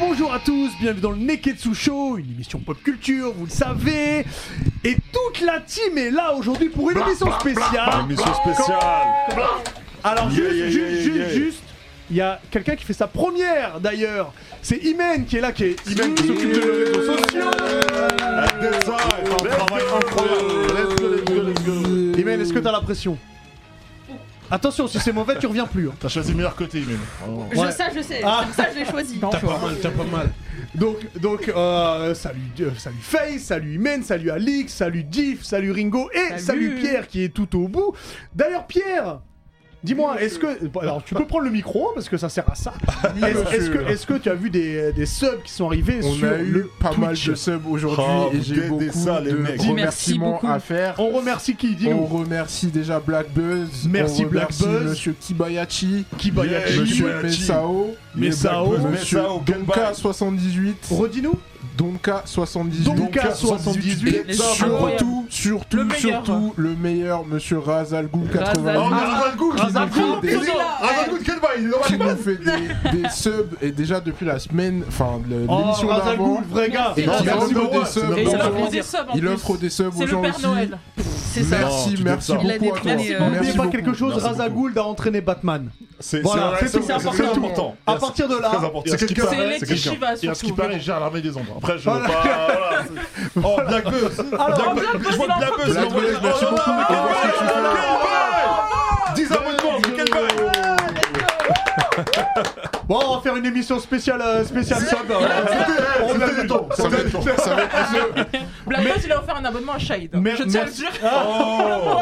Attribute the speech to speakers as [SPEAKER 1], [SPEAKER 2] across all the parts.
[SPEAKER 1] bonjour à tous, bienvenue dans le Neketsu Show, une émission pop culture, vous le savez. Et toute la team est là aujourd'hui pour une émission spéciale.
[SPEAKER 2] Émission spéciale.
[SPEAKER 1] Alors juste,
[SPEAKER 2] Yeah, yeah,
[SPEAKER 1] juste,
[SPEAKER 2] yeah,
[SPEAKER 1] juste,
[SPEAKER 2] yeah, yeah.
[SPEAKER 1] juste, il y a quelqu'un qui fait sa première d'ailleurs. C'est Imen qui est là, qui est Imen qui s'occupe de nos réseaux sociaux.
[SPEAKER 2] Elle design, un travail incroyable. Let's go, let's go, let's go.
[SPEAKER 1] Imen, est-ce que t'as la pression Attention, si c'est mauvais, tu reviens plus. hein.
[SPEAKER 2] T'as choisi le meilleur côté, Imen. Vraiment.
[SPEAKER 1] Ouais.
[SPEAKER 3] Je, ça, je sais.
[SPEAKER 1] Ah.
[SPEAKER 3] Comme ça, je l'ai choisi.
[SPEAKER 1] T'as pas mal, t'as pas mal. Donc, donc euh, salut, euh, salut Faye, salut Imen, salut Alix, salut Diff, salut Ringo et salut,
[SPEAKER 3] Salut.
[SPEAKER 1] Pierre qui est tout au bout. D'ailleurs, Pierre, dis-moi, est-ce que. bon, Alors, tu peux prendre le micro hein, parce que ça sert à ça. Est-ce est-ce que, est que tu as vu des, des subs qui sont arrivés
[SPEAKER 4] On
[SPEAKER 1] sur
[SPEAKER 4] a eu
[SPEAKER 1] le
[SPEAKER 4] pas mal
[SPEAKER 1] Twitch
[SPEAKER 4] de subs aujourd'hui
[SPEAKER 2] Ah,
[SPEAKER 4] et
[SPEAKER 2] vous
[SPEAKER 4] j'ai
[SPEAKER 2] guettez
[SPEAKER 4] beaucoup
[SPEAKER 2] ça, les
[SPEAKER 4] de
[SPEAKER 2] mecs.
[SPEAKER 3] Merci
[SPEAKER 4] remerciements
[SPEAKER 3] beaucoup.
[SPEAKER 4] à faire.
[SPEAKER 1] On remercie qui
[SPEAKER 4] On
[SPEAKER 2] Oh.
[SPEAKER 1] Dis-nous.
[SPEAKER 4] remercie déjà Black Buzz,
[SPEAKER 1] Merci
[SPEAKER 4] on
[SPEAKER 1] Black
[SPEAKER 4] remercie
[SPEAKER 1] Buzz.
[SPEAKER 4] Monsieur Kibayachi,
[SPEAKER 1] Eh, Kibayachi.
[SPEAKER 2] Yeah,
[SPEAKER 4] Monsieur
[SPEAKER 2] Kibayachi.
[SPEAKER 4] Messao,
[SPEAKER 1] Messao.
[SPEAKER 4] Black Buzz, Monsieur
[SPEAKER 2] Messao, Gunbay.
[SPEAKER 4] Donka78,
[SPEAKER 1] Redis-nous.
[SPEAKER 4] Donka78,
[SPEAKER 1] Donka
[SPEAKER 4] Et
[SPEAKER 1] 78.
[SPEAKER 3] Les subs
[SPEAKER 4] surtout,
[SPEAKER 3] incroyables.
[SPEAKER 4] surtout,
[SPEAKER 3] Le meilleur.
[SPEAKER 1] hein.
[SPEAKER 4] surtout, le meilleur Monsieur
[SPEAKER 2] Oh, mais
[SPEAKER 3] Razal-
[SPEAKER 4] Razalgou80
[SPEAKER 1] Ah,
[SPEAKER 2] Razalgoud, Razalgoud,
[SPEAKER 4] Razalgoud,
[SPEAKER 2] putain,
[SPEAKER 5] Ah,
[SPEAKER 2] Razalgoud, quel bail, il est dans la
[SPEAKER 4] qui nous
[SPEAKER 2] base.
[SPEAKER 4] fait des, des subs et déjà depuis la semaine, enfin le-
[SPEAKER 1] Oh,
[SPEAKER 4] l'émission
[SPEAKER 1] Razal
[SPEAKER 4] d'avant,
[SPEAKER 1] Ghoul, vrai gars.
[SPEAKER 4] et qui
[SPEAKER 2] Merci
[SPEAKER 4] offre
[SPEAKER 2] beaucoup.
[SPEAKER 4] des subs
[SPEAKER 2] Et
[SPEAKER 3] Et
[SPEAKER 2] Non,
[SPEAKER 3] ça
[SPEAKER 2] non,
[SPEAKER 3] va
[SPEAKER 2] non.
[SPEAKER 3] prendre des subs en
[SPEAKER 4] Il
[SPEAKER 3] plus.
[SPEAKER 4] offre des subs
[SPEAKER 3] C'est
[SPEAKER 4] aux
[SPEAKER 3] le
[SPEAKER 4] gens
[SPEAKER 3] Père
[SPEAKER 4] aussi.
[SPEAKER 3] Noël. C'est ça.
[SPEAKER 2] Non, tu
[SPEAKER 4] Merci,
[SPEAKER 2] donnes
[SPEAKER 4] merci
[SPEAKER 2] ça.
[SPEAKER 4] beaucoup
[SPEAKER 3] Il a des
[SPEAKER 4] à toi.
[SPEAKER 3] claques, euh,
[SPEAKER 4] Merci
[SPEAKER 1] N'oubliez pas
[SPEAKER 4] beaucoup.
[SPEAKER 1] quelque chose,
[SPEAKER 4] Merci beaucoup.
[SPEAKER 1] Razagould a entraîné Batman.
[SPEAKER 2] C'est
[SPEAKER 1] Voilà,
[SPEAKER 2] vrai,
[SPEAKER 1] c'est tout, Ah.
[SPEAKER 2] c'est
[SPEAKER 1] c'est
[SPEAKER 2] très
[SPEAKER 1] important.
[SPEAKER 2] important.
[SPEAKER 1] À partir de
[SPEAKER 2] C'est très
[SPEAKER 1] là,
[SPEAKER 2] important.
[SPEAKER 4] Il y a
[SPEAKER 2] C'est
[SPEAKER 4] ce qui
[SPEAKER 2] quelqu'un-
[SPEAKER 3] paraît,
[SPEAKER 2] c'est
[SPEAKER 3] c'est
[SPEAKER 2] quelqu'un.
[SPEAKER 3] Shiva,
[SPEAKER 2] Il y a ce qui
[SPEAKER 3] surtout.
[SPEAKER 2] paraît, gère l'armée des ombres. Après, je veux pas. voilà. Oh, Black Buzz. Black Buzz,
[SPEAKER 3] Black Buzz,
[SPEAKER 2] Je vois
[SPEAKER 3] il en
[SPEAKER 2] Black Buzz.
[SPEAKER 4] Black
[SPEAKER 2] il envoie-
[SPEAKER 4] Buzz, merci
[SPEAKER 2] Oh,
[SPEAKER 4] beaucoup,
[SPEAKER 2] quel
[SPEAKER 4] mais comment est-ce que tu fais là
[SPEAKER 2] bail, quel bail 10 abonnements, quel bail
[SPEAKER 1] bon, on va faire une émission spéciale, euh, spéciale sub. euh,
[SPEAKER 4] hein,
[SPEAKER 2] On a du temps.
[SPEAKER 4] Ça va être- ça va être-
[SPEAKER 3] Black Buzz, il a offert un abonnement à Shade.
[SPEAKER 1] mer-
[SPEAKER 3] je tiens à le
[SPEAKER 1] merci-
[SPEAKER 3] dire.
[SPEAKER 2] Oh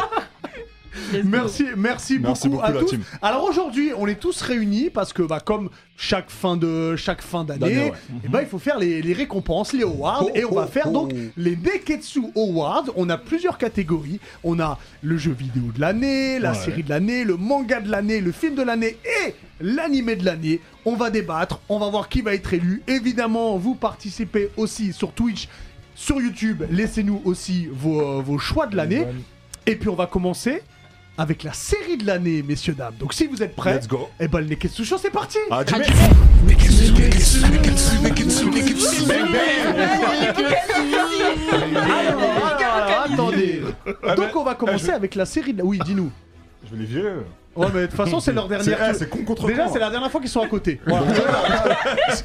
[SPEAKER 1] Merci, merci,
[SPEAKER 2] Merci
[SPEAKER 1] beaucoup,
[SPEAKER 2] beaucoup,
[SPEAKER 1] à
[SPEAKER 2] la
[SPEAKER 1] tous.
[SPEAKER 2] team.
[SPEAKER 1] Alors aujourd'hui, on est tous réunis parce que, bah, comme chaque fin de chaque fin d'année,
[SPEAKER 2] D'année, ouais. Oh,
[SPEAKER 1] eh ben, il faut faire les, les récompenses, les awards, et on va faire donc les Neketsu Awards. On a plusieurs catégories. On a le jeu vidéo de l'année, la
[SPEAKER 2] Ouais.
[SPEAKER 1] série de l'année, le manga de l'année, le film de l'année et l'animé de l'année. On va débattre, on va voir qui va être élu. Évidemment, vous participez aussi sur Twitch. Sur YouTube, laissez-nous aussi vos, vos choix de l'année. Et puis on va commencer avec la série de l'année, messieurs dames. Donc si vous êtes prêts,
[SPEAKER 2] Let's go.
[SPEAKER 1] et ben le Neketsu Show, c'est parti
[SPEAKER 2] Adjumé.
[SPEAKER 1] Alors, alors, Attendez. Donc on va commencer avec la série de Oui, dis-nous.
[SPEAKER 2] Je veux les vieux.
[SPEAKER 1] Ouais, mais de toute façon, c'est leur
[SPEAKER 2] C'est eh,
[SPEAKER 1] dernière.
[SPEAKER 2] c'est con contre
[SPEAKER 1] Déjà,
[SPEAKER 2] con,
[SPEAKER 1] c'est
[SPEAKER 2] hein.
[SPEAKER 1] la dernière fois qu'ils sont à côté. Voilà.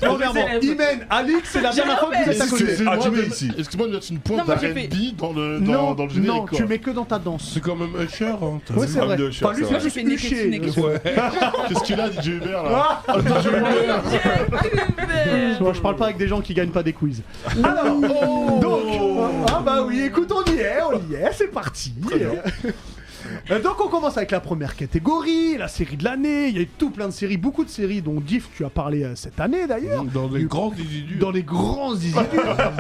[SPEAKER 1] Premièrement,
[SPEAKER 3] élèves.
[SPEAKER 1] Imen, Alix, c'est la dernière fois que vous êtes à côté.
[SPEAKER 2] Ah, tu mets
[SPEAKER 5] Excusez-moi
[SPEAKER 2] ici.
[SPEAKER 5] de, excusez-moi de mettre une pointe
[SPEAKER 3] Non, moi, j'ai
[SPEAKER 5] d'R&B dans le, dans,
[SPEAKER 1] Non,
[SPEAKER 5] dans le générique.
[SPEAKER 1] non,
[SPEAKER 5] quoi.
[SPEAKER 1] tu mets que dans ta danse.
[SPEAKER 5] C'est quand même Usher. Hein, t'as
[SPEAKER 1] Ouais,
[SPEAKER 5] vu
[SPEAKER 1] c'est vrai.
[SPEAKER 2] de Usher,
[SPEAKER 1] Enfin, lui,
[SPEAKER 2] c'est
[SPEAKER 1] c'est
[SPEAKER 2] vrai.
[SPEAKER 1] juste
[SPEAKER 3] Moi, je fais
[SPEAKER 1] huché.
[SPEAKER 3] Neketsu, Neketsu.
[SPEAKER 5] Qu'est-ce qu'il a, DJ Hubert là
[SPEAKER 1] Ah Moi, je parle pas avec des gens qui gagnent pas des quiz. Alors, donc, ah bah oui, écoute, on y est, on y est, c'est parti. Euh, Donc on commence avec la première catégorie, la série de l'année, il y a eu tout plein de séries, beaucoup de séries dont Diff tu as parlé euh, cette année d'ailleurs,
[SPEAKER 5] Dans les grands individus.
[SPEAKER 1] dans les grands idées,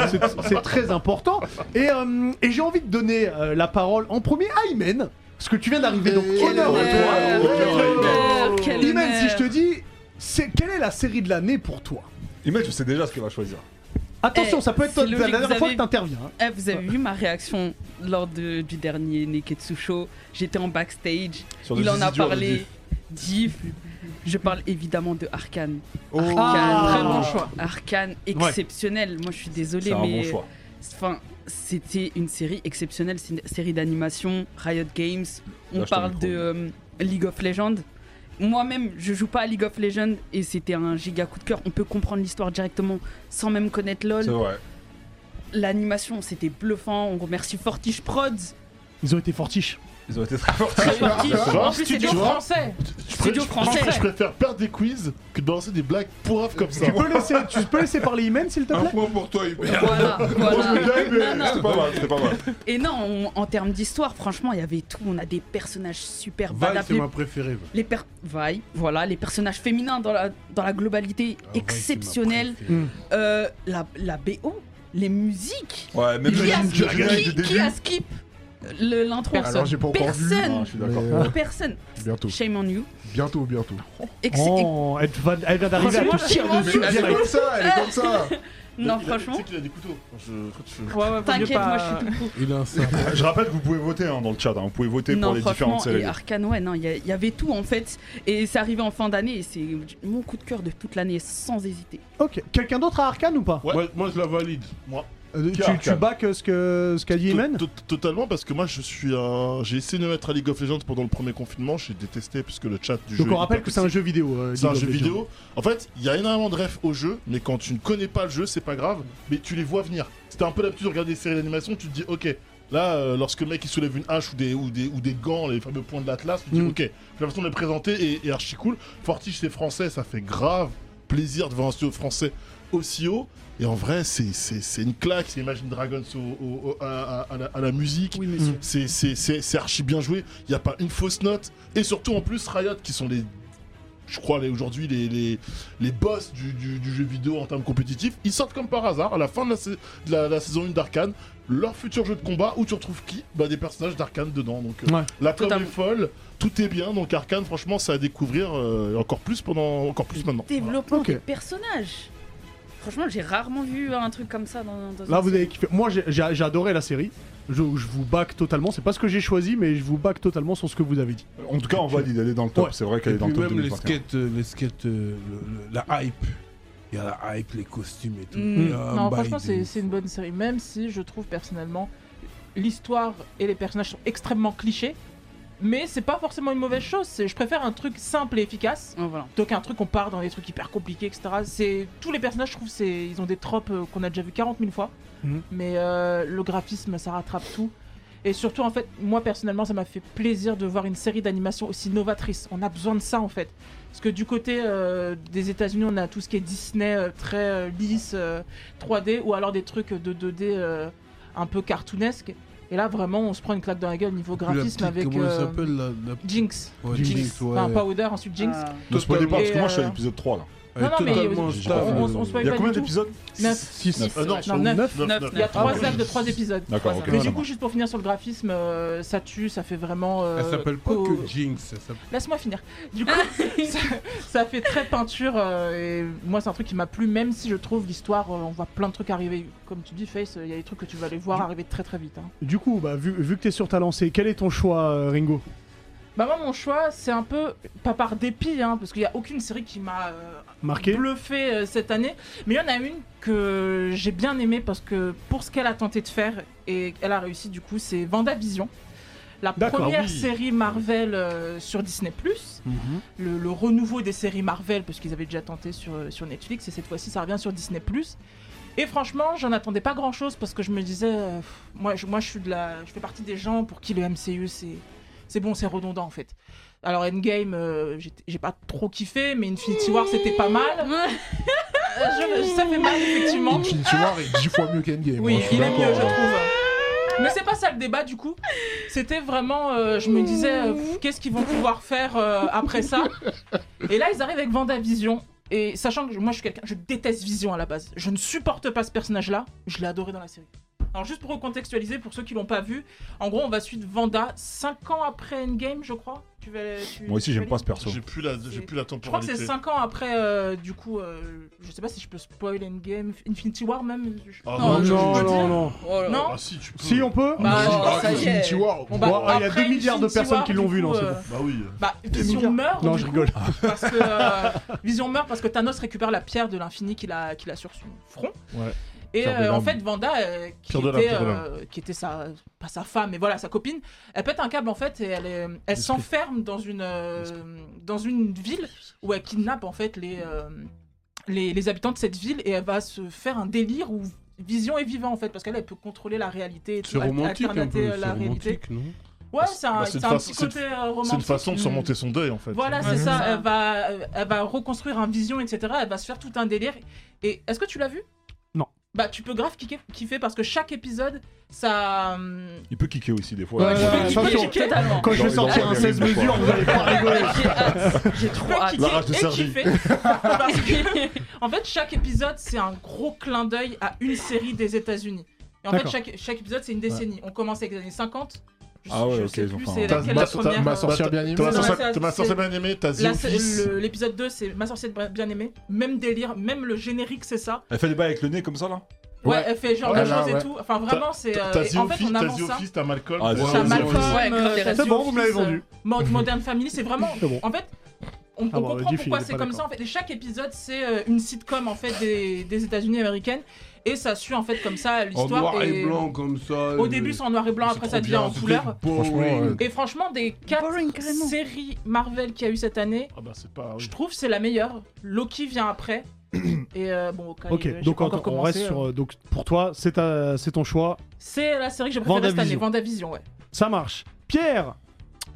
[SPEAKER 1] c'est- c'est très important. Et, euh, et j'ai envie de donner euh, la parole en premier à Imen, parce que tu viens d'arriver, donc
[SPEAKER 4] Et
[SPEAKER 1] honneur à
[SPEAKER 3] euh,
[SPEAKER 4] honneur,
[SPEAKER 1] toi.
[SPEAKER 3] Quel
[SPEAKER 1] Imen, si
[SPEAKER 3] honneur.
[SPEAKER 1] je te dis, c'est quelle est la série de l'année pour toi
[SPEAKER 2] Image, je sais déjà ce qu'il va choisir.
[SPEAKER 1] Attention,
[SPEAKER 3] Eh,
[SPEAKER 1] ça peut être la
[SPEAKER 3] c'est logique,
[SPEAKER 1] dernière
[SPEAKER 3] vous
[SPEAKER 1] fois
[SPEAKER 3] avez-
[SPEAKER 1] que t'interviens. hein.
[SPEAKER 3] Eh, vous avez vu ma réaction lors de- du dernier Neketsu Show J'étais en backstage,
[SPEAKER 2] Sur le
[SPEAKER 3] il en a
[SPEAKER 2] zizi dur,
[SPEAKER 3] parlé, Diff. Je parle évidemment de Arkane. Arkane,
[SPEAKER 1] Ah.
[SPEAKER 3] très bon choix. Arkane, exceptionnel. Moi, je suis
[SPEAKER 2] C'est
[SPEAKER 3] désolé,
[SPEAKER 2] un bon
[SPEAKER 3] mais
[SPEAKER 2] choix.
[SPEAKER 3] Enfin, c'était une série exceptionnelle, c'est une série d'animation, Riot Games. On
[SPEAKER 2] Là, je
[SPEAKER 3] parle
[SPEAKER 2] t'en
[SPEAKER 3] de
[SPEAKER 2] ai
[SPEAKER 3] euh, League of Legends. Moi-même, je joue pas à League of Legends et c'était un giga coup de cœur. On peut comprendre l'histoire directement sans même connaître
[SPEAKER 2] C'est
[SPEAKER 3] LoL.
[SPEAKER 2] vrai.
[SPEAKER 3] L'animation, c'était bluffant. On remercie Fortiche Prods.
[SPEAKER 1] Ils ont été fortiches.
[SPEAKER 2] Ils ont été très forts.
[SPEAKER 3] Fortiche, en
[SPEAKER 5] vois,
[SPEAKER 3] plus,
[SPEAKER 5] studio
[SPEAKER 3] studio
[SPEAKER 5] vois.
[SPEAKER 3] français.
[SPEAKER 5] Je,
[SPEAKER 3] Studio
[SPEAKER 5] je- je-
[SPEAKER 3] français.
[SPEAKER 5] je préfère perdre des quiz que de balancer des blagues pourraves comme ça.
[SPEAKER 1] Tu peux laisser, tu peux laisser parler Imen s'il te plaît
[SPEAKER 5] point pour toi, Hubert.
[SPEAKER 3] Voilà, voilà.
[SPEAKER 2] C'était pas mal, c'était pas mal.
[SPEAKER 3] Et non, on- en termes d'histoire, franchement, il y avait tout. On a des personnages super
[SPEAKER 5] Val,
[SPEAKER 3] badass.
[SPEAKER 5] c'est ma préférée. Val.
[SPEAKER 3] les per- Vai, voilà, les personnages féminins dans la, dans la globalité
[SPEAKER 5] Ah, Val, c'est ma
[SPEAKER 3] exceptionnelle.
[SPEAKER 5] préférée.
[SPEAKER 3] Euh, la, la BO, les musiques.
[SPEAKER 2] Ouais, même
[SPEAKER 3] Qui a,
[SPEAKER 2] Imagine, tu as gagné
[SPEAKER 3] qui-
[SPEAKER 2] dès le
[SPEAKER 3] qui
[SPEAKER 2] début.
[SPEAKER 3] a skip euh, le- l'intro
[SPEAKER 4] Alors j'ai pas encore vu.
[SPEAKER 3] Personne.
[SPEAKER 2] Non, Ah, je suis d'accord.
[SPEAKER 4] mais, euh,
[SPEAKER 3] Personne.
[SPEAKER 4] bientôt,
[SPEAKER 3] Shame on you.
[SPEAKER 4] bientôt, bientôt.
[SPEAKER 3] Ex-
[SPEAKER 1] Oh, elle, va- elle vient d'arriver à
[SPEAKER 3] Franchement,
[SPEAKER 1] te tirer
[SPEAKER 3] je suis
[SPEAKER 1] dessus
[SPEAKER 4] Mais elle est
[SPEAKER 1] direct.
[SPEAKER 4] comme ça, elle est comme ça.
[SPEAKER 3] ex- Non,
[SPEAKER 5] Il a-
[SPEAKER 3] franchement.
[SPEAKER 5] Tu sais qu'il a des couteaux. Je... je-
[SPEAKER 6] Ouais, ouais, vaut mieux
[SPEAKER 3] T'inquiète,
[SPEAKER 6] pas-
[SPEAKER 3] moi je suis tout pour.
[SPEAKER 4] Il a un sac.
[SPEAKER 2] Je rappelle que vous pouvez voter hein, dans le chat. hein. Vous pouvez voter
[SPEAKER 3] non,
[SPEAKER 2] pour les
[SPEAKER 3] franchement,
[SPEAKER 2] différentes séries.
[SPEAKER 3] et Arkane, ouais, non, il y, a- il y avait tout en fait. Et c'est arrivé en fin d'année et c'est mon coup de cœur de toute l'année, sans hésiter.
[SPEAKER 1] Ok, quelqu'un d'autre à Arkane ou pas
[SPEAKER 5] Ouais.
[SPEAKER 4] Moi, moi, je la valide.
[SPEAKER 1] Euh,
[SPEAKER 2] Qui a
[SPEAKER 1] Tu, tu
[SPEAKER 2] Arkane
[SPEAKER 1] back euh, ce que ce qu'a dit Emen
[SPEAKER 5] To- to- Totalement parce que moi je suis un... J'ai essayé de me mettre à League of Legends pendant le premier confinement, j'ai détesté puisque le chat du jeu...
[SPEAKER 1] Donc on
[SPEAKER 5] est
[SPEAKER 1] rappelle
[SPEAKER 5] hyper
[SPEAKER 1] que c'est un jeu vidéo. euh,
[SPEAKER 5] C'est un
[SPEAKER 1] League of
[SPEAKER 5] jeu
[SPEAKER 1] Legends.
[SPEAKER 5] vidéo. En fait, il y a énormément de refs au jeu, mais quand tu ne connais pas le jeu, c'est pas grave, mais tu les vois venir. C'était un peu l'habitude de regarder des séries d'animation, tu te dis, ok, là, euh, lorsque le mec il soulève une hache ou des, ou des, ou des gants, les fameux points de l'Atlas, tu te dis,
[SPEAKER 1] Mm.
[SPEAKER 5] ok, la façon de les présenter est, est archi cool. Fortige, c'est français, ça fait grave plaisir de voir un studio français aussi haut. Et en vrai, c'est- c'est c'est une claque, c'est Imagine Dragons au- au- au- à, à- à la, à la musique.
[SPEAKER 3] Oui, monsieur.
[SPEAKER 5] C'est- C'est c'est- c'est archi bien joué, il n'y a pas une fausse note. Et surtout en plus Riot qui sont les... Je crois les- aujourd'hui les, les, les boss du, du- du jeu vidéo en termes compétitifs, ils sortent comme par hasard à la fin de la, sa- de la- la saison 1 d'Arkane, leur futur jeu de combat où tu retrouves qui bah, Des personnages d'Arkane dedans. Donc euh,
[SPEAKER 1] Ouais.
[SPEAKER 5] la com est
[SPEAKER 3] Totalement.
[SPEAKER 5] folle, tout est bien. Donc Arkane, franchement, c'est à découvrir euh, encore plus pendant, encore plus maintenant. Voilà.
[SPEAKER 3] Développement
[SPEAKER 1] Ok.
[SPEAKER 3] des personnages. Franchement, j'ai rarement vu un truc comme ça dans, dans
[SPEAKER 1] Là
[SPEAKER 3] une
[SPEAKER 1] vous avez
[SPEAKER 3] série.
[SPEAKER 1] kiffé. Moi j'ai- j'ai j'ai adoré la série. Je, je vous back totalement. C'est pas ce que j'ai choisi, mais je vous back totalement sur ce que vous avez dit.
[SPEAKER 2] En tout cas, on valide. Elle est dans le top.
[SPEAKER 1] Ouais.
[SPEAKER 2] C'est vrai
[SPEAKER 4] Et
[SPEAKER 2] qu'elle est dans
[SPEAKER 4] puis
[SPEAKER 2] le top
[SPEAKER 4] même les
[SPEAKER 2] 2021.
[SPEAKER 4] skates, euh, les skates euh, le- le- la hype. Il y a la hype, les costumes et tout. Euh,
[SPEAKER 3] Mm.
[SPEAKER 4] Il y a un
[SPEAKER 6] Non,
[SPEAKER 4] bail
[SPEAKER 6] franchement,
[SPEAKER 4] de
[SPEAKER 6] c'est
[SPEAKER 4] ouf.
[SPEAKER 6] c'est une bonne série. Même si je trouve personnellement l'histoire et les personnages sont extrêmement clichés, mais c'est pas forcément une mauvaise chose. C'est- Je préfère un truc simple et efficace
[SPEAKER 3] Oh, voilà.
[SPEAKER 6] plutôt qu'un truc on part dans des trucs hyper compliqués, etc. C'est tous les personnages, je trouve, c'est ils ont des tropes euh, qu'on a déjà vu 40 000 fois,
[SPEAKER 1] Mhm.
[SPEAKER 6] mais euh, le graphisme, ça rattrape tout. Et surtout, en fait, moi personnellement, ça m'a fait plaisir de voir une série d'animation aussi novatrice. On a besoin de ça, en fait. Parce que du côté euh, des États-Unis, on a tout ce qui est Disney euh, très euh, lisse, euh, 3D, ou alors des trucs de 2D euh, un peu cartoonesque. Et là, vraiment, on se prend une claque dans la gueule niveau
[SPEAKER 4] Puis la
[SPEAKER 6] graphisme
[SPEAKER 4] petite,
[SPEAKER 6] avec
[SPEAKER 4] Comment elle
[SPEAKER 6] euh,
[SPEAKER 4] s'appelle la, la...
[SPEAKER 6] Jinx.
[SPEAKER 4] Ouais,
[SPEAKER 1] Jinx.
[SPEAKER 4] ouais.
[SPEAKER 6] Enfin, Powder, ensuite Jinx.
[SPEAKER 3] Ah.
[SPEAKER 2] Ne spoilez pas, parce que
[SPEAKER 6] Et,
[SPEAKER 2] moi je suis à
[SPEAKER 6] euh,
[SPEAKER 2] l'épisode 3 là.
[SPEAKER 4] Elle
[SPEAKER 6] Non,
[SPEAKER 4] est
[SPEAKER 6] non, mais
[SPEAKER 4] totalement
[SPEAKER 6] on-
[SPEAKER 4] stable.
[SPEAKER 6] on- on se voit
[SPEAKER 2] Il y a
[SPEAKER 6] pas
[SPEAKER 2] combien
[SPEAKER 6] du tout.
[SPEAKER 2] d'épisodes
[SPEAKER 6] Neuf.
[SPEAKER 1] 6.
[SPEAKER 5] Euh, non,
[SPEAKER 6] Non,
[SPEAKER 5] neuf,
[SPEAKER 6] neuf.
[SPEAKER 5] neuf,
[SPEAKER 3] Neuf,
[SPEAKER 5] neuf.
[SPEAKER 6] Il y a trois
[SPEAKER 1] ouais.
[SPEAKER 6] actes de trois épisodes.
[SPEAKER 2] Ah, D'accord,
[SPEAKER 3] Trois
[SPEAKER 2] ok.
[SPEAKER 3] heures.
[SPEAKER 6] Mais
[SPEAKER 2] ça
[SPEAKER 6] du coup,
[SPEAKER 2] marche.
[SPEAKER 6] juste pour finir sur le graphisme, euh, ça tue, ça fait vraiment. euh,
[SPEAKER 4] Elle s'appelle pas
[SPEAKER 6] co-
[SPEAKER 4] que Jinx. elle s'appelle-
[SPEAKER 6] Laisse-moi finir. Du coup, ça, ça fait très peinture. euh, et moi, c'est un truc qui m'a plu, même si je trouve l'histoire, euh, on voit plein de trucs arriver. Comme tu dis, Face, il y a des trucs que tu vas aller voir arriver très très vite. hein.
[SPEAKER 1] Du coup, bah, vu, vu que t'es sur ta lancée, quel est ton choix, euh, Ringo
[SPEAKER 6] Bah, moi, mon choix, c'est un peu. Pas par dépit, hein, parce qu'il n'y a aucune série qui m'a euh,
[SPEAKER 1] Marqué
[SPEAKER 6] bluffé euh, cette année. Mais il y en a une que j'ai bien aimée parce que pour ce qu'elle a tenté de faire et qu'elle a réussi du coup, c'est Vendavision. La
[SPEAKER 1] D'accord, Mhm.
[SPEAKER 6] première
[SPEAKER 5] oui.
[SPEAKER 6] série Marvel euh, sur Disney ⁇ le, le renouveau des séries Marvel, parce qu'ils avaient déjà tenté sur, euh, sur Netflix, et cette fois-ci ça revient sur Disney ⁇ Et franchement, j'en attendais pas grand-chose parce que je me disais, euh, pff, moi, je, moi je, suis de la, je fais partie des gens pour qui le MCU c'est, c'est bon, c'est redondant en fait. Alors Endgame, euh, j'étais- j'ai pas trop kiffé, mais Infinity War c'était pas mal. Euh, je- ça fait mal effectivement.
[SPEAKER 4] Infinity War est 10 fois mieux qu'Endgame.
[SPEAKER 6] Oui,
[SPEAKER 4] hein, je suis
[SPEAKER 6] il est
[SPEAKER 4] d'accord.
[SPEAKER 6] mieux, je trouve. Mais c'est pas ça le débat du coup. C'était vraiment, euh, je me disais, euh, pff, qu'est-ce qu'ils vont pouvoir faire euh, après ça Et là, ils arrivent avec Vendavision. Et sachant que je- moi, je suis quelqu'un, je déteste Vision à la base. Je ne supporte pas ce personnage-là. Je l'ai adoré dans la série. Alors juste pour recontextualiser, pour ceux qui l'ont pas vu, en gros, on va suivre Vanda 5 ans après Endgame, je crois. Tu vas, tu-
[SPEAKER 2] Moi aussi,
[SPEAKER 6] tu
[SPEAKER 2] j'aime
[SPEAKER 6] vas
[SPEAKER 2] pas
[SPEAKER 6] lire
[SPEAKER 2] ce perso.
[SPEAKER 5] J'ai plus la, j'ai
[SPEAKER 6] C'est-
[SPEAKER 5] plus la
[SPEAKER 6] Je crois que
[SPEAKER 5] temporalité.
[SPEAKER 6] c'est 5 ans après, euh, du coup, euh, je sais pas si je peux spoil Endgame, Infinity War même. je-
[SPEAKER 1] Non,
[SPEAKER 5] Ah, Non, je-
[SPEAKER 1] non,
[SPEAKER 5] je peux
[SPEAKER 1] non,
[SPEAKER 5] dire.
[SPEAKER 1] non.
[SPEAKER 3] Oh là là.
[SPEAKER 6] Non
[SPEAKER 5] Ah si, tu peux.
[SPEAKER 1] Si on peut
[SPEAKER 6] Bah,
[SPEAKER 4] Ah,
[SPEAKER 3] ça y est.
[SPEAKER 4] Infinity War.
[SPEAKER 6] Bon, bah,
[SPEAKER 1] Bon, il y a
[SPEAKER 6] après,
[SPEAKER 1] 2 milliards de
[SPEAKER 6] Infinity
[SPEAKER 1] personnes
[SPEAKER 6] War,
[SPEAKER 1] qui l'ont
[SPEAKER 6] du
[SPEAKER 1] vu,
[SPEAKER 6] coup,
[SPEAKER 1] non, c'est
[SPEAKER 6] euh,
[SPEAKER 5] Bah oui.
[SPEAKER 6] Bah, Vision
[SPEAKER 1] milliards.
[SPEAKER 6] meurt.
[SPEAKER 1] Non,
[SPEAKER 6] du
[SPEAKER 1] je
[SPEAKER 6] coup,
[SPEAKER 1] rigole.
[SPEAKER 6] Parce que euh, Vision meurt parce que Thanos récupère la pierre de l'infini qu'il a, qu'il a sur son front.
[SPEAKER 5] Ouais.
[SPEAKER 6] Et
[SPEAKER 4] Pierre de
[SPEAKER 6] euh, en
[SPEAKER 4] l'âme.
[SPEAKER 6] fait, Vanda, euh, qui,
[SPEAKER 5] Pierre de l'âme,
[SPEAKER 6] était,
[SPEAKER 5] pierre de
[SPEAKER 6] euh, qui était sa, pas sa femme, mais voilà, sa copine, elle pète un câble en fait et elle, est- elle s'enferme dans une, euh, dans une ville où elle kidnappe en fait les, euh, les, les habitants de cette ville et elle va se faire un délire où Vision est vivant en fait parce qu'elle elle peut contrôler la réalité et
[SPEAKER 4] C'est
[SPEAKER 6] tout, al-
[SPEAKER 4] romantique un
[SPEAKER 6] alternater,
[SPEAKER 4] peu.
[SPEAKER 6] euh,
[SPEAKER 4] C'est
[SPEAKER 6] la réalité.
[SPEAKER 4] romantique, non
[SPEAKER 6] Ouais, c'est un,
[SPEAKER 5] Bah, c'est
[SPEAKER 6] c'est
[SPEAKER 5] une
[SPEAKER 6] un
[SPEAKER 5] façon-
[SPEAKER 6] petit
[SPEAKER 5] c'est une-
[SPEAKER 6] côté euh, romantique.
[SPEAKER 5] C'est une façon de
[SPEAKER 6] Mm.
[SPEAKER 5] surmonter son deuil en fait.
[SPEAKER 6] Voilà,
[SPEAKER 3] Ouais,
[SPEAKER 6] c'est
[SPEAKER 3] c'est
[SPEAKER 6] ça.
[SPEAKER 3] ça.
[SPEAKER 6] Elle va, elle va reconstruire un vision, etc. Elle va se faire tout un délire. Et est-ce que tu l'as vu
[SPEAKER 1] Non.
[SPEAKER 6] Bah, tu peux grave kicker- kiffer parce que chaque épisode, ça. hum,
[SPEAKER 2] Il peut kicker aussi des fois.
[SPEAKER 1] Ouais,
[SPEAKER 2] hein.
[SPEAKER 1] ouais,
[SPEAKER 6] tu
[SPEAKER 1] attention.
[SPEAKER 6] peux kicker.
[SPEAKER 3] Totalement.
[SPEAKER 1] Quand je vais
[SPEAKER 2] Dans-
[SPEAKER 1] sortir
[SPEAKER 2] dans-
[SPEAKER 1] un 16
[SPEAKER 2] dans-
[SPEAKER 1] mesures, vous allez pas rigoler.
[SPEAKER 3] J'ai hâte. J'ai
[SPEAKER 6] Tu
[SPEAKER 3] trop
[SPEAKER 6] peux
[SPEAKER 3] hâte.
[SPEAKER 6] kicker
[SPEAKER 5] rage de
[SPEAKER 6] et
[SPEAKER 5] Sergi.
[SPEAKER 6] kiffer. Parce que, en fait, chaque épisode, c'est un gros clin d'œil à une série des États-Unis. Et en fait,
[SPEAKER 1] D'accord.
[SPEAKER 6] chaque, chaque épisode, c'est une décennie. On commence avec les années 50, Je-
[SPEAKER 7] Ah ouais,
[SPEAKER 6] je
[SPEAKER 7] ok,
[SPEAKER 6] sais
[SPEAKER 7] ils ont
[SPEAKER 6] plus,
[SPEAKER 7] fait un-
[SPEAKER 6] c'est
[SPEAKER 7] T'as-
[SPEAKER 6] laquelle
[SPEAKER 5] ma-
[SPEAKER 6] la
[SPEAKER 5] t'as-
[SPEAKER 6] première.
[SPEAKER 2] Ma
[SPEAKER 6] euh,
[SPEAKER 2] sorcière bien aimée.
[SPEAKER 5] Thomas
[SPEAKER 6] non,
[SPEAKER 5] Sorcier-
[SPEAKER 6] c'est-
[SPEAKER 5] Thomas Sorcier bien aimé, t'as The
[SPEAKER 6] la-
[SPEAKER 5] Office.
[SPEAKER 6] le- L'épisode 2, c'est Ma sorcière bien aimée. Même délire, même le générique, c'est ça.
[SPEAKER 7] Elle fait des bails avec le nez comme ça là
[SPEAKER 6] Ouais,
[SPEAKER 5] Ouais.
[SPEAKER 6] elle fait genre
[SPEAKER 5] Ouais,
[SPEAKER 6] de
[SPEAKER 5] là,
[SPEAKER 6] choses
[SPEAKER 5] ouais.
[SPEAKER 6] et tout. Enfin, vraiment, c'est. euh,
[SPEAKER 5] T'as
[SPEAKER 6] et
[SPEAKER 5] The
[SPEAKER 6] en fait,
[SPEAKER 5] Office,
[SPEAKER 6] on
[SPEAKER 5] t'as The
[SPEAKER 6] avance ça.
[SPEAKER 5] Office, t'as Malcolm. t'as-
[SPEAKER 7] Ah, The
[SPEAKER 6] T'as
[SPEAKER 7] Ouais,
[SPEAKER 6] Malcolm,
[SPEAKER 7] ouais,
[SPEAKER 3] ouais.
[SPEAKER 6] euh,
[SPEAKER 3] Ouais, grave,
[SPEAKER 6] t'as
[SPEAKER 1] C'est
[SPEAKER 6] The
[SPEAKER 1] bon, vous me l'avez
[SPEAKER 6] Office,
[SPEAKER 1] vendu.
[SPEAKER 6] euh, Mo- Modern Family, c'est vraiment.
[SPEAKER 1] C'est bon.
[SPEAKER 6] En fait, on, on
[SPEAKER 1] Ah bon,
[SPEAKER 6] comprend
[SPEAKER 1] Jiffy,
[SPEAKER 6] pourquoi
[SPEAKER 1] il est
[SPEAKER 6] c'est
[SPEAKER 1] pas
[SPEAKER 6] comme ça. En fait, et chaque épisode, c'est euh, une sitcom en fait des, des États-Unis américaines et ça suit en fait comme ça
[SPEAKER 4] En
[SPEAKER 6] l'histoire.
[SPEAKER 4] noir et
[SPEAKER 6] et
[SPEAKER 4] blanc comme ça.
[SPEAKER 1] euh,
[SPEAKER 6] Au début, c'est en noir et blanc, après ça devient en couleur.
[SPEAKER 4] Franchement,
[SPEAKER 2] euh,
[SPEAKER 7] ouais.
[SPEAKER 6] Et franchement, des quatre
[SPEAKER 3] Boring, carrément.
[SPEAKER 6] séries Marvel qu'il y a eu cette année,
[SPEAKER 5] Ah bah c'est pas. oui.
[SPEAKER 6] je trouve que c'est la meilleure. Loki vient après. et euh, bon, Hawkeye, euh,
[SPEAKER 1] Ok,
[SPEAKER 6] j'ai
[SPEAKER 1] donc
[SPEAKER 6] pas
[SPEAKER 1] on,
[SPEAKER 6] encore
[SPEAKER 1] on
[SPEAKER 6] commencé,
[SPEAKER 1] reste
[SPEAKER 6] euh.
[SPEAKER 1] sur. euh, Donc pour toi, c'est ta- c'est ton choix.
[SPEAKER 6] C'est la série que j'ai préférée cette année,
[SPEAKER 1] WandaVision.
[SPEAKER 6] Vendavision, ouais.
[SPEAKER 1] Ça marche. Pierre,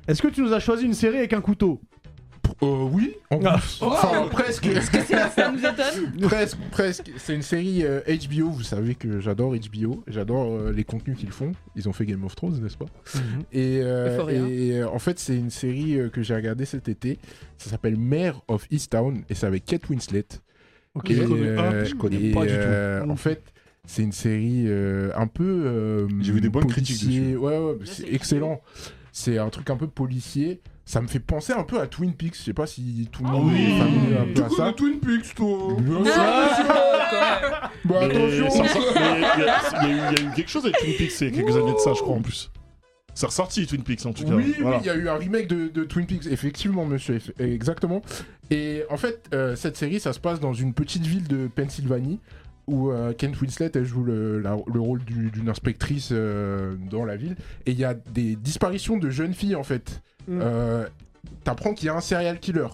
[SPEAKER 1] est-ce que tu nous as choisi une série avec un couteau
[SPEAKER 2] Euh, oui, en
[SPEAKER 1] Ah.
[SPEAKER 2] plus. Enfin, presque.
[SPEAKER 3] Est-ce que c'est- ça nous étonne
[SPEAKER 2] Presque, presque. C'est une série euh, HBO, vous savez que j'adore HBO, j'adore euh, les contenus qu'ils font. Ils ont fait Game of Thrones, n'est-ce pas Et, euh,
[SPEAKER 3] Euphoria.
[SPEAKER 2] et, euh, en fait, c'est une série euh, que j'ai regardée cet été. Ça s'appelle Mare of Easttown et c'est avec Kate Winslet.
[SPEAKER 1] Ok.
[SPEAKER 2] Et,
[SPEAKER 5] je connais-
[SPEAKER 2] euh,
[SPEAKER 5] ah, je connais
[SPEAKER 2] et,
[SPEAKER 5] pas du tout.
[SPEAKER 2] euh, en fait, c'est une série euh, un peu. euh,
[SPEAKER 7] J'ai vu des bonnes critiques
[SPEAKER 2] policier.
[SPEAKER 7] dessus.
[SPEAKER 2] Ouais, ouais,
[SPEAKER 6] Là,
[SPEAKER 2] c'est
[SPEAKER 6] c'est
[SPEAKER 2] excellent. C'est un truc un peu policier. Ça me fait penser un peu à Twin Peaks. Je sais pas si tout le monde
[SPEAKER 5] oui.
[SPEAKER 2] est familier un
[SPEAKER 4] Tu
[SPEAKER 2] peu à
[SPEAKER 4] connais
[SPEAKER 2] ça.
[SPEAKER 4] Twin Peaks, toi
[SPEAKER 2] Bah,
[SPEAKER 6] Ah
[SPEAKER 2] bah,
[SPEAKER 5] Mais
[SPEAKER 2] attention
[SPEAKER 5] ça ressort- mais il y, a- il y a eu- il y a eu quelque chose avec Twin Peaks il y a quelques années de ça, je crois en plus. C'est ressorti Twin Peaks en tout cas.
[SPEAKER 2] Oui, oui, il
[SPEAKER 5] Voilà.
[SPEAKER 2] y a eu un remake de, de Twin Peaks, effectivement, monsieur, eff- exactement. Et en fait, euh, cette série, ça se passe dans une petite ville de Pennsylvanie où euh, Kent Winslet elle joue le, la- le rôle du- d'une inspectrice euh, dans la ville. Et il y a des disparitions de jeunes filles, en fait.
[SPEAKER 1] Mm.
[SPEAKER 2] Euh, T'apprends qu'il y a un serial killer.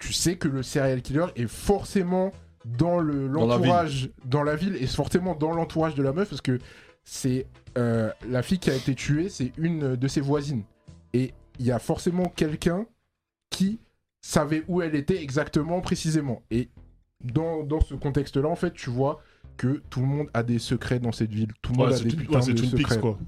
[SPEAKER 2] Tu sais que le serial killer est forcément dans le-
[SPEAKER 7] Dans la
[SPEAKER 2] l'entourage, dans, la ville, et forcément dans l'entourage de la meuf, parce que c'est euh, la fille qui a été tuée, c'est une de ses voisines. Et il y a forcément quelqu'un qui savait où elle était exactement, précisément. Et dans, dans ce contexte-là, en fait, tu vois que tout le monde a des secrets dans cette ville. Tout le monde
[SPEAKER 5] Ouais,
[SPEAKER 2] a
[SPEAKER 5] c'est
[SPEAKER 2] des
[SPEAKER 5] Twin-
[SPEAKER 2] putains
[SPEAKER 5] ouais, c'est
[SPEAKER 2] de
[SPEAKER 5] Twin
[SPEAKER 2] secrets.
[SPEAKER 5] Peaks quoi.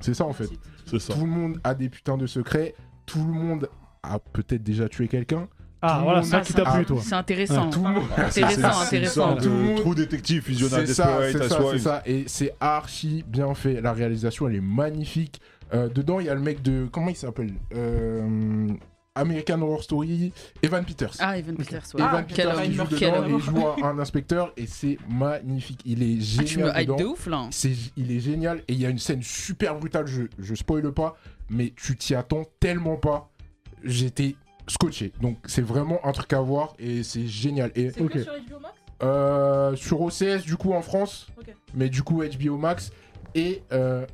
[SPEAKER 2] C'est ça, en fait.
[SPEAKER 5] C'est ça.
[SPEAKER 2] Tout le monde a des putains de secrets. Tout le monde a peut-être déjà tué quelqu'un. Tout
[SPEAKER 1] Ah,
[SPEAKER 2] le
[SPEAKER 1] voilà,
[SPEAKER 2] monde
[SPEAKER 1] c'est ça
[SPEAKER 2] a
[SPEAKER 1] qui
[SPEAKER 2] ça.
[SPEAKER 1] t'a plu,
[SPEAKER 2] Ah,
[SPEAKER 1] toi.
[SPEAKER 3] C'est intéressant.
[SPEAKER 2] Tout le monde.
[SPEAKER 3] Intéressant, hein.
[SPEAKER 7] C'est une
[SPEAKER 3] intéressant.
[SPEAKER 7] sorte
[SPEAKER 2] Tout le
[SPEAKER 7] de
[SPEAKER 2] monde-
[SPEAKER 7] trou détective fusionnel
[SPEAKER 2] C'est ça,
[SPEAKER 7] d'Esperate
[SPEAKER 2] c'est
[SPEAKER 7] à
[SPEAKER 2] ça,
[SPEAKER 7] soi.
[SPEAKER 2] c'est ça. Et c'est archi bien fait. La réalisation, elle est magnifique. Euh, dedans, il y a le mec de. Comment il s'appelle Euh, American Horror Story, Evan Peters.
[SPEAKER 3] Ah, Evan Peters, ouais.
[SPEAKER 2] Evan
[SPEAKER 6] Ah,
[SPEAKER 2] Peters
[SPEAKER 3] quel
[SPEAKER 6] quelle
[SPEAKER 2] qui joue
[SPEAKER 6] horreur,
[SPEAKER 3] homme,
[SPEAKER 2] dedans
[SPEAKER 3] quel
[SPEAKER 2] et il
[SPEAKER 3] homme.
[SPEAKER 2] joue un- un inspecteur et c'est magnifique. Il est
[SPEAKER 3] Ah, Tu
[SPEAKER 2] génial
[SPEAKER 3] me hype
[SPEAKER 2] dedans.
[SPEAKER 3] de ouf là.
[SPEAKER 2] C'est, il est génial et il y a une scène super brutale. Je, je spoile pas, mais tu t'y attends tellement pas. J'étais scotché. Donc c'est vraiment un truc à voir et c'est génial. Et
[SPEAKER 6] C'est que sur HBO Max
[SPEAKER 2] euh, sur OCS du coup en France,
[SPEAKER 6] Ok.
[SPEAKER 2] mais du coup HBO Max et euh,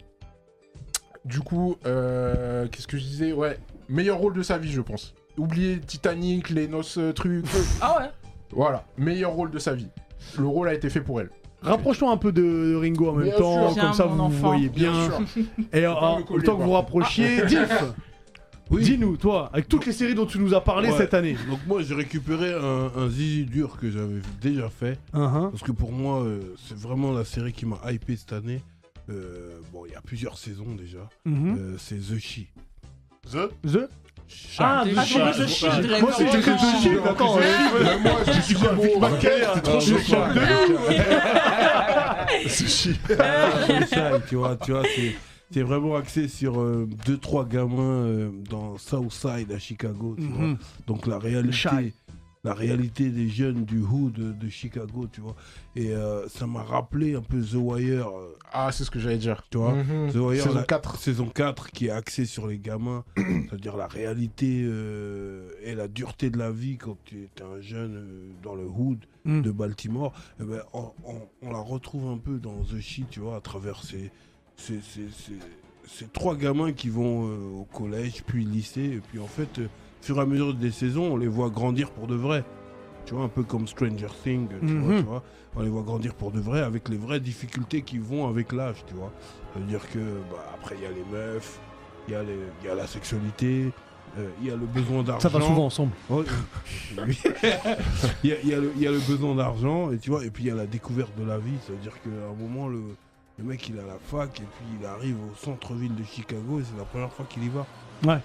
[SPEAKER 2] du coup euh, qu'est-ce que je disais ouais meilleur rôle de sa vie je pense. Oubliez Titanic, les noces euh, trucs,
[SPEAKER 6] Ah ouais
[SPEAKER 2] voilà meilleur rôle de sa vie. Le rôle a été fait pour elle.
[SPEAKER 1] Rapprochons un peu de, de Ringo en même
[SPEAKER 2] Bien
[SPEAKER 1] temps,
[SPEAKER 2] sûr.
[SPEAKER 1] comme
[SPEAKER 6] Tiens,
[SPEAKER 1] ça
[SPEAKER 6] mon
[SPEAKER 1] vous
[SPEAKER 6] enfant.
[SPEAKER 1] voyez bien.
[SPEAKER 2] sûr.
[SPEAKER 1] Et
[SPEAKER 2] pas
[SPEAKER 1] en
[SPEAKER 2] me
[SPEAKER 1] même
[SPEAKER 2] coller,
[SPEAKER 1] temps que vous
[SPEAKER 2] moi.
[SPEAKER 1] rapprochiez, Diff, dis-nous, toi, avec toutes les séries dont tu nous as parlé
[SPEAKER 4] Ouais.
[SPEAKER 1] cette année.
[SPEAKER 4] Donc moi j'ai récupéré un, un zizi dur que j'avais déjà fait
[SPEAKER 1] Uh-huh.
[SPEAKER 4] parce que pour moi euh, c'est vraiment la série qui m'a hypé cette année. Euh, bon il y a plusieurs saisons déjà.
[SPEAKER 6] Hmm.
[SPEAKER 1] Mhm.
[SPEAKER 4] Euh, c'est The She.
[SPEAKER 5] The
[SPEAKER 1] The Ah, The
[SPEAKER 6] Ah,
[SPEAKER 1] Shield.
[SPEAKER 6] j'ai vu The
[SPEAKER 1] Moi
[SPEAKER 6] Shield, vraiment.
[SPEAKER 1] aussi, j'ai cru The Shield encore. hein.
[SPEAKER 2] Même moi, je suis
[SPEAKER 5] Quoi, Big Mac, c'est trop chaud. quoi.
[SPEAKER 4] C'est ça, tu vois, tu vois, c'est- c'est vraiment axé sur euh, deux trois gamins euh, dans Southside à Chicago. Tu vois.
[SPEAKER 1] Mhm.
[SPEAKER 4] Donc la réalité,
[SPEAKER 1] Shy.
[SPEAKER 4] la réalité des jeunes du hood euh, de, de Chicago, tu vois. Et euh, ça m'a rappelé un peu The Wire, euh,
[SPEAKER 2] Ah, c'est ce que j'allais dire.
[SPEAKER 4] tu vois.
[SPEAKER 2] Mhm.
[SPEAKER 4] The Wire,
[SPEAKER 2] Saison
[SPEAKER 4] la-
[SPEAKER 2] 4.
[SPEAKER 4] Saison 4 qui est axée sur les gamins, c'est-à-dire la réalité euh, et la dureté de la vie quand tu es un jeune euh, dans le hood
[SPEAKER 1] Mm.
[SPEAKER 4] de Baltimore, eh ben, on, on- on la retrouve un peu dans The She, tu vois, à travers ces, ces, ces- ces- ces trois gamins qui vont euh, au collège, puis lycée, et puis en fait, euh, fur et à mesure des saisons, on les voit grandir pour de vrai. Tu vois, un peu comme Stranger Things, tu, vois,
[SPEAKER 1] Mhm.
[SPEAKER 4] tu vois. On les voit grandir pour de vrai, avec les vraies difficultés qui vont avec l'âge, tu vois. C'est-à-dire que, bah, après, il y a les meufs, il y, a les- il y a la sexualité, euh, il y a le besoin d'argent.
[SPEAKER 1] Ça va souvent ensemble.
[SPEAKER 4] Ouais. Oui. il, y a, il y a le, il y a le besoin d'argent, et tu vois, et puis il y a la découverte de la vie. C'est-à-dire qu'à un moment, le, le mec, il est à la fac, et puis il arrive au centre-ville de Chicago, et c'est la première fois qu'il y va.
[SPEAKER 1] Ouais.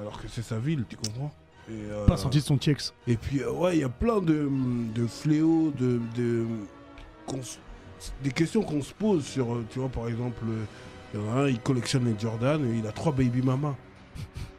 [SPEAKER 4] Alors que c'est sa ville, tu comprends et, euh,
[SPEAKER 1] Pas sorti de son TX.
[SPEAKER 4] et puis, euh, ouais, il y a plein de, de fléaux, de, de- qu'on s- des questions qu'on se pose sur, euh, tu vois, par exemple, euh, Il y en a un, il collectionne les Jordan et il a trois baby mamas.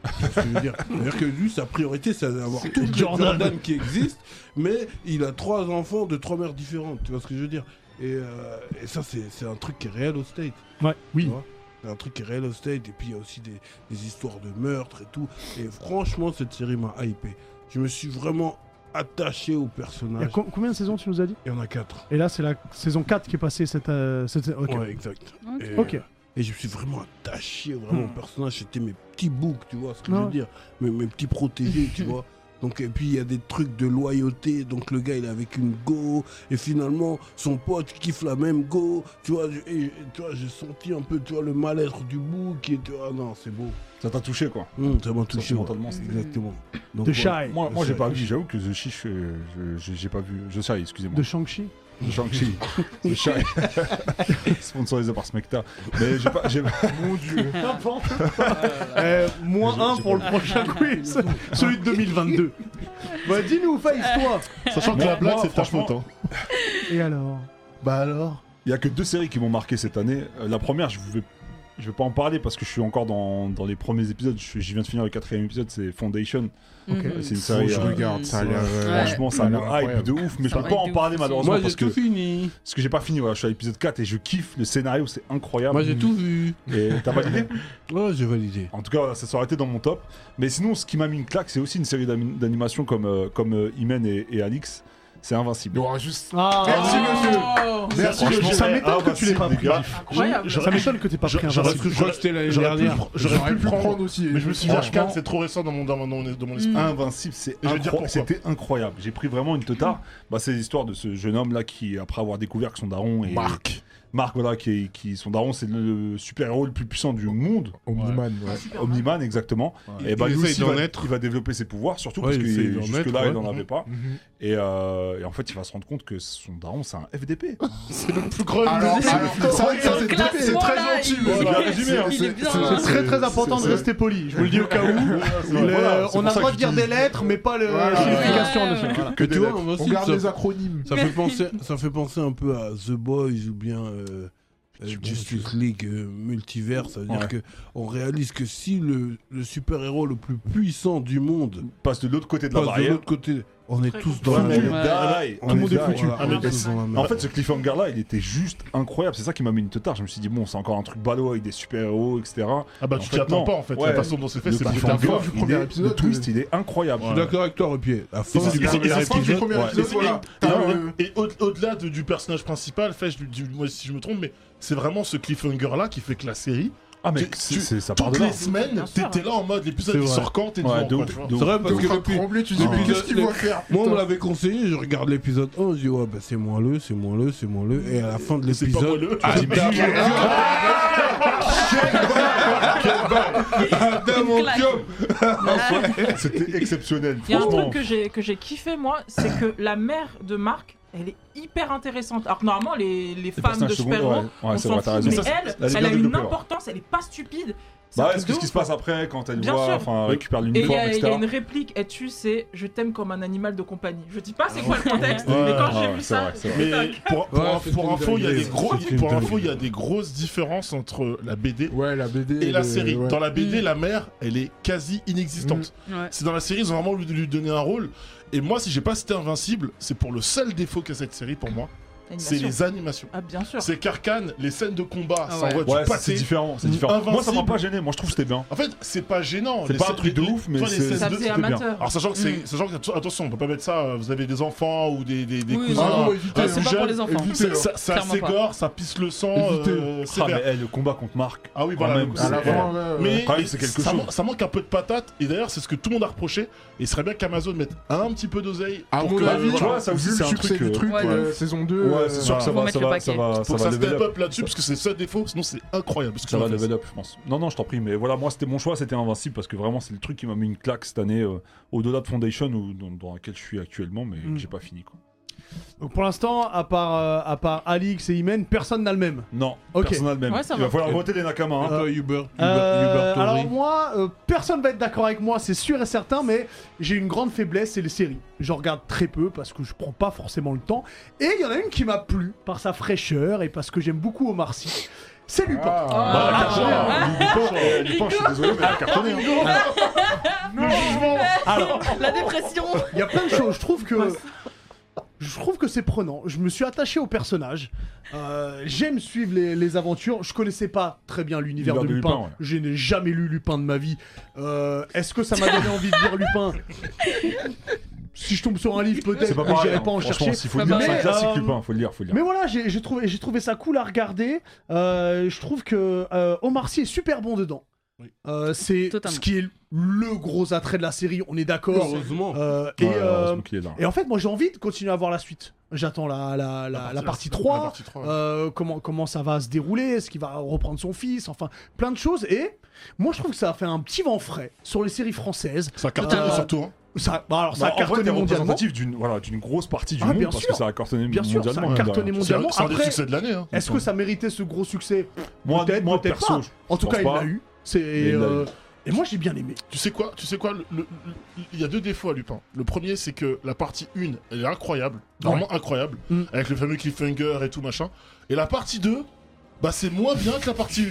[SPEAKER 4] Tu vois ce que je veux dire C'est-à-dire que lui, sa priorité, c'est d'avoir toutes les
[SPEAKER 5] Jordan.
[SPEAKER 4] Jordan qui existent, mais il a trois enfants de trois mères différentes. Tu vois ce que je veux dire et, euh, et ça, c'est c'est un truc qui est réel au State.
[SPEAKER 1] Ouais,
[SPEAKER 4] Tu vois C'est un truc qui est réel au State. Et puis, il y a aussi des, des histoires de meurtres et tout. Et franchement, cette série m'a hypé. Je me suis vraiment attaché au
[SPEAKER 1] Il y a
[SPEAKER 4] personnage.
[SPEAKER 1] co- combien de saisons tu nous as dit
[SPEAKER 4] Il y en a quatre.
[SPEAKER 1] Et là, c'est la saison 4 qui est passée cette. euh, cette... ok.
[SPEAKER 4] Ouais, exact.
[SPEAKER 3] Ok.
[SPEAKER 4] Et, euh,
[SPEAKER 1] Ok. Hmm.
[SPEAKER 4] Et je me suis vraiment attaché vraiment au personnage. C'était mes petits boucs, tu vois ce que
[SPEAKER 1] Ouais.
[SPEAKER 4] je veux dire. Mes, mes petits protégés, tu vois. Donc, et puis il y a des trucs de loyauté. Donc le gars il est avec une go. Et finalement son pote kiffe la même go. Tu vois, je- et- et tu vois j'ai senti un peu tu vois, le mal-être du bouc. Et tu vois, Ah non, c'est beau.
[SPEAKER 7] Ça t'a touché quoi.
[SPEAKER 4] Hum, ça m'a touché. ouais.
[SPEAKER 7] Sentimentalement, c'est-
[SPEAKER 4] Exactement. Donc,
[SPEAKER 1] De
[SPEAKER 4] voilà.
[SPEAKER 1] Shy,
[SPEAKER 7] Moi, moi j'ai
[SPEAKER 4] C'est-
[SPEAKER 7] pas vu, j'avoue que The Shish, euh, je- je- j'ai pas vu. Je sais, excusez-moi.
[SPEAKER 1] de Shang-Chi.
[SPEAKER 7] Shang-Chi. The Shish. Sponsorisé par Smecta. Mais j'ai pas. j'ai pas-
[SPEAKER 2] Mon dieu.
[SPEAKER 1] Euh, moins
[SPEAKER 7] J'ai-
[SPEAKER 1] 1
[SPEAKER 7] j'ai
[SPEAKER 1] pour le
[SPEAKER 7] pas
[SPEAKER 1] prochain quiz, celui de 2022. bah, dis-nous, Faïs, toi
[SPEAKER 5] Sachant que
[SPEAKER 7] Moi-
[SPEAKER 5] la blague,
[SPEAKER 7] moi,
[SPEAKER 5] c'est tâche
[SPEAKER 7] franchement-
[SPEAKER 5] hein.
[SPEAKER 1] Et alors Bah alors
[SPEAKER 7] Il y a que deux séries qui m'ont marqué cette année. Euh, La première, je vais, je vais pas en parler parce que je suis encore dans, dans les premiers épisodes. Je, je viens de finir le quatrième épisode, c'est Foundation.
[SPEAKER 3] Mhm.
[SPEAKER 7] C'est
[SPEAKER 2] Faut
[SPEAKER 7] une
[SPEAKER 2] que
[SPEAKER 7] série.
[SPEAKER 2] je
[SPEAKER 7] euh,
[SPEAKER 2] regarde, ça a l'air. euh,
[SPEAKER 3] Ouais.
[SPEAKER 7] Franchement, ça
[SPEAKER 2] Ça
[SPEAKER 7] a
[SPEAKER 2] a
[SPEAKER 7] le
[SPEAKER 2] l'air
[SPEAKER 7] hype
[SPEAKER 2] incroyable.
[SPEAKER 7] de ouf,
[SPEAKER 3] Ça
[SPEAKER 7] mais je peux
[SPEAKER 3] a
[SPEAKER 7] pas
[SPEAKER 3] l'air
[SPEAKER 7] en
[SPEAKER 3] de
[SPEAKER 7] parler
[SPEAKER 3] ouf,
[SPEAKER 7] malheureusement
[SPEAKER 4] Moi
[SPEAKER 7] parce
[SPEAKER 4] j'ai
[SPEAKER 7] que,
[SPEAKER 4] tout fini.
[SPEAKER 7] parce que j'ai pas fini. Voilà, je suis à l'épisode 4 et je kiffe. Le scénario, c'est incroyable.
[SPEAKER 4] Ah, Moi j'ai tout vu.
[SPEAKER 7] Et t'as pas l'idée
[SPEAKER 4] Ouais, j'ai validé.
[SPEAKER 7] En tout cas, voilà, ça s'est arrêté dans mon top. Mais sinon, ce qui m'a mis une claque, c'est aussi une série d'ani- d'animation comme, euh, comme euh, Imen et, et Alix. C'est invincible.
[SPEAKER 2] Non, juste.
[SPEAKER 1] Merci, monsieur
[SPEAKER 6] Oh
[SPEAKER 5] Merci,
[SPEAKER 7] Franchement,
[SPEAKER 5] monsieur.
[SPEAKER 1] Ça m'étonne que tu l'aies pas
[SPEAKER 5] les
[SPEAKER 1] pris.
[SPEAKER 5] gars.
[SPEAKER 6] Incroyable.
[SPEAKER 5] J'aurais-
[SPEAKER 1] Ça m'étonne que t'aies pas pris un
[SPEAKER 5] j'aurais
[SPEAKER 1] Vincent.
[SPEAKER 5] cru-
[SPEAKER 4] Je crois que c'était l'année
[SPEAKER 5] J'aurais pu, le
[SPEAKER 4] dernière.
[SPEAKER 5] pr-
[SPEAKER 2] J'aurais pu le prendre aussi.
[SPEAKER 5] Mais je me suis dit,
[SPEAKER 7] Franchement-
[SPEAKER 5] Arcane, c'est trop récent dans mon, dans mon, dans mon esprit.
[SPEAKER 6] Mm.
[SPEAKER 7] Invincible, c'est
[SPEAKER 5] Je vais dire
[SPEAKER 7] incro-
[SPEAKER 5] pourquoi.
[SPEAKER 7] c'était incroyable. J'ai pris vraiment une totale. Bah, c'est l'histoire de ce jeune homme là qui, après avoir découvert que son daron est
[SPEAKER 2] Marc.
[SPEAKER 7] Marc, voilà, qui, est- qui son daron, c'est le super héros le plus puissant du monde.
[SPEAKER 2] Omniman, ouais.
[SPEAKER 6] Superman.
[SPEAKER 7] Omniman, exactement.
[SPEAKER 5] Ah,
[SPEAKER 4] Il-
[SPEAKER 7] Et bah,
[SPEAKER 4] il
[SPEAKER 7] lui
[SPEAKER 4] essaye
[SPEAKER 7] aussi, il
[SPEAKER 4] d'en
[SPEAKER 7] va,
[SPEAKER 4] être.
[SPEAKER 7] il va développer ses pouvoirs, surtout
[SPEAKER 4] Ouais,
[SPEAKER 7] parce
[SPEAKER 4] il
[SPEAKER 7] que
[SPEAKER 4] essaye d'en
[SPEAKER 7] jusque-là,
[SPEAKER 4] être,
[SPEAKER 7] il n'en
[SPEAKER 4] ouais. Mhm.
[SPEAKER 7] avait pas. Et, euh, et en fait, il va se rendre compte que son daron, c'est un FDP.
[SPEAKER 5] C'est le plus grand
[SPEAKER 2] Alors,
[SPEAKER 5] ennemi.
[SPEAKER 2] alors, ça, ça, c'est
[SPEAKER 3] classement,
[SPEAKER 2] c'est
[SPEAKER 3] là,
[SPEAKER 2] très
[SPEAKER 3] il-
[SPEAKER 2] gentil.
[SPEAKER 3] il-
[SPEAKER 2] mais-
[SPEAKER 7] Voilà, résumé, hein.
[SPEAKER 3] il est bien.
[SPEAKER 1] C'est
[SPEAKER 3] hein.
[SPEAKER 1] très très important de
[SPEAKER 7] c'est-
[SPEAKER 1] rester poli, je vous le dis au cas où. Le-
[SPEAKER 7] Voilà, c'est
[SPEAKER 1] on
[SPEAKER 7] pour
[SPEAKER 1] a
[SPEAKER 7] ça
[SPEAKER 1] le droit
[SPEAKER 7] que
[SPEAKER 1] de dire
[SPEAKER 7] je
[SPEAKER 1] des
[SPEAKER 7] dis-
[SPEAKER 1] lettres, mais pas le-
[SPEAKER 2] Ouais,
[SPEAKER 1] la signification
[SPEAKER 3] ouais,
[SPEAKER 1] de ce
[SPEAKER 3] ouais.
[SPEAKER 1] truc.
[SPEAKER 4] Que tu vois,
[SPEAKER 7] lettres.
[SPEAKER 4] moi
[SPEAKER 2] On
[SPEAKER 4] aussi,
[SPEAKER 2] garde
[SPEAKER 4] ça-
[SPEAKER 2] les acronymes.
[SPEAKER 4] Ça fait penser, ça fait penser un peu à The Boys ou bien euh, euh, Justice League euh, multivers. Ça veut dire que on réalise que si le, le super héros le plus puissant du monde
[SPEAKER 7] Passe de l'autre côté de la
[SPEAKER 4] passe de
[SPEAKER 7] barrière.
[SPEAKER 4] l'autre côté, on est
[SPEAKER 6] Très
[SPEAKER 4] tous dans
[SPEAKER 7] Ouais,
[SPEAKER 4] la
[SPEAKER 7] mais
[SPEAKER 4] merde.
[SPEAKER 7] on est die.
[SPEAKER 4] On
[SPEAKER 7] Tout le monde est
[SPEAKER 4] là,
[SPEAKER 7] foutu. Ah,
[SPEAKER 4] voilà, on est tous dans la merde.
[SPEAKER 7] En fait, ce cliffhanger là, il était juste incroyable. C'est ça qui m'a mis une totale. Je me suis dit, bon, c'est encore un truc ballot avec des super-héros, etc.
[SPEAKER 5] Ah bah,
[SPEAKER 7] En
[SPEAKER 5] tu
[SPEAKER 7] fait,
[SPEAKER 5] t'y attends
[SPEAKER 7] non.
[SPEAKER 5] pas en fait.
[SPEAKER 7] Ouais.
[SPEAKER 5] La façon dont c'est fait,
[SPEAKER 7] Le
[SPEAKER 5] c'est
[SPEAKER 7] cliffhanger,
[SPEAKER 5] putain de
[SPEAKER 2] fin du
[SPEAKER 7] il
[SPEAKER 2] premier
[SPEAKER 7] est-
[SPEAKER 2] épisode,
[SPEAKER 7] Le twist,
[SPEAKER 2] euh,
[SPEAKER 7] il est incroyable.
[SPEAKER 4] Je suis d'accord avec toi, Repier. La fin
[SPEAKER 7] Et c'est-
[SPEAKER 4] du
[SPEAKER 5] et c'est- et c'est-
[SPEAKER 4] premier
[SPEAKER 2] La fin du
[SPEAKER 4] épisode.
[SPEAKER 2] premier
[SPEAKER 7] ouais.
[SPEAKER 2] épisode, voilà.
[SPEAKER 5] Et,
[SPEAKER 2] T'as,
[SPEAKER 5] et-
[SPEAKER 2] euh,
[SPEAKER 5] et au- au-delà de- du personnage principal, fait, je, du- moi si je me trompe, mais c'est vraiment ce cliffhanger là qui fait que la série,
[SPEAKER 7] Ah, mais
[SPEAKER 5] Tu-
[SPEAKER 7] c'est-
[SPEAKER 5] tu-
[SPEAKER 7] c'est- ça part de
[SPEAKER 5] toutes
[SPEAKER 7] là.
[SPEAKER 5] les semaines,
[SPEAKER 6] Bien sûr,
[SPEAKER 5] t'étais là en mode l'épisode
[SPEAKER 4] C'est
[SPEAKER 5] il
[SPEAKER 4] vrai.
[SPEAKER 5] sort quand t'es devant
[SPEAKER 7] Ouais, de
[SPEAKER 5] quoi,
[SPEAKER 7] ouf,
[SPEAKER 5] tu vois.
[SPEAKER 7] de ouf.
[SPEAKER 4] C'est vrai
[SPEAKER 2] T'es
[SPEAKER 4] parce
[SPEAKER 2] en
[SPEAKER 4] que
[SPEAKER 2] train de
[SPEAKER 4] depuis,
[SPEAKER 2] trembler, tu dis,
[SPEAKER 4] Ah.
[SPEAKER 2] mais qu'est-ce qu'il
[SPEAKER 4] Le-
[SPEAKER 2] va faire
[SPEAKER 4] Moi, on me
[SPEAKER 2] putain
[SPEAKER 4] l'avait conseillé, je regarde l'épisode 1, je dis, ouais, bah, c'est moins le, c'est moins le, c'est moins le. Et à la fin de
[SPEAKER 5] C'est pas moi
[SPEAKER 4] l'épisode.
[SPEAKER 5] le.
[SPEAKER 4] Ah,
[SPEAKER 5] C'est pas moi le-
[SPEAKER 3] Une claque.
[SPEAKER 7] C'était exceptionnel.
[SPEAKER 6] Il y a un
[SPEAKER 7] Franchement,
[SPEAKER 6] truc que j'ai que j'ai kiffé moi, c'est que la mère de Marc, elle est hyper intéressante. Alors que normalement les, les femmes de
[SPEAKER 7] personnages secondaires,
[SPEAKER 6] super-héros,
[SPEAKER 7] ouais.
[SPEAKER 6] on
[SPEAKER 7] Ouais, c'est
[SPEAKER 6] s'en
[SPEAKER 7] vrai,
[SPEAKER 6] fout,
[SPEAKER 7] t'as raison.
[SPEAKER 6] mais
[SPEAKER 7] Ça, c'est-
[SPEAKER 6] elle,
[SPEAKER 7] elle est
[SPEAKER 6] elle
[SPEAKER 7] bien
[SPEAKER 6] a une
[SPEAKER 7] développée, ouais.
[SPEAKER 6] importance, elle est pas stupide. C'est un
[SPEAKER 7] Bah, ouais,
[SPEAKER 6] truc
[SPEAKER 7] ce que-
[SPEAKER 6] de
[SPEAKER 7] ce qui se
[SPEAKER 6] ouf.
[SPEAKER 7] passe après quand elle
[SPEAKER 6] Bien
[SPEAKER 7] voit,
[SPEAKER 6] sûr.
[SPEAKER 7] enfin, récupère
[SPEAKER 6] Et il y,
[SPEAKER 7] l'uniforme,
[SPEAKER 6] a- il y a
[SPEAKER 7] etc.
[SPEAKER 6] une réplique, et tu sais, je t'aime comme un animal de compagnie. Je dis pas c'est quoi le contexte,
[SPEAKER 5] Ouais,
[SPEAKER 6] mais quand
[SPEAKER 7] ouais,
[SPEAKER 6] j'ai
[SPEAKER 7] ouais,
[SPEAKER 6] vu
[SPEAKER 7] c'est
[SPEAKER 6] ça,
[SPEAKER 7] vrai, c'est vrai.
[SPEAKER 5] Mais pour, pour,
[SPEAKER 4] Ouais,
[SPEAKER 5] un-
[SPEAKER 4] c'est
[SPEAKER 5] pour
[SPEAKER 4] une
[SPEAKER 5] info, il y a
[SPEAKER 4] dinguerie,
[SPEAKER 5] des gros,
[SPEAKER 4] c'est une
[SPEAKER 5] pour
[SPEAKER 4] dinguerie.
[SPEAKER 5] info, il y a des grosses différences entre la BD
[SPEAKER 2] Ouais, la BD.
[SPEAKER 5] et la
[SPEAKER 2] le-
[SPEAKER 5] série.
[SPEAKER 2] ouais.
[SPEAKER 5] Dans la BD,
[SPEAKER 3] Mm.
[SPEAKER 5] la mère, elle est quasi inexistante.
[SPEAKER 3] Ouais.
[SPEAKER 5] C'est dans la série, ils ont vraiment voulu lui donner un rôle. Et moi, si j'ai pas cité Invincible, c'est pour le seul défaut qu'a cette série pour moi, c'est
[SPEAKER 6] Animation.
[SPEAKER 5] les animations.
[SPEAKER 6] Ah bien sûr.
[SPEAKER 5] C'est qu'Arcane, les scènes de combat,
[SPEAKER 3] Ah
[SPEAKER 5] ça
[SPEAKER 3] ouais.
[SPEAKER 5] envoie
[SPEAKER 7] Ouais,
[SPEAKER 5] du
[SPEAKER 7] c'est- c'est
[SPEAKER 5] pâté.
[SPEAKER 7] différent, c'est différent. Moi, ça m'a
[SPEAKER 5] Invincible.
[SPEAKER 7] pas gêné. Moi, je trouve que c'était bien.
[SPEAKER 5] En fait, c'est pas gênant.
[SPEAKER 7] C'est
[SPEAKER 5] Les
[SPEAKER 7] pas un
[SPEAKER 5] scènes-
[SPEAKER 7] truc de
[SPEAKER 5] les-
[SPEAKER 7] ouf, mais
[SPEAKER 5] toi, les
[SPEAKER 7] c'est-
[SPEAKER 5] scènes
[SPEAKER 6] Ça
[SPEAKER 5] de-
[SPEAKER 6] faisait
[SPEAKER 7] c'était bien.
[SPEAKER 6] amateur.
[SPEAKER 5] Alors sachant que
[SPEAKER 3] Mm.
[SPEAKER 5] c'est, sachant que attention, on peut pas mettre ça. euh, Vous avez des enfants ou des des, des
[SPEAKER 3] Oui,
[SPEAKER 5] cousins.
[SPEAKER 2] Ah
[SPEAKER 3] non,
[SPEAKER 2] non,
[SPEAKER 5] euh,
[SPEAKER 2] évitez,
[SPEAKER 3] Ah,
[SPEAKER 5] plus
[SPEAKER 3] c'est pas pour
[SPEAKER 5] jeunes.
[SPEAKER 3] les enfants.
[SPEAKER 2] évitez, hein.
[SPEAKER 5] Ça, ça
[SPEAKER 3] Clairement pas.
[SPEAKER 5] s'égore, ça pisse le sang.
[SPEAKER 2] Évitez.
[SPEAKER 5] euh,
[SPEAKER 7] Ah,
[SPEAKER 5] sévère.
[SPEAKER 7] mais eh, le combat contre Marc.
[SPEAKER 5] Ah oui,
[SPEAKER 7] Quand
[SPEAKER 5] voilà.
[SPEAKER 7] même,
[SPEAKER 5] donc
[SPEAKER 7] à
[SPEAKER 2] À
[SPEAKER 5] c'est-
[SPEAKER 2] la fin,
[SPEAKER 7] l'avant,
[SPEAKER 2] là.
[SPEAKER 5] Mais
[SPEAKER 7] Quand même, c'est quelque
[SPEAKER 5] ça,
[SPEAKER 7] chose.
[SPEAKER 5] man- ça manque un peu de patate. Et d'ailleurs, c'est ce que tout le monde a reproché. Et il serait bien qu'Amazon mette un petit peu d'oseille
[SPEAKER 2] À
[SPEAKER 7] Ah,
[SPEAKER 5] pour
[SPEAKER 2] mon
[SPEAKER 5] que,
[SPEAKER 2] avis,
[SPEAKER 5] voilà,
[SPEAKER 2] tu vois, ça
[SPEAKER 7] vu
[SPEAKER 2] aussi,
[SPEAKER 7] le
[SPEAKER 2] c'est un
[SPEAKER 7] succès
[SPEAKER 2] truc.
[SPEAKER 7] du
[SPEAKER 2] euh,
[SPEAKER 7] truc,
[SPEAKER 2] ouais,
[SPEAKER 7] ouais.
[SPEAKER 2] saison 2.
[SPEAKER 7] Ouais,
[SPEAKER 2] euh,
[SPEAKER 7] c'est sûr que ça
[SPEAKER 3] Faut
[SPEAKER 7] va,
[SPEAKER 3] mettre
[SPEAKER 7] ça
[SPEAKER 3] le
[SPEAKER 7] va,
[SPEAKER 3] paquet.
[SPEAKER 7] ça va, ça
[SPEAKER 5] pour
[SPEAKER 7] va
[SPEAKER 5] que ça
[SPEAKER 7] level
[SPEAKER 5] step
[SPEAKER 7] up.
[SPEAKER 5] up là-dessus, parce que c'est ça le défaut. Sinon, c'est incroyable. ce
[SPEAKER 7] Ça
[SPEAKER 5] qu'ils
[SPEAKER 7] va
[SPEAKER 5] ont fait.
[SPEAKER 7] level up, je pense. Non, non, je t'en prie, mais voilà, moi, c'était mon choix, c'était Invincible, parce que vraiment, c'est le truc qui m'a mis une claque cette année, euh, au-delà de Foundation, ou dans, dans laquelle je suis actuellement, mais
[SPEAKER 1] Mm.
[SPEAKER 7] que j'ai pas fini, quoi.
[SPEAKER 1] Donc pour l'instant, à part, euh, à part Alix et Imen, personne n'a le même.
[SPEAKER 7] Non,
[SPEAKER 1] Ok.
[SPEAKER 7] personnel même.
[SPEAKER 6] Ouais, ça
[SPEAKER 7] Il va
[SPEAKER 6] va.
[SPEAKER 7] falloir voter les Nakama, hein.
[SPEAKER 4] Un peu Hubert,
[SPEAKER 1] Euh,
[SPEAKER 4] Hubert Hubert
[SPEAKER 1] alors
[SPEAKER 4] Torrey.
[SPEAKER 1] moi, euh, personne va être d'accord avec moi, c'est sûr et certain, mais j'ai une grande faiblesse, c'est les séries. J'en regarde très peu parce que je prends pas forcément le temps. Et il y en a une qui m'a plu par sa fraîcheur et parce que j'aime beaucoup Omar Sy. c'est Lupin.
[SPEAKER 2] Ah.
[SPEAKER 5] Ah,
[SPEAKER 7] Ah, Lupin, eh, Lupin, je suis désolé, mais il a cartonné. hein.
[SPEAKER 5] Le jugement
[SPEAKER 1] Alors,
[SPEAKER 3] La dépression
[SPEAKER 1] il y a plein de choses. Je trouve que. Je trouve que c'est prenant. Je me suis attaché au personnage. Euh, J'aime suivre les, les aventures. Je connaissais pas très bien l'univers de
[SPEAKER 7] L'univers de
[SPEAKER 1] Lupin.
[SPEAKER 7] Lupin, ouais.
[SPEAKER 1] Je n'ai jamais lu Lupin de ma vie. Euh, Est-ce que ça m'a donné envie de lire Lupin Si je tombe sur un livre,
[SPEAKER 7] C'est
[SPEAKER 1] peut-être,
[SPEAKER 7] pas
[SPEAKER 1] mais
[SPEAKER 7] pareil.
[SPEAKER 1] j'irai
[SPEAKER 7] hein.
[SPEAKER 1] pas en
[SPEAKER 7] Franchement,
[SPEAKER 1] chercher.
[SPEAKER 7] s'il faut le
[SPEAKER 3] Ah
[SPEAKER 7] lire,
[SPEAKER 1] bah,
[SPEAKER 7] c'est un
[SPEAKER 1] mais,
[SPEAKER 7] classique
[SPEAKER 1] euh,
[SPEAKER 7] Lupin, faut le lire, faut le lire.
[SPEAKER 1] Mais voilà, j'ai j'ai trouvé, j'ai trouvé ça cool à regarder. Euh, je trouve que euh, Omar Sy est super bon dedans. Euh, c'est
[SPEAKER 3] Totalement.
[SPEAKER 1] ce qui est le gros attrait de la série, on est d'accord.
[SPEAKER 4] Heureusement.
[SPEAKER 1] Euh, et,
[SPEAKER 7] Ouais,
[SPEAKER 1] euh,
[SPEAKER 7] heureusement qu'il est là.
[SPEAKER 1] et en fait, moi j'ai envie de continuer à voir la suite. J'attends la, la, la, la partie 3,
[SPEAKER 5] La partie 3.
[SPEAKER 1] euh, comment, comment ça va se dérouler, est-ce qu'il va reprendre son fils, enfin plein de choses. Et moi je trouve que ça a fait un petit vent frais sur les séries françaises.
[SPEAKER 5] Ça cartonne
[SPEAKER 1] euh,
[SPEAKER 5] surtout. hein.
[SPEAKER 1] Ça, bah, alors, ça
[SPEAKER 7] Bah,
[SPEAKER 1] a
[SPEAKER 7] en vrai,
[SPEAKER 1] cartonné
[SPEAKER 7] t'es
[SPEAKER 1] mondialement.
[SPEAKER 7] représentatif d'une voilà, d'une grosse partie du
[SPEAKER 1] Ah,
[SPEAKER 7] monde
[SPEAKER 1] bien
[SPEAKER 7] parce
[SPEAKER 1] sûr.
[SPEAKER 7] que ça a cartonné
[SPEAKER 1] Bien sûr, ça
[SPEAKER 7] mondialement.
[SPEAKER 1] a
[SPEAKER 7] hein, derrière.
[SPEAKER 1] cartonné
[SPEAKER 5] C'est un
[SPEAKER 1] mondialement.
[SPEAKER 5] c'est un des
[SPEAKER 1] Après,
[SPEAKER 5] succès de l'année. hein.
[SPEAKER 1] est-ce que ça méritait ce gros succès
[SPEAKER 7] Moi,
[SPEAKER 1] Peut-être,
[SPEAKER 7] moi,
[SPEAKER 1] peut-être
[SPEAKER 7] perso,
[SPEAKER 1] pas.
[SPEAKER 7] je-
[SPEAKER 1] En tout
[SPEAKER 7] pense
[SPEAKER 1] cas, il
[SPEAKER 7] pas.
[SPEAKER 1] l'a eu.
[SPEAKER 7] Mais
[SPEAKER 1] C'est
[SPEAKER 7] il l'a
[SPEAKER 1] euh, et moi j'ai bien aimé.
[SPEAKER 5] Tu sais quoi Tu sais quoi le- le- le- Il y a deux défauts à Lupin. Le premier, c'est que la partie 1, elle est incroyable, vraiment incroyable,
[SPEAKER 1] Mm.
[SPEAKER 5] avec le fameux cliffhanger et tout machin. Et la partie 2, bah c'est moins bien que la partie 1.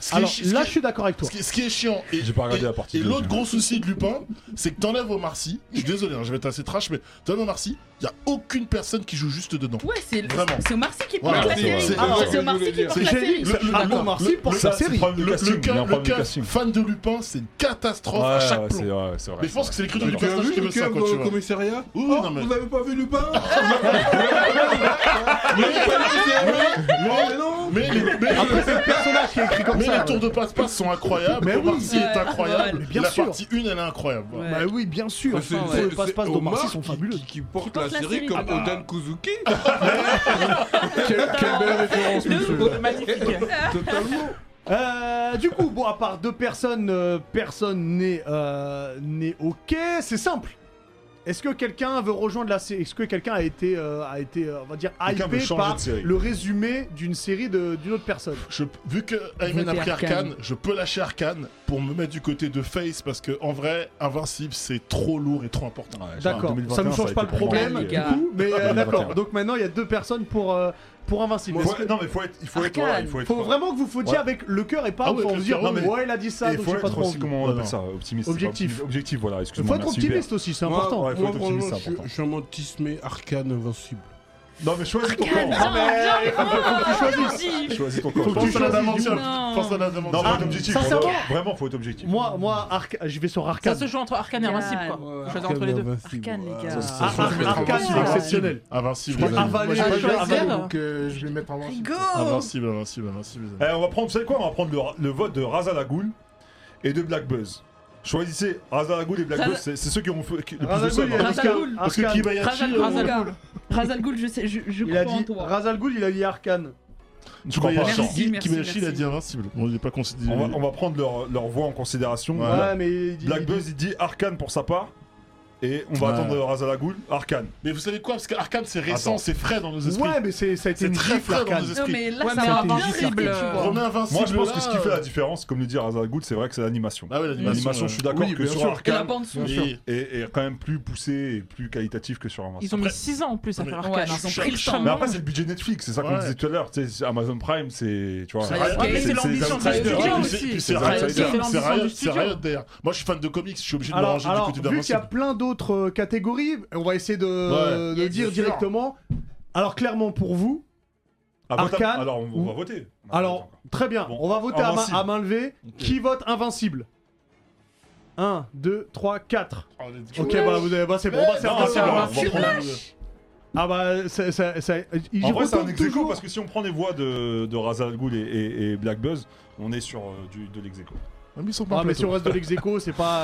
[SPEAKER 5] Ce qui est
[SPEAKER 1] Alors
[SPEAKER 5] chi- ce
[SPEAKER 1] là,
[SPEAKER 5] qui
[SPEAKER 1] je
[SPEAKER 5] est-
[SPEAKER 1] suis d'accord avec toi.
[SPEAKER 5] ce qui, est- ce qui est chiant. Et,
[SPEAKER 7] J'ai pas regardé
[SPEAKER 5] et-
[SPEAKER 7] la partie
[SPEAKER 5] Et
[SPEAKER 7] deux,
[SPEAKER 5] l'autre
[SPEAKER 7] mais-
[SPEAKER 5] gros souci de Lupin, c'est que t'enlèves Omar Sy. Je suis désolé, hein, je vais être assez trash, mais t'enlèves Omar Sy, il y a aucune personne qui joue juste dedans.
[SPEAKER 3] Ouais, c'est
[SPEAKER 5] Vraiment.
[SPEAKER 3] c'est Omar Sy qui porte
[SPEAKER 5] Voilà,
[SPEAKER 3] la
[SPEAKER 5] c'est-
[SPEAKER 3] série
[SPEAKER 5] c'est-
[SPEAKER 3] Ah,
[SPEAKER 5] c'est-
[SPEAKER 3] C'est Omar Sy qui porte
[SPEAKER 1] C'est
[SPEAKER 3] la
[SPEAKER 1] génial.
[SPEAKER 3] série
[SPEAKER 1] Le- le-
[SPEAKER 5] D'accord.
[SPEAKER 1] ah, Omar Sy pour
[SPEAKER 5] le-
[SPEAKER 1] sa
[SPEAKER 5] le-
[SPEAKER 1] série.
[SPEAKER 7] problème du
[SPEAKER 5] Le, le
[SPEAKER 7] casting, il y a
[SPEAKER 5] cas,
[SPEAKER 7] un
[SPEAKER 5] le
[SPEAKER 7] problème du
[SPEAKER 5] cas
[SPEAKER 7] casting.
[SPEAKER 5] fan de Lupin, c'est une catastrophe
[SPEAKER 7] Ouais,
[SPEAKER 5] à chaque
[SPEAKER 7] ouais,
[SPEAKER 5] plomb.
[SPEAKER 7] c'est vrai, c'est vrai.
[SPEAKER 5] Mais je pense que c'est l'écrit du
[SPEAKER 4] Tu as
[SPEAKER 5] personnage
[SPEAKER 4] vu
[SPEAKER 5] qui veut
[SPEAKER 4] le
[SPEAKER 5] ça,
[SPEAKER 4] cœur
[SPEAKER 5] quoi,
[SPEAKER 4] dans
[SPEAKER 5] tu
[SPEAKER 4] le
[SPEAKER 5] vois.
[SPEAKER 4] commissariat
[SPEAKER 5] Oui, oui,
[SPEAKER 4] Oh,
[SPEAKER 5] non, mais-
[SPEAKER 4] Vous avez pas vu Lupin Mais non
[SPEAKER 5] Mais les, mais,
[SPEAKER 1] Après, c'est le personnage qui est écrit comme
[SPEAKER 5] mais
[SPEAKER 1] ça.
[SPEAKER 5] les tours de passe-passe sont incroyables.
[SPEAKER 1] Mais
[SPEAKER 5] Mais
[SPEAKER 1] oui.
[SPEAKER 5] est
[SPEAKER 3] Ouais,
[SPEAKER 5] incroyable.
[SPEAKER 1] ouais, ouais. Bien
[SPEAKER 5] et la
[SPEAKER 1] sûr.
[SPEAKER 5] partie 1, elle est incroyable. voilà.
[SPEAKER 3] Ouais.
[SPEAKER 1] Bah oui, bien sûr.
[SPEAKER 4] Mais
[SPEAKER 1] Enfin,
[SPEAKER 4] c'est-
[SPEAKER 1] ouais, le
[SPEAKER 4] c'est
[SPEAKER 1] passe-passe d'Omar Sy
[SPEAKER 4] Omar
[SPEAKER 1] sont
[SPEAKER 4] qui-
[SPEAKER 1] fabuleux.
[SPEAKER 4] Qui, qui porte,
[SPEAKER 3] porte
[SPEAKER 4] la,
[SPEAKER 3] la
[SPEAKER 4] série
[SPEAKER 3] série.
[SPEAKER 4] comme
[SPEAKER 3] Ah bah.
[SPEAKER 4] Odan Kuzuki.
[SPEAKER 1] Quelle, quelle belle référence, monsieur.
[SPEAKER 6] Magnifique.
[SPEAKER 4] Totalement.
[SPEAKER 1] Euh, du coup, bon, à part deux personnes, euh, personne n'est euh, n'est ok. C'est simple. Est-ce que quelqu'un veut rejoindre la série Est-ce que quelqu'un a été, euh, a été, euh, on va dire,
[SPEAKER 7] Quelqu'un veut
[SPEAKER 1] hypé
[SPEAKER 7] changer
[SPEAKER 1] par
[SPEAKER 7] de série.
[SPEAKER 1] le résumé d'une série de- d'une autre personne
[SPEAKER 5] Je- vu que Ayman a
[SPEAKER 3] Votez
[SPEAKER 5] pris Arkane,
[SPEAKER 3] Arcane.
[SPEAKER 5] je peux lâcher Arkane pour me mettre du côté de Face parce que en vrai, Invincible c'est trop lourd et trop important.
[SPEAKER 7] Ouais, Ah, genre,
[SPEAKER 1] D'accord,
[SPEAKER 7] 2021,
[SPEAKER 1] ça ne change
[SPEAKER 7] a
[SPEAKER 1] pas le
[SPEAKER 7] été pour moi,
[SPEAKER 1] problème
[SPEAKER 7] euh,
[SPEAKER 1] du coup, mais euh,
[SPEAKER 7] 2021.
[SPEAKER 1] d'accord. Donc maintenant il y a deux personnes pour, euh, pour Invincible.
[SPEAKER 7] Faut-
[SPEAKER 1] Est-ce que-
[SPEAKER 7] Non, mais faut être, il faut être,
[SPEAKER 3] Arcane.
[SPEAKER 7] ouais, il faut être.
[SPEAKER 1] Faut vraiment que vous fautiez
[SPEAKER 7] Ouais.
[SPEAKER 1] avec le cœur et pas
[SPEAKER 5] Ah
[SPEAKER 1] en
[SPEAKER 5] ouais,
[SPEAKER 1] faisant
[SPEAKER 5] le
[SPEAKER 1] dire
[SPEAKER 5] cœur,
[SPEAKER 1] non, mais
[SPEAKER 5] oui.
[SPEAKER 1] ouais, il a dit
[SPEAKER 7] Et
[SPEAKER 1] ça,
[SPEAKER 7] il
[SPEAKER 1] Ah, donc
[SPEAKER 7] faut
[SPEAKER 1] j'ai pas
[SPEAKER 7] être
[SPEAKER 1] trop
[SPEAKER 7] aussi,
[SPEAKER 1] envie.
[SPEAKER 7] comment on appelle
[SPEAKER 5] Non.
[SPEAKER 7] ça Optimiste.
[SPEAKER 1] Objectif.
[SPEAKER 7] c'est pas- Objectif, voilà, excuse-moi.
[SPEAKER 1] Faut être
[SPEAKER 7] merci,
[SPEAKER 1] optimiste aussi, c'est
[SPEAKER 4] Moi,
[SPEAKER 1] important.
[SPEAKER 7] Ouais, faut
[SPEAKER 4] moi,
[SPEAKER 7] être
[SPEAKER 4] franchement,
[SPEAKER 7] optimiste, c'est
[SPEAKER 4] je suis-
[SPEAKER 7] important.
[SPEAKER 4] Je suis un mode tismé arcane invincible.
[SPEAKER 7] Hubert. Non,
[SPEAKER 5] Ah,
[SPEAKER 7] mais choisis ton camp.
[SPEAKER 3] Bien, bien,
[SPEAKER 1] Faut que tu choisisses.
[SPEAKER 3] bien.
[SPEAKER 7] Choisis ton
[SPEAKER 5] Faut
[SPEAKER 7] camp.
[SPEAKER 5] que tu
[SPEAKER 1] choisisses,
[SPEAKER 5] fasses la dimension.
[SPEAKER 3] non.
[SPEAKER 5] Pense à la dimension.
[SPEAKER 7] Non, faut
[SPEAKER 1] Ah,
[SPEAKER 7] être objectif.
[SPEAKER 1] sincèrement.
[SPEAKER 7] vraiment. Vraiment, faut être objectif.
[SPEAKER 1] Moi, moi, Arc- je vais sur
[SPEAKER 6] Ça
[SPEAKER 1] Arcane.
[SPEAKER 6] se joue entre Arcane et Invincible, quoi. Je choisis entre les deux.
[SPEAKER 3] Arcane, les gars.
[SPEAKER 1] Ah,
[SPEAKER 7] Ça, je vais
[SPEAKER 1] Ar-
[SPEAKER 7] mettre
[SPEAKER 1] Arcane,
[SPEAKER 7] Invincible.
[SPEAKER 1] c'est exceptionnel.
[SPEAKER 5] Invincible.
[SPEAKER 2] Je
[SPEAKER 5] les
[SPEAKER 2] crois
[SPEAKER 5] amis.
[SPEAKER 1] Avaler,
[SPEAKER 2] Moi, j'ai pas
[SPEAKER 1] avaler,
[SPEAKER 2] le choix,
[SPEAKER 6] avaler.
[SPEAKER 2] donc euh, je vais mettre en vente.
[SPEAKER 3] Go
[SPEAKER 5] Invincible, invincible, invincible. les amis.
[SPEAKER 7] Eh, on va prendre, vous savez quoi On va prendre le, le vote de Raza Lagoul et de Black Buzz. Choisissez Raza Lagoul et Black
[SPEAKER 3] Raza-
[SPEAKER 7] Buzz, c'est c'est ceux qui ont fait qui- le plus de
[SPEAKER 1] Razal Ghoul,
[SPEAKER 7] sub.
[SPEAKER 1] il a
[SPEAKER 7] hein.
[SPEAKER 1] dit Arcane.
[SPEAKER 3] Razal Ghoul.
[SPEAKER 5] Parce que
[SPEAKER 1] Arcane.
[SPEAKER 5] Kibayashi.
[SPEAKER 3] Razal-
[SPEAKER 5] euh,
[SPEAKER 3] Razal- Razal Ghoul, je sais, je, je
[SPEAKER 1] Il a
[SPEAKER 3] crois en
[SPEAKER 1] dit
[SPEAKER 3] toi.
[SPEAKER 1] Razal Ghoul, il a dit Arcane.
[SPEAKER 7] hein. Je crois pas.
[SPEAKER 5] Kibayashi-
[SPEAKER 3] Merci,
[SPEAKER 5] Ki-
[SPEAKER 3] merci,
[SPEAKER 5] Kibayashi, il a
[SPEAKER 3] merci.
[SPEAKER 5] dit invincible. Bon, il est pas considéré.
[SPEAKER 7] On va, on va prendre leur, leur voix en considération.
[SPEAKER 5] Ouais.
[SPEAKER 7] Voilà.
[SPEAKER 1] Ouais, mais il dit-
[SPEAKER 7] Black
[SPEAKER 1] il dit-
[SPEAKER 7] Buzz, il dit Arcane pour sa part. Et on va
[SPEAKER 5] Ouais.
[SPEAKER 7] attendre Raza Lagoul. Arcane.
[SPEAKER 5] Mais vous savez quoi Parce que Arkane c'est récent,
[SPEAKER 7] Attends.
[SPEAKER 5] c'est frais dans nos esprits.
[SPEAKER 1] Ouais, mais c'est- ça a été
[SPEAKER 5] C'est
[SPEAKER 1] une
[SPEAKER 5] très
[SPEAKER 1] gifle
[SPEAKER 5] frais dans nos
[SPEAKER 1] Arcane.
[SPEAKER 3] Non,
[SPEAKER 5] esprits.
[SPEAKER 3] mais là,
[SPEAKER 6] Ouais, mais
[SPEAKER 3] ça
[SPEAKER 6] c'est
[SPEAKER 3] m'a bien
[SPEAKER 6] invincible,
[SPEAKER 3] réglé, tu
[SPEAKER 6] euh,
[SPEAKER 3] vois.
[SPEAKER 5] Remets Invincible.
[SPEAKER 7] Moi, je pense
[SPEAKER 5] là,
[SPEAKER 7] que ce qui fait
[SPEAKER 5] euh,
[SPEAKER 7] la différence, comme le dit Raza Lagoul, c'est vrai que c'est l'animation.
[SPEAKER 5] Ah ouais,
[SPEAKER 7] L'animation,
[SPEAKER 5] l'animation.
[SPEAKER 7] je suis d'accord
[SPEAKER 2] Oui,
[SPEAKER 7] que
[SPEAKER 2] bien
[SPEAKER 7] sur
[SPEAKER 3] Et
[SPEAKER 2] sûr.
[SPEAKER 3] la
[SPEAKER 7] Arcane
[SPEAKER 3] bande son.
[SPEAKER 2] Bien
[SPEAKER 5] ouais.
[SPEAKER 2] sûr.
[SPEAKER 5] Et-
[SPEAKER 7] est, est quand même plus poussé et plus qualitatif que sur Amazon.
[SPEAKER 6] Ils ont mis 6 ans en plus à
[SPEAKER 5] Mais-
[SPEAKER 6] faire
[SPEAKER 3] Ouais,
[SPEAKER 6] Arcane. hein.
[SPEAKER 3] ils ont pris le
[SPEAKER 7] Mais
[SPEAKER 3] temps.
[SPEAKER 7] après, c'est le budget Netflix, c'est ça qu'on
[SPEAKER 5] Ouais.
[SPEAKER 7] disait tout à l'heure. tu sais, c'est Amazon Prime, c'est. Tu vois,
[SPEAKER 5] C'est
[SPEAKER 7] c'est-
[SPEAKER 5] Riot Games,
[SPEAKER 7] c'est-
[SPEAKER 5] c'est
[SPEAKER 6] l'ambition du
[SPEAKER 7] c'est- c'est-
[SPEAKER 6] studio.
[SPEAKER 5] Et
[SPEAKER 6] Ouais,
[SPEAKER 5] puis
[SPEAKER 6] aussi.
[SPEAKER 5] c'est- et puis
[SPEAKER 7] C'est
[SPEAKER 5] c'est
[SPEAKER 7] Riot
[SPEAKER 5] Riot,
[SPEAKER 7] Games,
[SPEAKER 5] c'est
[SPEAKER 6] l'ambition
[SPEAKER 5] Riot,
[SPEAKER 6] du
[SPEAKER 5] c'est
[SPEAKER 6] studio.
[SPEAKER 5] Riot derrière. Moi je suis fan de comics, je suis obligé de me
[SPEAKER 1] Alors,
[SPEAKER 5] ranger
[SPEAKER 1] alors,
[SPEAKER 5] du côté
[SPEAKER 1] vu qu'il y a
[SPEAKER 5] d'Invincible.
[SPEAKER 1] plein d'autres euh, catégories, on va essayer de, de
[SPEAKER 5] bien
[SPEAKER 1] dire
[SPEAKER 5] sûr.
[SPEAKER 1] directement. Alors, clairement, pour vous,
[SPEAKER 7] Ah, vote-
[SPEAKER 1] Arcane
[SPEAKER 7] Alors, on, on
[SPEAKER 1] ou-
[SPEAKER 7] va voter.
[SPEAKER 1] alors, très bien,
[SPEAKER 7] Bon,
[SPEAKER 1] on va voter à main,
[SPEAKER 7] Invincible.
[SPEAKER 1] à main levée. Qui vote Invincible 1, 2, 3, 4.
[SPEAKER 5] Oh, let's go.
[SPEAKER 1] Ok, bah, vous avez- bah, c'est bon, bah, c'est
[SPEAKER 5] Non,
[SPEAKER 7] Ah,
[SPEAKER 5] Ah,
[SPEAKER 7] c'est
[SPEAKER 5] c'est
[SPEAKER 1] Invincible.
[SPEAKER 5] bon,
[SPEAKER 7] bon,
[SPEAKER 5] on va prendre-
[SPEAKER 1] Ah bah, ça, ça, ça, il
[SPEAKER 7] En vrai, c'est un
[SPEAKER 1] retourne
[SPEAKER 7] ex aequo
[SPEAKER 1] toujours.
[SPEAKER 7] parce que si on prend les voix de, de Razal Ghoul et, et- et Black Buzz, on est sur euh, du, de l'ex aequo.
[SPEAKER 5] Ah, mais ils sont
[SPEAKER 1] Ah,
[SPEAKER 5] pas en
[SPEAKER 1] mais
[SPEAKER 5] plateau.
[SPEAKER 1] si on reste de lex c'est pas.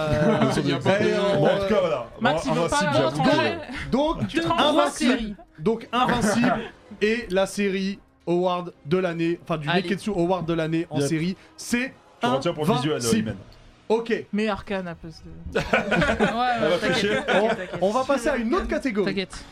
[SPEAKER 1] euh,
[SPEAKER 5] Il y a
[SPEAKER 1] eh,
[SPEAKER 5] pas de-
[SPEAKER 1] euh,
[SPEAKER 7] Bon, en tout cas, voilà.
[SPEAKER 6] Max, il
[SPEAKER 7] Bon,
[SPEAKER 6] veut pas
[SPEAKER 7] invincible,
[SPEAKER 6] la
[SPEAKER 7] j'avoue que-
[SPEAKER 6] rentrer.
[SPEAKER 1] donc,
[SPEAKER 6] Tu te rends compte,
[SPEAKER 1] invincible, donc invincible et la série Award de l'année, enfin du
[SPEAKER 3] Allez.
[SPEAKER 1] Neketsu Award de l'année en
[SPEAKER 5] Yep.
[SPEAKER 1] série, c'est
[SPEAKER 7] Je retiens pour le visuel, euh,
[SPEAKER 1] invincible.
[SPEAKER 7] Imen.
[SPEAKER 1] Ok,
[SPEAKER 6] Mais Arcane a plus de.
[SPEAKER 3] Ouais, ouais, t'inquiète,
[SPEAKER 1] on,
[SPEAKER 3] t'inquiète,
[SPEAKER 1] on va passer à une autre catégorie.
[SPEAKER 3] T'inquiète.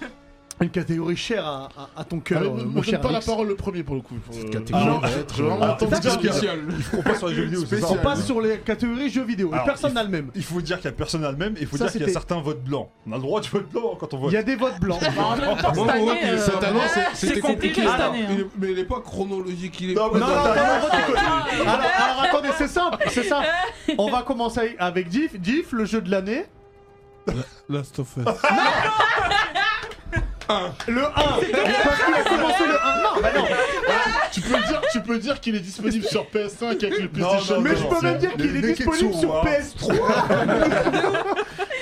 [SPEAKER 1] Une catégorie chère à, à- à ton cœur,
[SPEAKER 5] Allez,
[SPEAKER 1] euh,
[SPEAKER 5] me-
[SPEAKER 1] mon
[SPEAKER 5] me donne
[SPEAKER 1] cher.
[SPEAKER 5] pas la
[SPEAKER 1] Alex.
[SPEAKER 5] parole le premier pour le coup. Faut-
[SPEAKER 2] Cette
[SPEAKER 5] Ah,
[SPEAKER 2] catégorie
[SPEAKER 5] non,
[SPEAKER 2] va être,
[SPEAKER 5] je veux vraiment
[SPEAKER 2] euh,
[SPEAKER 5] entendre
[SPEAKER 1] d'accord.
[SPEAKER 5] ce qu'il y a.
[SPEAKER 7] On passe sur les jeux vidéo. c'est ça
[SPEAKER 1] On passe sur les catégories jeux vidéo.
[SPEAKER 7] Alors,
[SPEAKER 1] et personne
[SPEAKER 7] il-
[SPEAKER 1] n'a le même.
[SPEAKER 7] Il faut dire qu'il y a personne à le même et il faut
[SPEAKER 1] Ça,
[SPEAKER 7] dire qu'il y a
[SPEAKER 1] c'était-
[SPEAKER 7] certains votes blancs. On a le droit de vote blanc hein, quand on
[SPEAKER 1] Il
[SPEAKER 7] vote.
[SPEAKER 1] y a des votes blancs.
[SPEAKER 6] En même temps, cette
[SPEAKER 4] Bon, bon,
[SPEAKER 6] année,
[SPEAKER 4] ok,
[SPEAKER 6] euh,
[SPEAKER 2] Cette année, c'est- c'était
[SPEAKER 6] c'est compliqué
[SPEAKER 2] compliqué.
[SPEAKER 6] cette année. hein.
[SPEAKER 4] Il- Mais il est pas chronologique, il est.
[SPEAKER 7] Non, mais
[SPEAKER 1] Non, non, non, non, non, t'écoutes. alors, alors, attendez, c'est simple, c'est simple. On va commencer avec Diff. Diff, le jeu de l'année.
[SPEAKER 4] Last of Us.
[SPEAKER 1] Le 1. Parce qu'il a commencé le 1. Non, bah non.
[SPEAKER 5] Tu peux dire, tu peux dire qu'il est disponible sur PS5 avec le
[SPEAKER 7] Non,
[SPEAKER 5] PlayStation.
[SPEAKER 7] non,
[SPEAKER 1] Mais
[SPEAKER 7] non,
[SPEAKER 1] je
[SPEAKER 7] non,
[SPEAKER 1] peux
[SPEAKER 7] c'est-
[SPEAKER 1] même dire qu'il
[SPEAKER 7] les-
[SPEAKER 1] est
[SPEAKER 7] les
[SPEAKER 1] disponible
[SPEAKER 7] Ketsu,
[SPEAKER 1] sur
[SPEAKER 7] hein.
[SPEAKER 1] PS3.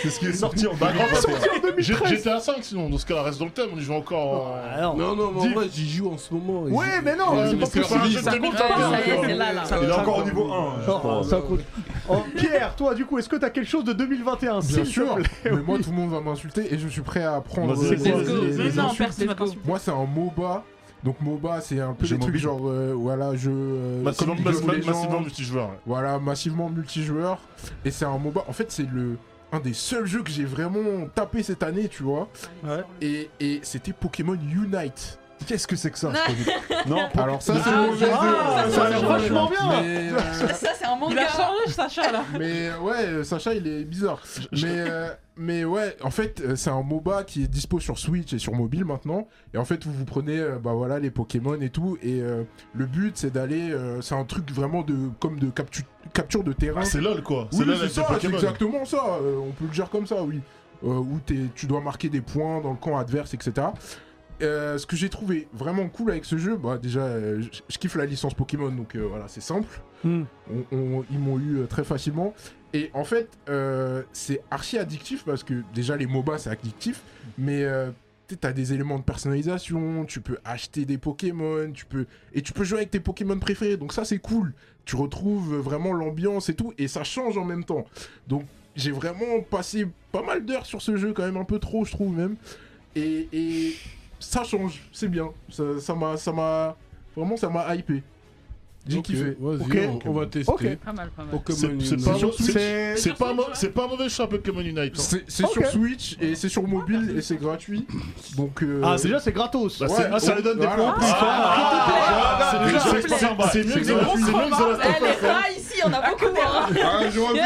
[SPEAKER 7] C'est ce qui est sorti en
[SPEAKER 5] Bah, grand
[SPEAKER 1] Il est sorti en
[SPEAKER 5] J'ai-
[SPEAKER 1] 2013.
[SPEAKER 5] GTA 5 sinon, dans ce cas-là reste dans le thème, on y joue encore. en-
[SPEAKER 1] Alors,
[SPEAKER 4] Non, non, mais en
[SPEAKER 1] Dis-
[SPEAKER 4] vrai, j'y joue en ce moment. et
[SPEAKER 1] Ouais,
[SPEAKER 4] j'y-
[SPEAKER 1] mais non,
[SPEAKER 4] et
[SPEAKER 1] c'est
[SPEAKER 4] je
[SPEAKER 1] parce
[SPEAKER 5] que
[SPEAKER 4] me
[SPEAKER 5] c'est un
[SPEAKER 4] suis
[SPEAKER 5] jeu
[SPEAKER 4] dit,
[SPEAKER 5] de
[SPEAKER 4] compte,
[SPEAKER 5] 2021.
[SPEAKER 4] ça y est, c'est
[SPEAKER 3] là, là.
[SPEAKER 7] Il est encore au niveau 1.
[SPEAKER 1] Oh, ça coûte. Oh, Pierre, toi, du coup, est-ce que t'as quelque chose de 2021
[SPEAKER 2] Bien
[SPEAKER 1] s'il te
[SPEAKER 2] sûr,
[SPEAKER 1] plaît
[SPEAKER 2] mais moi tout le monde va m'insulter et je suis prêt à prendre
[SPEAKER 7] Vas-y,
[SPEAKER 2] euh,
[SPEAKER 7] let's go.
[SPEAKER 2] les- les
[SPEAKER 6] Mais non,
[SPEAKER 2] insultes.
[SPEAKER 6] personne va
[SPEAKER 3] Let's go.
[SPEAKER 6] t'insulter.
[SPEAKER 2] Moi c'est un MOBA, donc MOBA c'est un peu
[SPEAKER 7] Jeu
[SPEAKER 2] des trucs
[SPEAKER 7] mobile.
[SPEAKER 2] genre euh, voilà je euh,
[SPEAKER 5] Massivement,
[SPEAKER 2] comme League of
[SPEAKER 5] massivement,
[SPEAKER 2] Legends,
[SPEAKER 5] massivement multijoueur. ouais.
[SPEAKER 2] voilà massivement multijoueur et c'est un MOBA. En fait c'est le un des seuls jeux que j'ai vraiment tapé cette année tu vois
[SPEAKER 4] Ouais.
[SPEAKER 2] et, et c'était Pokémon Unite.
[SPEAKER 7] Qu'est-ce que c'est que ça ce produit Non, pour-
[SPEAKER 2] Alors ça
[SPEAKER 7] Ah,
[SPEAKER 2] c'est mauvais
[SPEAKER 1] Ah,
[SPEAKER 2] jeu.
[SPEAKER 1] ça a
[SPEAKER 2] c'est
[SPEAKER 1] l'air
[SPEAKER 2] mauvais
[SPEAKER 1] vachement
[SPEAKER 2] jeu.
[SPEAKER 1] bien.
[SPEAKER 2] Mais, euh,
[SPEAKER 3] Ça, c'est un
[SPEAKER 6] Il a changé, Sacha, là.
[SPEAKER 2] Mais euh, ouais, euh, Sacha, il est bizarre. Mais, euh, mais ouais, en fait, euh, c'est un MOBA qui est dispo sur Switch et sur mobile maintenant. Et en fait, vous vous prenez euh, bah voilà, les Pokémon et tout. Et euh, le but, c'est d'aller. euh, c'est un truc vraiment de, comme de captu- capture de terrain.
[SPEAKER 5] Ah, c'est lol quoi.
[SPEAKER 2] Oui,
[SPEAKER 5] C'est lol
[SPEAKER 2] c'est
[SPEAKER 5] avec des
[SPEAKER 2] ça, c'est
[SPEAKER 5] Pokémon.
[SPEAKER 2] exactement ça. euh, on peut le dire comme ça, oui. Euh, où t'es- tu dois marquer des points dans le camp adverse, etc. Euh, ce que j'ai trouvé vraiment cool avec ce jeu, bah déjà, euh, je- je kiffe la licence Pokémon, donc euh, voilà, c'est simple.
[SPEAKER 1] Hmm.
[SPEAKER 2] On- on- ils m'ont eu euh, très facilement. Et en fait, euh, c'est archi addictif parce que déjà les MOBA c'est addictif, mais euh, t'sais, t'as des éléments de personnalisation, tu peux acheter des Pokémon, tu peux et tu peux jouer avec tes Pokémon préférés, donc ça c'est cool. Tu retrouves euh, vraiment l'ambiance et tout, et ça change en même temps. Donc j'ai vraiment passé pas mal d'heures sur ce jeu, quand même un peu trop je trouve même, et, et ça change, c'est bien. Ça ça m'a ça m'a vraiment ça m'a hypé. J'ai
[SPEAKER 4] Ok,
[SPEAKER 2] kiffé.
[SPEAKER 4] Vas-y,
[SPEAKER 1] Ok.
[SPEAKER 4] on, on va tester.
[SPEAKER 1] Ok.
[SPEAKER 3] Pas mal, pas mal.
[SPEAKER 4] Pokémon
[SPEAKER 5] C'est- C'est
[SPEAKER 4] Unite.
[SPEAKER 5] pas,
[SPEAKER 1] Sur
[SPEAKER 5] c'est-
[SPEAKER 1] Switch.
[SPEAKER 5] c'est pas un mau- c'est pas un mauvais chat Pokémon Unite. hein.
[SPEAKER 2] C'est c'est
[SPEAKER 1] Ok.
[SPEAKER 2] sur Switch et c'est sur mobile et c'est gratuit. Donc euh,
[SPEAKER 1] Ah, déjà, c'est gratos.
[SPEAKER 5] Bah,
[SPEAKER 2] ouais,
[SPEAKER 5] c'est-
[SPEAKER 1] Ah, ça
[SPEAKER 5] on-
[SPEAKER 1] lui donne des
[SPEAKER 2] voilà.
[SPEAKER 1] points en plus.
[SPEAKER 5] Ah,
[SPEAKER 1] Ah,
[SPEAKER 5] c'est
[SPEAKER 1] ah,
[SPEAKER 5] déjà-
[SPEAKER 1] ah,
[SPEAKER 5] c'est- c'est- c'est mieux que The Last- c'est mieux que The Last of
[SPEAKER 3] Eh, les
[SPEAKER 5] Us, hein.
[SPEAKER 3] rats ici, on a beaucoup. hein.
[SPEAKER 8] Ah, je refuse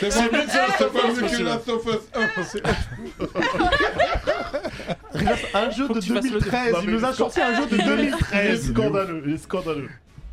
[SPEAKER 8] C'est
[SPEAKER 5] C'est
[SPEAKER 8] pas
[SPEAKER 5] mieux que The Last of Us,
[SPEAKER 8] mieux que
[SPEAKER 5] celui-là.
[SPEAKER 8] Last of Us 1 c'est-
[SPEAKER 1] Un jeu de
[SPEAKER 6] tu fasses le-
[SPEAKER 1] 2013.
[SPEAKER 5] Non,
[SPEAKER 1] Il
[SPEAKER 5] mais
[SPEAKER 1] nous a
[SPEAKER 5] il-
[SPEAKER 1] sorti un jeu de
[SPEAKER 5] Il est
[SPEAKER 1] 2013.
[SPEAKER 5] scandaleux, il est scandaleux.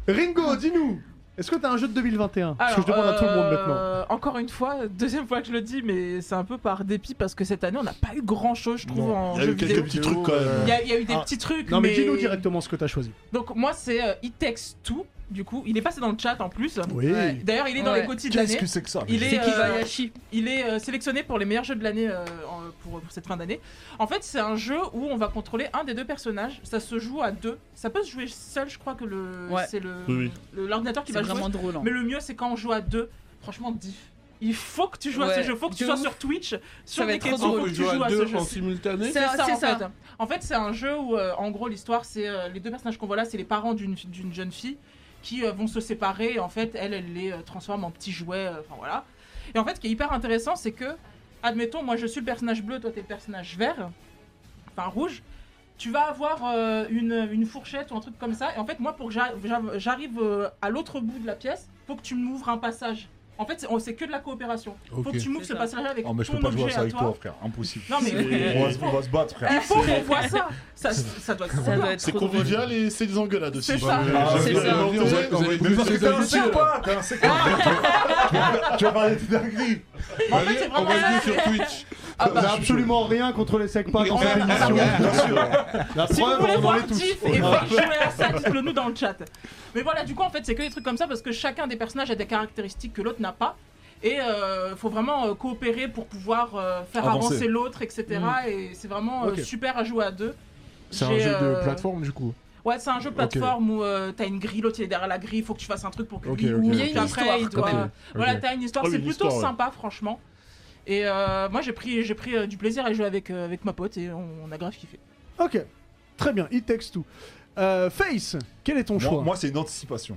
[SPEAKER 1] Ringo, dis-nous, est-ce que t'as un jeu de 2021 Parce que je
[SPEAKER 6] Alors,
[SPEAKER 1] demande à tout le monde
[SPEAKER 6] euh,
[SPEAKER 1] maintenant.
[SPEAKER 6] Encore une fois, deuxième fois que je le dis, mais c'est un peu par dépit parce que cette année, on n'a pas eu grand chose, je trouve,
[SPEAKER 2] Non,
[SPEAKER 6] en
[SPEAKER 5] Il y a
[SPEAKER 6] jeu
[SPEAKER 5] eu quelques
[SPEAKER 6] vidéo. euh,
[SPEAKER 5] petits trucs quand
[SPEAKER 6] Il
[SPEAKER 5] même.
[SPEAKER 6] y, a- il y a eu des
[SPEAKER 1] Ah.
[SPEAKER 6] petits trucs,
[SPEAKER 1] Non, mais, dis-nous directement ce que t'as choisi.
[SPEAKER 6] Donc, moi, c'est euh, It Takes Two, du coup. Il est passé dans le chat en plus.
[SPEAKER 1] Oui.
[SPEAKER 3] Ouais.
[SPEAKER 6] D'ailleurs, il est dans
[SPEAKER 3] Ouais.
[SPEAKER 6] les cotis de
[SPEAKER 7] qu'est-ce
[SPEAKER 6] l'année.
[SPEAKER 7] que c'est que ça
[SPEAKER 6] Il
[SPEAKER 3] C'est
[SPEAKER 6] est, euh,
[SPEAKER 3] Kibayashi.
[SPEAKER 6] il est euh, sélectionné pour les meilleurs jeux de l'année euh, en- pour, pour cette fin d'année. En fait, c'est un jeu où on va contrôler un des deux personnages. Ça se joue à deux. Ça peut se jouer seul, je crois que le
[SPEAKER 3] Ouais.
[SPEAKER 6] c'est le
[SPEAKER 5] Oui, oui.
[SPEAKER 6] le- l'ordinateur qui
[SPEAKER 3] C'est
[SPEAKER 6] va jouer.
[SPEAKER 3] vraiment drôle. hein.
[SPEAKER 6] Mais le mieux, c'est quand on joue à deux. Franchement, diff. Il faut que tu joues à
[SPEAKER 3] Ouais,
[SPEAKER 6] ce jeu. Faut que tu
[SPEAKER 3] de
[SPEAKER 6] sois
[SPEAKER 3] ouf.
[SPEAKER 6] sur Twitch, sur
[SPEAKER 3] va être trop
[SPEAKER 6] Neketsu,
[SPEAKER 3] drôle.
[SPEAKER 6] faut que
[SPEAKER 4] On
[SPEAKER 6] tu
[SPEAKER 4] joue
[SPEAKER 6] joues
[SPEAKER 4] à
[SPEAKER 6] à ce
[SPEAKER 4] deux
[SPEAKER 6] jeu.
[SPEAKER 4] en simultané.
[SPEAKER 3] C'est-
[SPEAKER 6] C'est ça, en
[SPEAKER 3] ça.
[SPEAKER 6] fait. En fait, c'est un jeu où, euh, en gros, l'histoire, c'est euh, les deux personnages qu'on voit là, c'est les parents d'une d'une jeune fille qui euh, vont se séparer. Et en fait, elle, elle les euh, transforme en petits jouets. euh, Enfin voilà. Et en fait, ce qui est hyper intéressant, c'est que, admettons, moi, je suis le personnage bleu, toi, t'es le personnage vert, enfin rouge. Tu vas avoir euh, une, une fourchette ou un truc comme ça. Et en fait, moi, pour que j'a- j'a- j'arrive euh, à l'autre bout de la pièce, faut que tu m'ouvres un passage. En fait, c'est- on- c'est que de la coopération. Faut que tu m'ouvres
[SPEAKER 3] C'est
[SPEAKER 6] ce
[SPEAKER 3] ça.
[SPEAKER 6] passage-là avec
[SPEAKER 7] Oh, mais je peux
[SPEAKER 6] ton
[SPEAKER 7] pas
[SPEAKER 6] objet
[SPEAKER 7] jouer à ça
[SPEAKER 6] à
[SPEAKER 7] avec toi,
[SPEAKER 6] toi.
[SPEAKER 7] frère. Impossible.
[SPEAKER 6] Non, mais
[SPEAKER 7] On va se- on va se battre, frère.
[SPEAKER 6] il faut qu'on voit ça. Ça, ça doit être
[SPEAKER 3] Ça
[SPEAKER 6] drôle.
[SPEAKER 3] doit être
[SPEAKER 5] C'est
[SPEAKER 3] trop drôle.
[SPEAKER 5] convivial et c'est des engueulades aussi. Bah,
[SPEAKER 6] C'est ça.
[SPEAKER 7] Ah,
[SPEAKER 3] c'est
[SPEAKER 5] J'ai
[SPEAKER 3] ça.
[SPEAKER 5] inventé-
[SPEAKER 4] Vous avez- vous avez-
[SPEAKER 7] Mais parce que t'es un
[SPEAKER 5] Monsieur.
[SPEAKER 7] psychopathe, hein, c'est quoi Tu vas parler de dinguerie
[SPEAKER 6] En fait, c'est
[SPEAKER 4] On
[SPEAKER 6] vraiment
[SPEAKER 4] va
[SPEAKER 6] ça.
[SPEAKER 4] jouer sur Twitch.
[SPEAKER 6] Ah
[SPEAKER 1] On
[SPEAKER 6] bah, ah,
[SPEAKER 1] a absolument rien contre les secs pas dans cette
[SPEAKER 6] Bien
[SPEAKER 1] émission.
[SPEAKER 7] sûr.
[SPEAKER 1] La
[SPEAKER 6] ah, Si vous
[SPEAKER 1] preuve,
[SPEAKER 6] voulez
[SPEAKER 1] on en
[SPEAKER 6] voir
[SPEAKER 1] est tous.
[SPEAKER 6] Tiff et voir jouer à ça, dites-le nous dans le chat. Mais voilà, du coup, en fait, c'est que des trucs comme ça parce que chacun des personnages a des caractéristiques que l'autre n'a pas. Et euh, faut vraiment euh, coopérer pour pouvoir euh, faire
[SPEAKER 7] Avancer.
[SPEAKER 6] avancer, l'autre, etc. Et c'est vraiment euh,
[SPEAKER 1] Ok.
[SPEAKER 6] super à jouer à deux.
[SPEAKER 2] c'est un
[SPEAKER 6] J'ai,
[SPEAKER 2] jeu de
[SPEAKER 6] euh,
[SPEAKER 2] plateforme du coup.
[SPEAKER 6] Ouais, c'est un jeu plateforme où euh, t'as une grille, l'autre il est derrière la grille, faut que tu fasses un truc pour que
[SPEAKER 2] Ok,
[SPEAKER 6] lui
[SPEAKER 2] ok,
[SPEAKER 6] ouvre,
[SPEAKER 2] ok.
[SPEAKER 6] puis
[SPEAKER 3] Il y a une
[SPEAKER 6] après,
[SPEAKER 3] histoire,
[SPEAKER 6] il
[SPEAKER 3] quoi.
[SPEAKER 6] doit-
[SPEAKER 2] Ok, ok.
[SPEAKER 6] Voilà, t'as une histoire,
[SPEAKER 5] Ah oui,
[SPEAKER 6] c'est
[SPEAKER 5] une
[SPEAKER 6] plutôt
[SPEAKER 5] histoire, ouais.
[SPEAKER 6] sympa, franchement. Et euh, moi j'ai pris, j'ai pris euh, du plaisir à jouer avec, euh, avec ma pote et on, on a grave kiffé.
[SPEAKER 1] Ok, très bien, it takes two. Euh, Face, quel est ton
[SPEAKER 7] Moi,
[SPEAKER 1] choix
[SPEAKER 7] moi, c'est une anticipation.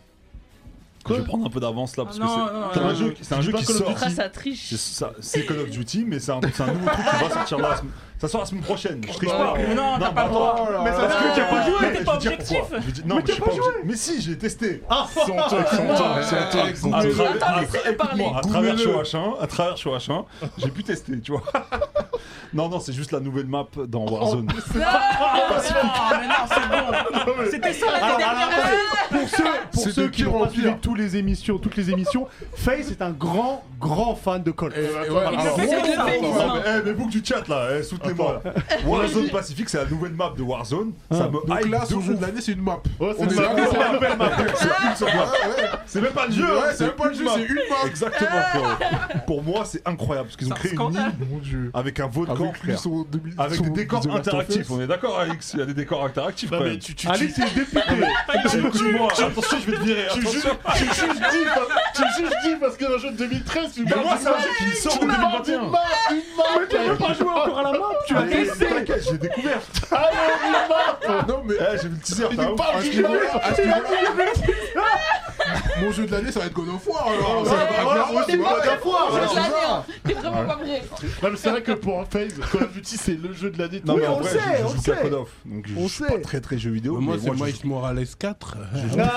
[SPEAKER 7] Je vais prendre un peu d'avance là parce
[SPEAKER 6] Ah non,
[SPEAKER 7] que c'est-
[SPEAKER 6] non,
[SPEAKER 7] c'est
[SPEAKER 6] non,
[SPEAKER 7] un jeu,
[SPEAKER 6] non.
[SPEAKER 7] c'est un jeu qui sort.
[SPEAKER 3] Ça, ça triche.
[SPEAKER 7] C'est ça- C'est Call of Duty, mais c'est un, c'est un nouveau truc qui va sortir là. la semaine- Ça sort la semaine prochaine. Je triche pas. hein.
[SPEAKER 6] Mais non, t'as
[SPEAKER 7] Non, bah,
[SPEAKER 6] pas le droit.
[SPEAKER 2] Oh là
[SPEAKER 1] Mais ça
[SPEAKER 7] Parce
[SPEAKER 1] se
[SPEAKER 7] que
[SPEAKER 1] fait
[SPEAKER 7] t'as
[SPEAKER 1] qu'il y a
[SPEAKER 7] pas joué.
[SPEAKER 6] mais t'es pas
[SPEAKER 7] Je vais dire
[SPEAKER 6] objectif.
[SPEAKER 7] pourquoi. Je vais dire- Non, mais, j'ai pas joué. Mais si, j'ai testé.
[SPEAKER 1] Ah,
[SPEAKER 5] C'est honteux, c'est
[SPEAKER 7] Ah,
[SPEAKER 5] honteux, c'est honteux.
[SPEAKER 7] À,
[SPEAKER 3] Mais
[SPEAKER 7] travers-
[SPEAKER 3] attends,
[SPEAKER 7] à-
[SPEAKER 3] laissez-le parler.
[SPEAKER 7] écoute-moi, à ah, travers Shoah à travers Shoah j'ai pu tester, tu vois. non, non, c'est juste la nouvelle map dans Warzone.
[SPEAKER 6] Ah, Non, mais non, c'est bon. ah, C'était ça la
[SPEAKER 1] Alors,
[SPEAKER 6] dernière
[SPEAKER 1] alors,
[SPEAKER 6] année.
[SPEAKER 1] pour ceux, pour
[SPEAKER 2] C'est
[SPEAKER 1] ceux
[SPEAKER 2] de
[SPEAKER 1] qui
[SPEAKER 2] pire
[SPEAKER 1] n'ont
[SPEAKER 2] en
[SPEAKER 1] pas suivi
[SPEAKER 2] pire.
[SPEAKER 1] tous les émissions, toutes les émissions, Face est un grand, grand fan de Call.
[SPEAKER 2] Et- et ouais,
[SPEAKER 6] Il
[SPEAKER 2] alors-
[SPEAKER 6] le fait, c'est de le
[SPEAKER 7] Ah,
[SPEAKER 6] féminisme.
[SPEAKER 7] mais, eh, mais vous du chat là, eh, soutenez-moi. Warzone Pacifique, c'est la nouvelle map de Warzone.
[SPEAKER 1] Ah.
[SPEAKER 7] Ça
[SPEAKER 1] Oh,
[SPEAKER 7] me Oh,
[SPEAKER 2] Donc
[SPEAKER 7] hype
[SPEAKER 2] là,
[SPEAKER 7] de
[SPEAKER 2] son jeu
[SPEAKER 7] ouf.
[SPEAKER 2] de l'année, c'est une map.
[SPEAKER 5] Ouais,
[SPEAKER 2] On
[SPEAKER 5] c'est
[SPEAKER 2] est
[SPEAKER 5] ça.
[SPEAKER 2] d'accord.
[SPEAKER 5] C'est la nouvelle map.
[SPEAKER 7] C'est même pas le jeu.
[SPEAKER 2] Ouais,
[SPEAKER 7] hein,
[SPEAKER 2] c'est même pas le jeu,
[SPEAKER 7] une
[SPEAKER 2] c'est
[SPEAKER 7] map.
[SPEAKER 2] une map.
[SPEAKER 7] Exactement, frérot. Pour moi, c'est incroyable parce qu'ils ont
[SPEAKER 6] C'est un
[SPEAKER 7] créé une
[SPEAKER 6] scandale.
[SPEAKER 7] île
[SPEAKER 2] Mon dieu.
[SPEAKER 7] avec un volcan,
[SPEAKER 2] Avec lui,
[SPEAKER 7] frère.
[SPEAKER 2] son demi-
[SPEAKER 7] Avec
[SPEAKER 2] son
[SPEAKER 7] des décors
[SPEAKER 2] The Last of
[SPEAKER 7] interactifs.
[SPEAKER 2] Us.
[SPEAKER 7] On est d'accord, Alex Il y a des décors interactifs
[SPEAKER 5] Non,
[SPEAKER 7] quand
[SPEAKER 5] mais
[SPEAKER 7] même.
[SPEAKER 5] tu, tu, tu,
[SPEAKER 1] Alex c'est le député.
[SPEAKER 7] Excuse-moi, attention, je vais te virer.
[SPEAKER 5] tu, juges, tu
[SPEAKER 7] attention.
[SPEAKER 5] juges dit parce, tu juges dit parce que un jeu de 2013, tu
[SPEAKER 7] Mais moi, c'est un jeu qui sort en 2021.
[SPEAKER 5] Une map, une map,
[SPEAKER 1] Tu n'as pas joué encore à la map,
[SPEAKER 5] Ah,
[SPEAKER 1] tu as
[SPEAKER 7] Allez,
[SPEAKER 1] testé.
[SPEAKER 7] t'inquiète, J'ai découvert.
[SPEAKER 2] Non, mais
[SPEAKER 7] Eh, J'ai vu le teaser.
[SPEAKER 5] il
[SPEAKER 7] t'as ouf.
[SPEAKER 5] parle d'une
[SPEAKER 2] Excuse-moi,
[SPEAKER 5] map.
[SPEAKER 2] mon jeu de l'année, ça va être God of War alors.
[SPEAKER 5] Ouais,
[SPEAKER 2] Ça va
[SPEAKER 5] ouais,
[SPEAKER 2] être
[SPEAKER 5] ouais,
[SPEAKER 2] God of War,
[SPEAKER 5] ouais,
[SPEAKER 2] God of War,
[SPEAKER 5] ouais,
[SPEAKER 2] ouais,
[SPEAKER 5] ouais,
[SPEAKER 2] c'est ça.
[SPEAKER 3] C'est vraiment pas vrai.
[SPEAKER 5] Non, mais c'est vrai que pour un phase, Call of Duty, c'est le jeu de l'année.
[SPEAKER 7] Non,
[SPEAKER 1] Oui,
[SPEAKER 7] mais en
[SPEAKER 1] on
[SPEAKER 7] vrai,
[SPEAKER 1] sait,
[SPEAKER 7] je-
[SPEAKER 1] on
[SPEAKER 7] je joue qu'à
[SPEAKER 1] sait.
[SPEAKER 7] Call of. Donc, je
[SPEAKER 1] On
[SPEAKER 7] je suis pas
[SPEAKER 1] sait.
[SPEAKER 7] très très jeu vidéo.
[SPEAKER 4] Moi,
[SPEAKER 7] mais
[SPEAKER 4] c'est
[SPEAKER 7] je-
[SPEAKER 4] Mike Morales 4.
[SPEAKER 7] Mais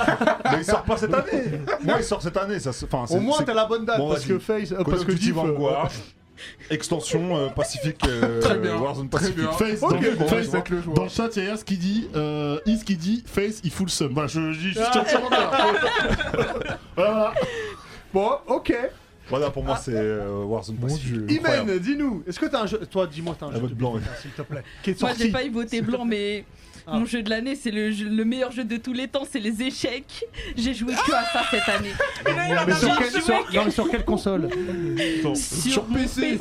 [SPEAKER 7] il sort pas cette année. Moi, il sort cette année. Ça, se- enfin, c'est-
[SPEAKER 1] Au moins,
[SPEAKER 7] c'est-
[SPEAKER 1] t'as la bonne date
[SPEAKER 7] Bon,
[SPEAKER 1] parce
[SPEAKER 7] vas-y.
[SPEAKER 1] que Face, euh,
[SPEAKER 7] Call
[SPEAKER 1] parce
[SPEAKER 7] of
[SPEAKER 1] que
[SPEAKER 7] Duty
[SPEAKER 1] Diff. euh,
[SPEAKER 7] Vanguard, extension euh, Pacifique euh,
[SPEAKER 2] Très bien.
[SPEAKER 7] Warzone
[SPEAKER 2] Très
[SPEAKER 7] Pacifique.
[SPEAKER 2] bien.
[SPEAKER 5] Face, dans,
[SPEAKER 2] Ok,
[SPEAKER 5] le-
[SPEAKER 2] bon,
[SPEAKER 5] Face,
[SPEAKER 2] je vais te le jouer.
[SPEAKER 1] hein.
[SPEAKER 5] dans le chat, il y a ce qui dit, euh, Is qui dit, Face, il fout le seum. Voilà, je dis juste un commentaire. Voilà,
[SPEAKER 1] Bon, ok.
[SPEAKER 7] Voilà, pour moi, c'est euh, Warzone Pacifique. Incroyable.
[SPEAKER 1] Imen, dis-nous, est-ce que t'as un jeu. Toi, dis-moi, t'as un
[SPEAKER 7] La
[SPEAKER 1] jeu.
[SPEAKER 7] botte
[SPEAKER 1] de
[SPEAKER 7] blanche.
[SPEAKER 1] Blizzard, S'il te plaît. Qui est
[SPEAKER 3] Moi, j'ai
[SPEAKER 1] sorti.
[SPEAKER 3] pas eu voté blanc, mais
[SPEAKER 1] Ah.
[SPEAKER 3] mon jeu de l'année, c'est le, jeu- le meilleur jeu de tous les temps, c'est les échecs. J'ai joué que à ça cette année.
[SPEAKER 1] Mais sur
[SPEAKER 3] Non,
[SPEAKER 1] quel-
[SPEAKER 3] je
[SPEAKER 1] sur-
[SPEAKER 3] mec.
[SPEAKER 1] non, mais sur quelle console
[SPEAKER 3] Sur,
[SPEAKER 2] sur
[SPEAKER 3] mon
[SPEAKER 2] PC.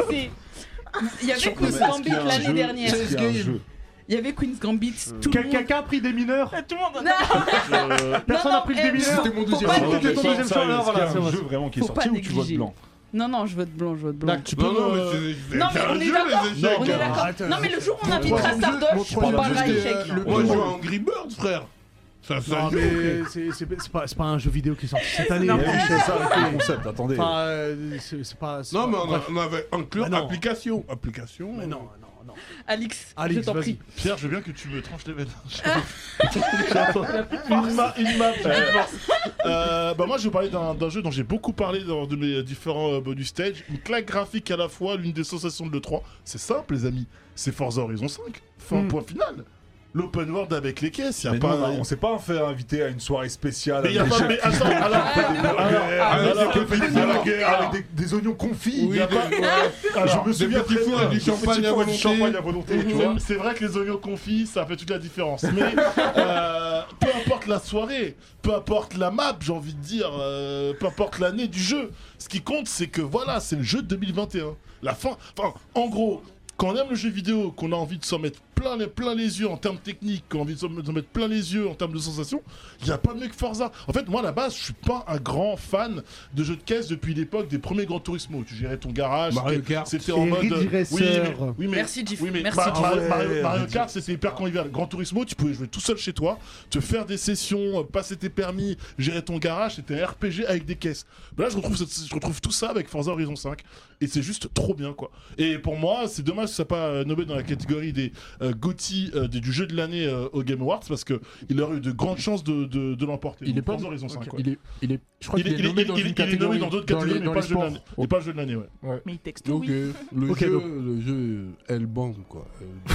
[SPEAKER 3] Il y avait
[SPEAKER 7] Sur
[SPEAKER 3] Queen's
[SPEAKER 7] PC, est-ce qu'il y
[SPEAKER 3] Gambit
[SPEAKER 7] a un
[SPEAKER 3] l'année
[SPEAKER 7] jeu
[SPEAKER 3] dernière.
[SPEAKER 7] Est-ce qu'il y a un
[SPEAKER 2] Chess
[SPEAKER 7] jeu
[SPEAKER 3] Il y avait Queen's Gambit, tout le
[SPEAKER 1] Quel-
[SPEAKER 3] monde.
[SPEAKER 1] Quelqu'un a pris des mineurs
[SPEAKER 6] euh, Tout le monde.
[SPEAKER 1] Personne
[SPEAKER 3] non,
[SPEAKER 1] n'a pris le
[SPEAKER 3] eh,
[SPEAKER 1] des mineurs
[SPEAKER 2] C'était mon
[SPEAKER 3] Faut
[SPEAKER 2] deuxième
[SPEAKER 3] pas
[SPEAKER 2] jeu.
[SPEAKER 1] le-
[SPEAKER 7] Sérieux,
[SPEAKER 1] ton deuxième choix, alors,
[SPEAKER 7] est-ce qu'il y a
[SPEAKER 1] voilà,
[SPEAKER 7] un
[SPEAKER 1] c'est
[SPEAKER 7] jeu vraiment qui est
[SPEAKER 3] Faut
[SPEAKER 7] sorti
[SPEAKER 3] pas
[SPEAKER 7] ou tu votes
[SPEAKER 3] négliger.
[SPEAKER 7] blanc
[SPEAKER 3] Non, non, je vote blanc, je vote blanc.
[SPEAKER 5] tu
[SPEAKER 1] peux-
[SPEAKER 3] Non, mais on est d'accord. On est d'accord.
[SPEAKER 1] Arrête,
[SPEAKER 3] Non, mais le jour où on
[SPEAKER 2] Mon
[SPEAKER 3] invitera
[SPEAKER 2] troisième jeu- mon
[SPEAKER 3] Sardoche, on
[SPEAKER 2] troisième
[SPEAKER 3] parlera
[SPEAKER 2] jeu,
[SPEAKER 3] échec.
[SPEAKER 2] c'était, euh, le
[SPEAKER 4] Moi, je joue
[SPEAKER 2] Bonjour.
[SPEAKER 4] à Angry Birds, frère. Ça, ça
[SPEAKER 1] Non,
[SPEAKER 4] joue.
[SPEAKER 1] mais c'est- c'est c'est pas, c'est pas un jeu vidéo qui est sorti cette année. hein.
[SPEAKER 7] Mais oui,
[SPEAKER 1] Enfin,
[SPEAKER 7] c'est ça le concept, attendez.
[SPEAKER 1] euh, c'est c'est pas. c'est
[SPEAKER 4] Non,
[SPEAKER 1] pas-
[SPEAKER 4] mais on, a-
[SPEAKER 1] bref.
[SPEAKER 4] on avait inclure
[SPEAKER 1] Mais non.
[SPEAKER 4] application. Application.
[SPEAKER 1] Mais non, non, non.
[SPEAKER 3] Alix, je
[SPEAKER 1] Alix,
[SPEAKER 3] t'en
[SPEAKER 1] vas-y.
[SPEAKER 3] prie.
[SPEAKER 5] Pierre, je veux bien que tu me tranches les veines.
[SPEAKER 1] Une ma- une ma-
[SPEAKER 5] Euh, bah moi je vais vous parler d'un d'un jeu dont j'ai beaucoup parlé dans de mes différents euh, bonus stage. Une claque graphique à la fois, l'une des sensations de l'E3. C'est simple les amis, c'est Forza Horizon 5. Fin
[SPEAKER 1] Mm.
[SPEAKER 5] point final. L'open world avec les caisses, y a
[SPEAKER 7] Hmm. Mais
[SPEAKER 5] pas...
[SPEAKER 7] non, on s'est pas fait inviter à une soirée spéciale.
[SPEAKER 5] mais y a
[SPEAKER 7] avec
[SPEAKER 5] pas...
[SPEAKER 7] des
[SPEAKER 5] Mais attends, alors... alors-
[SPEAKER 7] avec
[SPEAKER 5] alors-
[SPEAKER 7] des pépites de la guerre, avec des- des oignons confits.
[SPEAKER 5] Oui,
[SPEAKER 7] y a
[SPEAKER 5] des-
[SPEAKER 7] pas-
[SPEAKER 5] alors-
[SPEAKER 7] Je me souviens
[SPEAKER 4] petits
[SPEAKER 7] très
[SPEAKER 4] fours
[SPEAKER 7] bien.
[SPEAKER 4] avec du
[SPEAKER 7] Des petits
[SPEAKER 4] champagne à
[SPEAKER 7] fours avec du
[SPEAKER 4] volonté.
[SPEAKER 7] champagne à volonté, tu
[SPEAKER 5] Tu
[SPEAKER 7] vois.
[SPEAKER 5] vois, C'est vrai que les oignons confits, ça fait toute la différence. Mais euh, peu importe la soirée, peu importe la map, j'ai envie de dire, euh, peu importe l'année du jeu, ce qui compte, c'est que voilà, c'est le jeu de 2021. La fin, enfin, en gros, quand on aime le jeu vidéo, qu'on a envie de s'en mettre plein les, plein les yeux en termes techniques, qu'on a envie de s'en s'en mettre plein les yeux en termes de sensations, il n'y a pas mieux que Forza. En fait, moi, à la base, je suis pas un grand fan de jeux de caisse depuis l'époque des premiers Gran Turismo. Tu gérais ton garage,
[SPEAKER 4] Mario
[SPEAKER 5] t'es-
[SPEAKER 4] Kart.
[SPEAKER 5] c'était en
[SPEAKER 1] Et
[SPEAKER 5] mode.
[SPEAKER 1] Ridge
[SPEAKER 5] Oui, mais-
[SPEAKER 1] Racer.
[SPEAKER 5] oui, mais-
[SPEAKER 3] Merci, Gif.
[SPEAKER 5] oui, mais bah,
[SPEAKER 3] Merci,
[SPEAKER 5] Mar-
[SPEAKER 3] Gif.
[SPEAKER 5] Mar-
[SPEAKER 4] ouais,
[SPEAKER 5] Mario, Mario
[SPEAKER 4] vas-y.
[SPEAKER 5] Kart, c'était hyper convivial. Grand Turismo, tu pouvais jouer tout seul chez toi, te faire des sessions, euh, passer tes permis, gérer ton garage. C'était un RPG avec des caisses. Mais là, je retrouve, cette- je retrouve tout ça avec Forza Horizon 5. Et c'est juste trop bien, quoi. Et pour moi, c'est dommage que ça soit pas euh, nommé dans la catégorie des euh, GOTY euh, des- du jeu de l'année euh, au Game Awards parce qu'il aurait eu de grandes chances de, de- de l'emporter.
[SPEAKER 2] Il est
[SPEAKER 5] Donc,
[SPEAKER 2] pas.
[SPEAKER 5] Forza Horizon 5, quoi.
[SPEAKER 2] Il est. Il est. Je crois
[SPEAKER 5] Il est-
[SPEAKER 2] qu'il
[SPEAKER 5] il est-
[SPEAKER 2] est nommé dans
[SPEAKER 5] il est-
[SPEAKER 2] une
[SPEAKER 5] il est nommé
[SPEAKER 2] catégorie.
[SPEAKER 5] dans d'autres
[SPEAKER 2] les-
[SPEAKER 5] catégories, mais
[SPEAKER 2] dans
[SPEAKER 5] pas le
[SPEAKER 2] les
[SPEAKER 5] jeu de
[SPEAKER 2] sports.
[SPEAKER 5] l'année. Et pas le jeu de l'année, ouais.
[SPEAKER 6] Mais il texte
[SPEAKER 4] Donc,
[SPEAKER 6] oui.
[SPEAKER 4] euh, le,
[SPEAKER 1] Ok,
[SPEAKER 4] jeu,
[SPEAKER 1] donc.
[SPEAKER 4] le jeu Hellbound, quoi. Euh,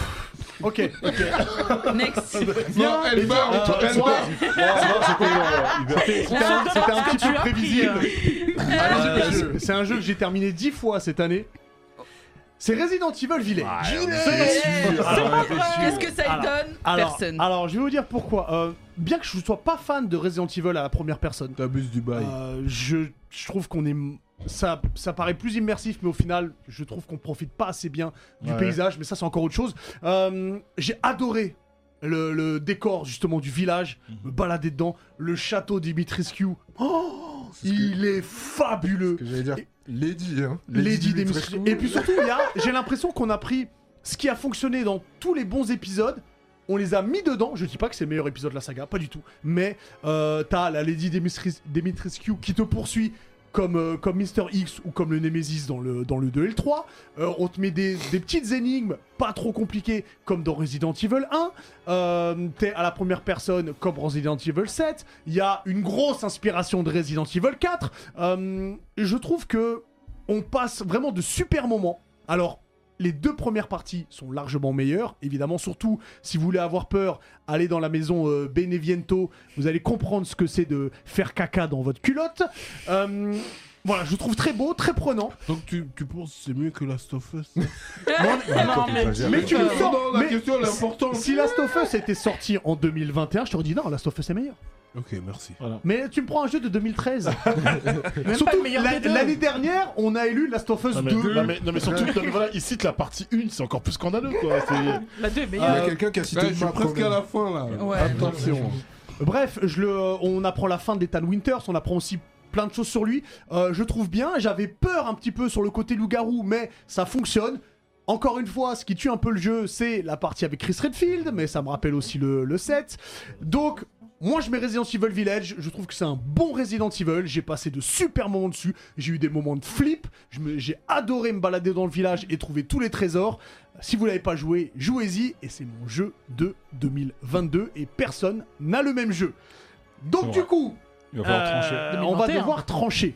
[SPEAKER 1] Ok,
[SPEAKER 5] bah,
[SPEAKER 3] Next.
[SPEAKER 2] Non, elle
[SPEAKER 5] Et toi,
[SPEAKER 2] meurt.
[SPEAKER 5] et
[SPEAKER 2] Elle
[SPEAKER 5] toi,
[SPEAKER 2] meurt.
[SPEAKER 1] c'était un, c'était un petit peu
[SPEAKER 6] tu as
[SPEAKER 1] prévisible.
[SPEAKER 5] bah,
[SPEAKER 2] Allez,
[SPEAKER 1] Euh,
[SPEAKER 2] le jeu.
[SPEAKER 1] c'est- c'est un jeu que j'ai terminé 10 fois cette année. C'est Resident Evil Village.
[SPEAKER 3] Ah
[SPEAKER 5] bah,
[SPEAKER 3] Qu'est-ce que ça donne
[SPEAKER 1] Alors,
[SPEAKER 3] Personne.
[SPEAKER 1] alors, je vais vous dire pourquoi. Euh, bien que je ne sois pas fan de Resident Evil à la première personne,
[SPEAKER 4] T'abuses du bail.
[SPEAKER 1] euh, je, je trouve qu'on est. Ça, ça paraît plus immersif, mais au final, je trouve qu'on profite pas assez bien du
[SPEAKER 5] Ouais.
[SPEAKER 1] paysage, mais ça, c'est encore autre chose. Euh, J'ai adoré le, le décor, justement, du village,
[SPEAKER 2] Mhm.
[SPEAKER 1] me balader dedans, le château d'Imitrescu. Oh,
[SPEAKER 2] C'est ce que-
[SPEAKER 1] il est fabuleux!
[SPEAKER 2] Que J'allais dire. Lady, hein.
[SPEAKER 1] Lady des
[SPEAKER 2] Dimitrescu.
[SPEAKER 1] Et puis surtout, il y a- j'ai l'impression qu'on a pris ce qui a fonctionné dans tous les bons épisodes On les a mis dedans. Je dis pas que c'est le meilleur épisode de la saga, pas du tout. Mais euh, t'as la Lady Dimitris- Dimitrescu qui te poursuit comme, euh, comme Mr. X ou comme le Nemesis dans le, dans le 2 et le 3. Euh, on te met des, des petites énigmes pas trop compliquées comme dans Resident Evil 1. Euh, T'es à la première personne comme Resident Evil 7. Il y a une grosse inspiration de Resident Evil 4. Euh, je trouve que on passe vraiment de super moments. Alors, les deux premières parties sont largement meilleures. Évidemment, surtout si vous voulez avoir peur, allez dans la maison euh, Beneviento. Vous allez comprendre ce que c'est de faire caca dans votre culotte. Euh, voilà, je le trouve très beau, très prenant.
[SPEAKER 4] Donc tu, tu penses que c'est mieux que Last of Us
[SPEAKER 8] Non, mais
[SPEAKER 1] Mais tu le sens.
[SPEAKER 4] Non, la
[SPEAKER 1] mais
[SPEAKER 4] question, elle est
[SPEAKER 1] si-
[SPEAKER 4] importante.
[SPEAKER 1] Si Last of Us était sorti en 2021, je t'aurais dit non, Last of Us est meilleur.
[SPEAKER 4] Ok, merci.
[SPEAKER 1] Mais tu me prends un jeu de 2013.
[SPEAKER 6] Même pas
[SPEAKER 1] Surtout
[SPEAKER 6] le meilleur
[SPEAKER 1] la-
[SPEAKER 6] des deux.
[SPEAKER 1] l'année dernière, on a élu Last of Us
[SPEAKER 5] Non mais,
[SPEAKER 1] 2.
[SPEAKER 5] non, mais, non, mais surtout, non, mais voilà, il cite la partie 1, c'est encore plus scandaleux quoi. C'est-
[SPEAKER 6] La 2 est meilleure.
[SPEAKER 5] euh,
[SPEAKER 2] Il y a quelqu'un qui a cité
[SPEAKER 4] Ouais, je suis
[SPEAKER 2] Map quand
[SPEAKER 4] presque
[SPEAKER 2] même.
[SPEAKER 4] à la fin là.
[SPEAKER 3] Ouais.
[SPEAKER 5] bah,
[SPEAKER 2] Attention.
[SPEAKER 1] Bref, je le, euh, on apprend la fin d'Ethan Winters, on apprend aussi plein de choses sur lui. Euh, je trouve bien, j'avais peur un petit peu sur le côté loup-garou, mais ça fonctionne. Encore une fois, ce qui tue un peu le jeu, c'est la partie avec Chris Redfield, mais ça me rappelle aussi le, le 7. Donc, moi je mets Resident Evil Village, je trouve que c'est un bon Resident Evil, j'ai passé de super moments dessus, j'ai eu des moments de flip, je me- j'ai adoré me balader dans le village et trouver tous les trésors. Si vous l'avez pas joué, jouez-y et c'est mon jeu de 2022 et personne n'a le même jeu. Donc du coup,
[SPEAKER 7] Il va falloir
[SPEAKER 1] euh,
[SPEAKER 7] trancher.
[SPEAKER 1] on va
[SPEAKER 6] 2021.
[SPEAKER 1] devoir trancher.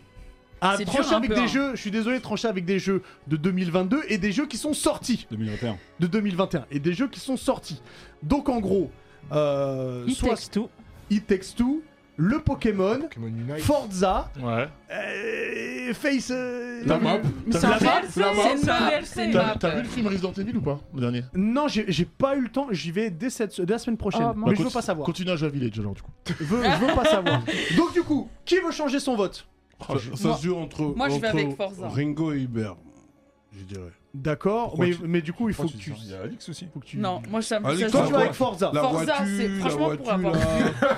[SPEAKER 1] Ah,
[SPEAKER 3] C'est dur,
[SPEAKER 1] trancher
[SPEAKER 3] un
[SPEAKER 1] avec
[SPEAKER 3] peu,
[SPEAKER 1] des
[SPEAKER 3] hein.
[SPEAKER 1] jeux, je suis désolé, trancher avec des jeux de 2022 et des jeux qui sont sortis
[SPEAKER 7] 2021.
[SPEAKER 1] de 2021 et des jeux qui sont sortis. Donc en gros, euh,
[SPEAKER 6] It
[SPEAKER 1] soit
[SPEAKER 6] Takes Two.
[SPEAKER 1] It Takes Two, le Pokémon,
[SPEAKER 2] Pokémon Unite.
[SPEAKER 1] Forza,
[SPEAKER 8] Ouais.
[SPEAKER 1] euh, Face. euh,
[SPEAKER 2] La map.
[SPEAKER 6] Mais c'est
[SPEAKER 1] La
[SPEAKER 6] un
[SPEAKER 5] bah,
[SPEAKER 1] map,
[SPEAKER 6] DLC,
[SPEAKER 2] la map.
[SPEAKER 6] c'est un
[SPEAKER 3] T'as-
[SPEAKER 6] DLC.
[SPEAKER 5] T'as t'as vu le film Resident Evil ou pas Le dernier
[SPEAKER 1] Non, j'ai j'ai pas eu le temps, j'y vais dès, cette, dès la semaine prochaine.
[SPEAKER 6] Oh, mince.
[SPEAKER 1] mais
[SPEAKER 5] Bah,
[SPEAKER 1] je veux
[SPEAKER 5] conti-
[SPEAKER 1] pas savoir.
[SPEAKER 5] Continue à jouer à Village alors du coup.
[SPEAKER 1] Je veux, je veux pas savoir. Donc du coup, qui veut changer son vote
[SPEAKER 4] Ça, ça se joue entre,
[SPEAKER 3] moi, je vais
[SPEAKER 4] entre
[SPEAKER 5] bah,
[SPEAKER 3] avec Forza.
[SPEAKER 4] Ringo et Hubert, je dirais.
[SPEAKER 1] D'accord,
[SPEAKER 7] Pourquoi
[SPEAKER 1] mais,
[SPEAKER 7] tu-
[SPEAKER 1] mais du coup, il faut que
[SPEAKER 7] Pourquoi
[SPEAKER 1] tu.
[SPEAKER 7] dis ça Il y a Alix aussi.
[SPEAKER 1] faut que tu-
[SPEAKER 3] Non, moi ça me
[SPEAKER 4] Allez,
[SPEAKER 3] ça-
[SPEAKER 1] Toi,
[SPEAKER 4] La
[SPEAKER 1] tu vas avec
[SPEAKER 4] voix-
[SPEAKER 1] Forza.
[SPEAKER 4] La
[SPEAKER 3] Forza, c'est-
[SPEAKER 4] voiture, la
[SPEAKER 3] franchement, pour
[SPEAKER 4] voiture,
[SPEAKER 3] avoir
[SPEAKER 4] là.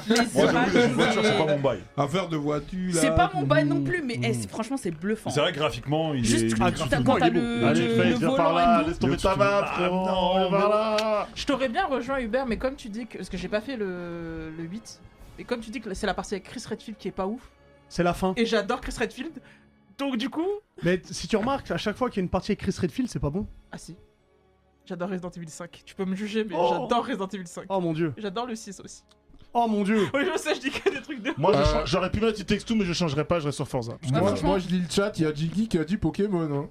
[SPEAKER 3] les
[SPEAKER 7] Moi,
[SPEAKER 3] images,
[SPEAKER 7] j'avoue, les voitures, c'est pas
[SPEAKER 3] c'est-
[SPEAKER 7] mon bail.
[SPEAKER 4] Affaire de voiture là.
[SPEAKER 3] C'est pas mon bail non plus, mais
[SPEAKER 4] Mm.
[SPEAKER 3] eh, c'est- franchement, c'est bluffant.
[SPEAKER 7] C'est vrai, que graphiquement, il
[SPEAKER 3] Juste
[SPEAKER 7] est.
[SPEAKER 3] quand
[SPEAKER 7] il est-
[SPEAKER 3] t'as quand t'as
[SPEAKER 1] il est
[SPEAKER 3] le,
[SPEAKER 5] Allez,
[SPEAKER 3] le-
[SPEAKER 5] Faith,
[SPEAKER 3] le
[SPEAKER 5] viens par
[SPEAKER 3] volant
[SPEAKER 5] là,
[SPEAKER 3] et tout.
[SPEAKER 5] laisse tomber ta map frérot,
[SPEAKER 1] non,
[SPEAKER 5] voilà
[SPEAKER 6] Je t'aurais bien rejoint Hubert, mais comme tu dis que. Parce que j'ai pas fait le, le 8. Et comme tu dis que c'est la partie avec Chris Redfield qui est pas ouf.
[SPEAKER 1] C'est la fin.
[SPEAKER 6] Et j'adore Chris Redfield. Donc du coup.
[SPEAKER 1] Mais t- si tu remarques, à chaque fois qu'il y a une partie avec Chris Redfield, c'est pas bon.
[SPEAKER 6] Ah si. J'adore Resident Evil 5. Tu peux me juger, mais
[SPEAKER 1] Oh.
[SPEAKER 6] j'adore Resident Evil 5.
[SPEAKER 1] Oh mon dieu.
[SPEAKER 6] J'adore le 6 aussi.
[SPEAKER 1] Oh mon dieu.
[SPEAKER 6] Oui, je sais, je dis que des trucs de.
[SPEAKER 5] Moi je
[SPEAKER 2] Euh,
[SPEAKER 5] change- j'aurais pu mettre It Takes Two mais je changerais pas, je reste sur Forza.
[SPEAKER 2] Moi,
[SPEAKER 3] franchement.
[SPEAKER 2] moi, je lis le chat, il y a Jiggy qui a dit Pokémon. Hein.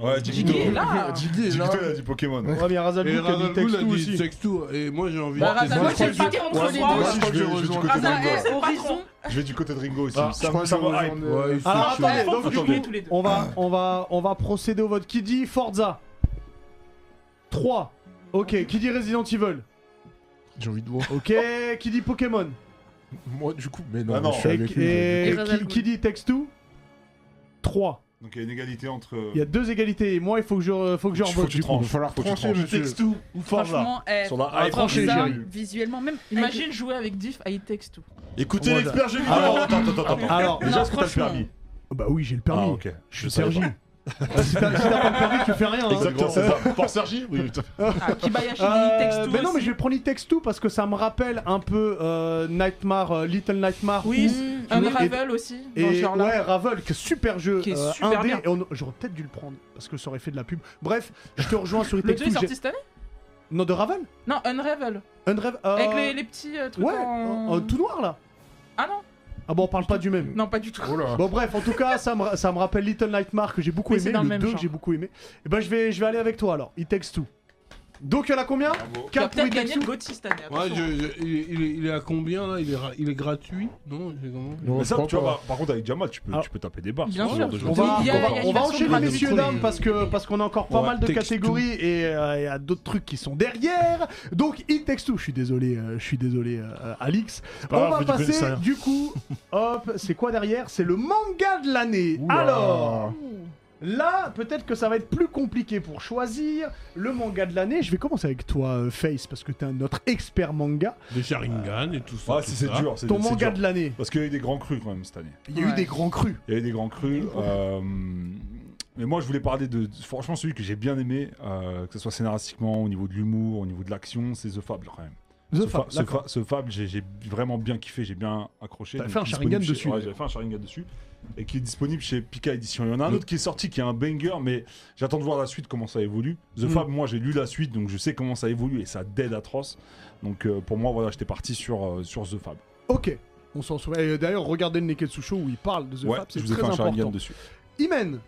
[SPEAKER 7] Ouais,
[SPEAKER 6] Jiggy est
[SPEAKER 7] Jigito.
[SPEAKER 6] là
[SPEAKER 2] Jiggy est
[SPEAKER 7] Jigito,
[SPEAKER 2] là.
[SPEAKER 7] il a dit Pokémon.
[SPEAKER 1] Ouais, mais Razalou
[SPEAKER 4] Et
[SPEAKER 1] qui a dit
[SPEAKER 4] Razalgoul a
[SPEAKER 1] Take-Two
[SPEAKER 4] dit
[SPEAKER 1] aussi.
[SPEAKER 4] sex tour. Et moi j'ai envie
[SPEAKER 6] Bah,
[SPEAKER 4] de.
[SPEAKER 6] Razalgoul,
[SPEAKER 7] moi,
[SPEAKER 6] c'est
[SPEAKER 7] je
[SPEAKER 6] le
[SPEAKER 7] crois que-
[SPEAKER 6] patron
[SPEAKER 7] ouais,
[SPEAKER 6] entre les
[SPEAKER 7] moi
[SPEAKER 6] deux.
[SPEAKER 7] aussi, je vais- je vais du côté de
[SPEAKER 2] eh,
[SPEAKER 6] Razalgoul,
[SPEAKER 7] Ringo.
[SPEAKER 6] c'est le patron.
[SPEAKER 7] Je vais du côté de Ringo aussi.
[SPEAKER 1] Ah,
[SPEAKER 7] Ça
[SPEAKER 2] je
[SPEAKER 7] me-
[SPEAKER 2] crois
[SPEAKER 7] ça
[SPEAKER 2] que
[SPEAKER 7] me
[SPEAKER 2] je vais
[SPEAKER 3] Ah,
[SPEAKER 7] hype.
[SPEAKER 2] rejoindre-
[SPEAKER 4] Ouais, il
[SPEAKER 1] Alors,
[SPEAKER 4] switch,
[SPEAKER 7] euh,
[SPEAKER 1] attends,
[SPEAKER 4] ouais.
[SPEAKER 1] donc,
[SPEAKER 6] Faut
[SPEAKER 1] du
[SPEAKER 6] juger
[SPEAKER 1] coup,
[SPEAKER 6] tous les deux.
[SPEAKER 1] on va, on va, on va procéder au vote. Qui dit Forza 3. Ok, qui dit Resident Evil
[SPEAKER 2] J'ai envie de voir.
[SPEAKER 1] Ok, qui dit Pokémon
[SPEAKER 2] Moi, du coup, mais non,
[SPEAKER 7] Ah non.
[SPEAKER 2] je suis
[SPEAKER 1] Et,
[SPEAKER 2] avec lui.
[SPEAKER 1] et
[SPEAKER 3] Et
[SPEAKER 1] qui,
[SPEAKER 3] Razalgoul.
[SPEAKER 1] qui dit Text2 3.
[SPEAKER 7] Donc il y a une égalité entre. euh,
[SPEAKER 1] Il y a deux égalités. Et moi, il faut que je, faut que je
[SPEAKER 7] Faut que
[SPEAKER 1] revote.
[SPEAKER 7] tu
[SPEAKER 1] du coup.
[SPEAKER 2] Il va falloir
[SPEAKER 7] Faut que tu
[SPEAKER 2] trancher,
[SPEAKER 7] tranches.
[SPEAKER 5] It
[SPEAKER 2] monsieur.
[SPEAKER 5] Takes Two ou Forza
[SPEAKER 3] Franchement, eh,
[SPEAKER 7] Sur la
[SPEAKER 3] Forza,
[SPEAKER 7] hype,
[SPEAKER 1] trancher,
[SPEAKER 3] ça,
[SPEAKER 1] chérie.
[SPEAKER 3] visuellement, même.
[SPEAKER 6] Imagine jouer avec Diff à It Takes Two.
[SPEAKER 5] Écoutez
[SPEAKER 1] Moi,
[SPEAKER 5] l'expert jeu vidéo
[SPEAKER 1] Alors-
[SPEAKER 5] Attends, attends, attends, attends.
[SPEAKER 1] Alors,
[SPEAKER 3] Non,
[SPEAKER 5] Déjà, est-ce que t'as le
[SPEAKER 3] franchement.
[SPEAKER 5] permis
[SPEAKER 1] bah oui, j'ai le permis.
[SPEAKER 7] Ah, ok.
[SPEAKER 1] Je suis
[SPEAKER 7] savais
[SPEAKER 1] Sergi. si t'as si t'as pas le permis, tu fais rien.
[SPEAKER 7] Ah,
[SPEAKER 1] hein.
[SPEAKER 5] Exactement, c'est ça. Pour Sergi Oui, tout à fait.
[SPEAKER 6] Ah, Kibayashi
[SPEAKER 1] Euh,
[SPEAKER 6] It Takes Two.
[SPEAKER 1] mais non, mais
[SPEAKER 6] aussi.
[SPEAKER 1] je vais prendre It Takes Two parce que ça me rappelle un peu euh, Nightmare, euh, Little Nightmare.
[SPEAKER 6] Oui,
[SPEAKER 3] Mm.
[SPEAKER 1] Ah, oui,
[SPEAKER 6] Unravel aussi.
[SPEAKER 1] Et
[SPEAKER 6] dans ce genre-là.
[SPEAKER 1] ouais, Ravel, qui est super jeu.
[SPEAKER 6] Qui est
[SPEAKER 1] euh,
[SPEAKER 6] super
[SPEAKER 1] indé,
[SPEAKER 6] bien.
[SPEAKER 1] et on- J'aurais peut-être dû le prendre parce que ça aurait fait de la pub. Bref, je te rejoins sur It
[SPEAKER 6] Le
[SPEAKER 1] Takes
[SPEAKER 6] 2 est
[SPEAKER 1] Two.
[SPEAKER 6] sorti
[SPEAKER 1] j'ai-
[SPEAKER 6] cette année
[SPEAKER 1] Non, de Ravel
[SPEAKER 6] Non, Unravel.
[SPEAKER 1] Unrev. euh,
[SPEAKER 6] Avec les, les petits euh, trucs
[SPEAKER 1] Ouais,
[SPEAKER 6] en...
[SPEAKER 1] euh, euh, tout noir là.
[SPEAKER 6] Ah non
[SPEAKER 1] Ah bon, on parle pas du même.
[SPEAKER 6] Non, pas du tout.
[SPEAKER 2] Oh là.
[SPEAKER 1] Bon, bref, en tout cas, ça me, ra- ça me rappelle Little Nightmare que j'ai beaucoup
[SPEAKER 6] Oui, c'est
[SPEAKER 1] aimé.
[SPEAKER 6] dans
[SPEAKER 1] Le
[SPEAKER 6] le même
[SPEAKER 1] 2 que
[SPEAKER 6] genre.
[SPEAKER 1] j'ai beaucoup aimé. Et ben, je vais, je vais aller avec toi alors. It Takes Two. Donc, il y en a combien
[SPEAKER 7] Bravo.
[SPEAKER 6] Tu as
[SPEAKER 1] 4 pour
[SPEAKER 6] peut-être
[SPEAKER 1] It
[SPEAKER 6] gagné
[SPEAKER 1] Takes
[SPEAKER 6] le
[SPEAKER 1] Two.
[SPEAKER 6] Gauthier cette année.
[SPEAKER 4] Ouais,
[SPEAKER 6] attention.
[SPEAKER 4] je, je- il, est- il est, il est à combien là il est, ra- il est gratuit Non j'ai comment
[SPEAKER 2] Non,
[SPEAKER 7] Mais ça,
[SPEAKER 2] je
[SPEAKER 7] tu
[SPEAKER 2] crois
[SPEAKER 7] vois,
[SPEAKER 2] pas.
[SPEAKER 7] par- par contre, avec Jamal, tu peux,
[SPEAKER 1] Ah.
[SPEAKER 7] tu peux taper des barres.
[SPEAKER 6] Bien
[SPEAKER 7] sur
[SPEAKER 6] sûr.
[SPEAKER 7] ce genre de jeu.
[SPEAKER 1] On va,
[SPEAKER 6] Il y a-
[SPEAKER 1] on va-
[SPEAKER 6] il y a une
[SPEAKER 1] on va
[SPEAKER 6] version
[SPEAKER 1] enchaîner,
[SPEAKER 6] gratuite.
[SPEAKER 1] messieurs, dames, parce que parce qu'on a encore pas
[SPEAKER 4] Ouais,
[SPEAKER 1] mal de
[SPEAKER 4] Takes
[SPEAKER 1] catégories et euh, il y a d'autres trucs qui sont derrière. Donc, It Takes Two, je suis désolé, euh, je suis désolé, euh, euh, Alix.
[SPEAKER 5] pas
[SPEAKER 1] on
[SPEAKER 5] grave,
[SPEAKER 1] va
[SPEAKER 5] vous déconnez, c'est
[SPEAKER 1] passer,
[SPEAKER 5] rien.
[SPEAKER 1] du coup, hop, c'est quoi derrière C'est le manga de l'année.
[SPEAKER 2] Oula.
[SPEAKER 1] Alors, là, peut-être que ça va être plus compliqué pour choisir le manga de l'année. Je vais commencer avec toi, euh, Face, parce que t'es un notre expert manga.
[SPEAKER 4] Des Sharingan et tout ça.
[SPEAKER 7] Ah,
[SPEAKER 4] tout
[SPEAKER 7] si c'est
[SPEAKER 4] ça.
[SPEAKER 7] dur. c'est-
[SPEAKER 1] Ton
[SPEAKER 7] c'est
[SPEAKER 1] manga
[SPEAKER 7] dur.
[SPEAKER 1] de l'année.
[SPEAKER 7] Parce qu'il y a eu des grands crus quand même cette année.
[SPEAKER 1] Il y a eu
[SPEAKER 3] Ouais.
[SPEAKER 1] des grands crus.
[SPEAKER 7] Il y a eu des grands crus. euh, Mais moi, je voulais parler de, de- franchement celui que j'ai bien aimé, euh, que ce soit scénaristiquement, au niveau de l'humour, au niveau de l'action, c'est The Fable quand même.
[SPEAKER 1] The
[SPEAKER 7] Ce
[SPEAKER 1] Fable,
[SPEAKER 7] ce,
[SPEAKER 1] d'accord.
[SPEAKER 7] ce Fable, j'ai j'ai vraiment bien kiffé, j'ai bien accroché.
[SPEAKER 1] T'avais
[SPEAKER 7] Donc,
[SPEAKER 1] fait un
[SPEAKER 7] disponible
[SPEAKER 1] Sharingan
[SPEAKER 7] chez-
[SPEAKER 1] dessus,
[SPEAKER 7] Ouais,
[SPEAKER 1] d'ailleurs.
[SPEAKER 7] j'avais fait un Sharingan dessus. Et qui est disponible chez Pika Edition. Il y en a un autre qui est sorti, qui est un banger, mais j'attends de voir la suite, comment ça évolue. The
[SPEAKER 4] Mm.
[SPEAKER 7] Fable, moi, j'ai lu la suite, donc je sais comment ça évolue et ça dead atroce. Donc euh, pour moi, voilà, j'étais parti sur, euh, sur The Fable.
[SPEAKER 1] Ok, on s'en souvient. Et D'ailleurs, regardez le Neketsu Show où il parle de The
[SPEAKER 7] ouais,
[SPEAKER 1] Fab,
[SPEAKER 7] je
[SPEAKER 1] c'est
[SPEAKER 7] vous ai
[SPEAKER 1] très
[SPEAKER 7] fait un Sharingan
[SPEAKER 1] important.
[SPEAKER 7] dessus.
[SPEAKER 1] Imen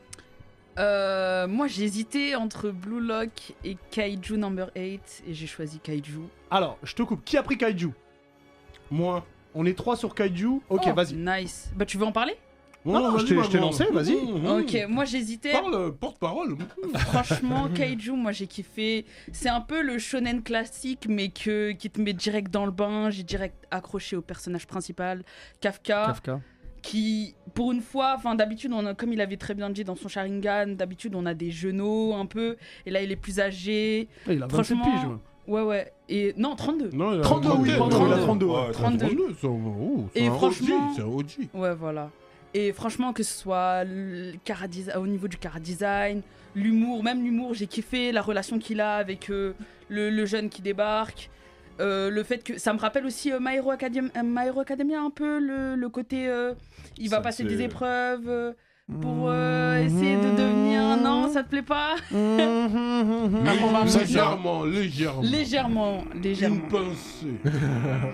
[SPEAKER 3] Euh, moi, j'ai hésité entre Blue Lock et Kaiju Number 8 et j'ai choisi Kaiju.
[SPEAKER 1] Alors, je te coupe. Qui a pris Kaiju
[SPEAKER 4] Moi.
[SPEAKER 1] On est trois sur Kaiju. Ok,
[SPEAKER 3] Oh,
[SPEAKER 1] vas-y.
[SPEAKER 3] Nice. Bah, tu veux en parler
[SPEAKER 1] Non, non, je t'ai- je t'ai lancé, vas-y.
[SPEAKER 2] Hum,
[SPEAKER 3] Ok, moi j'hésitais.
[SPEAKER 4] Parle, porte-parole.
[SPEAKER 3] Euh, Franchement, Kaiju, moi j'ai kiffé. C'est un peu le shonen classique, mais que, qui te met direct dans le bain. J'ai direct accroché au personnage principal, Kafka,
[SPEAKER 1] Kafka.
[SPEAKER 3] qui, pour une fois, enfin d'habitude, on a- comme il avait très bien dit dans son Sharingan, d'habitude on a des genots un peu, et là il est plus âgé.
[SPEAKER 1] Ah, Il a 27
[SPEAKER 3] Franchement,
[SPEAKER 1] piges. ouais.
[SPEAKER 3] Ouais, ouais. Et non, 32.
[SPEAKER 4] Non, il a
[SPEAKER 7] Euh,
[SPEAKER 1] 32, oui,
[SPEAKER 4] il a
[SPEAKER 1] 32, il a
[SPEAKER 4] 32.
[SPEAKER 1] 32. ouais.
[SPEAKER 4] Ouais,
[SPEAKER 3] 32.
[SPEAKER 4] 32, c'est un- oh, c'est
[SPEAKER 3] Et
[SPEAKER 4] un OG,
[SPEAKER 3] franchement-
[SPEAKER 4] C'est un OG.
[SPEAKER 3] Ouais, voilà. Et franchement, que ce soit le chara-desi- au niveau du chara-design, l'humour, même l'humour, j'ai kiffé la relation qu'il a avec euh, le, le jeune qui débarque. Euh, le fait que ça me rappelle aussi euh, My, Hero Academ- euh, My Hero Academia un peu le, le côté euh, il va
[SPEAKER 7] Ça,
[SPEAKER 3] passer
[SPEAKER 7] c'est-
[SPEAKER 3] des épreuves euh, pour euh, essayer de devenir un an ça te plaît pas
[SPEAKER 4] Légèrement, légèrement.
[SPEAKER 3] légèrement légèrement
[SPEAKER 4] Une pensée.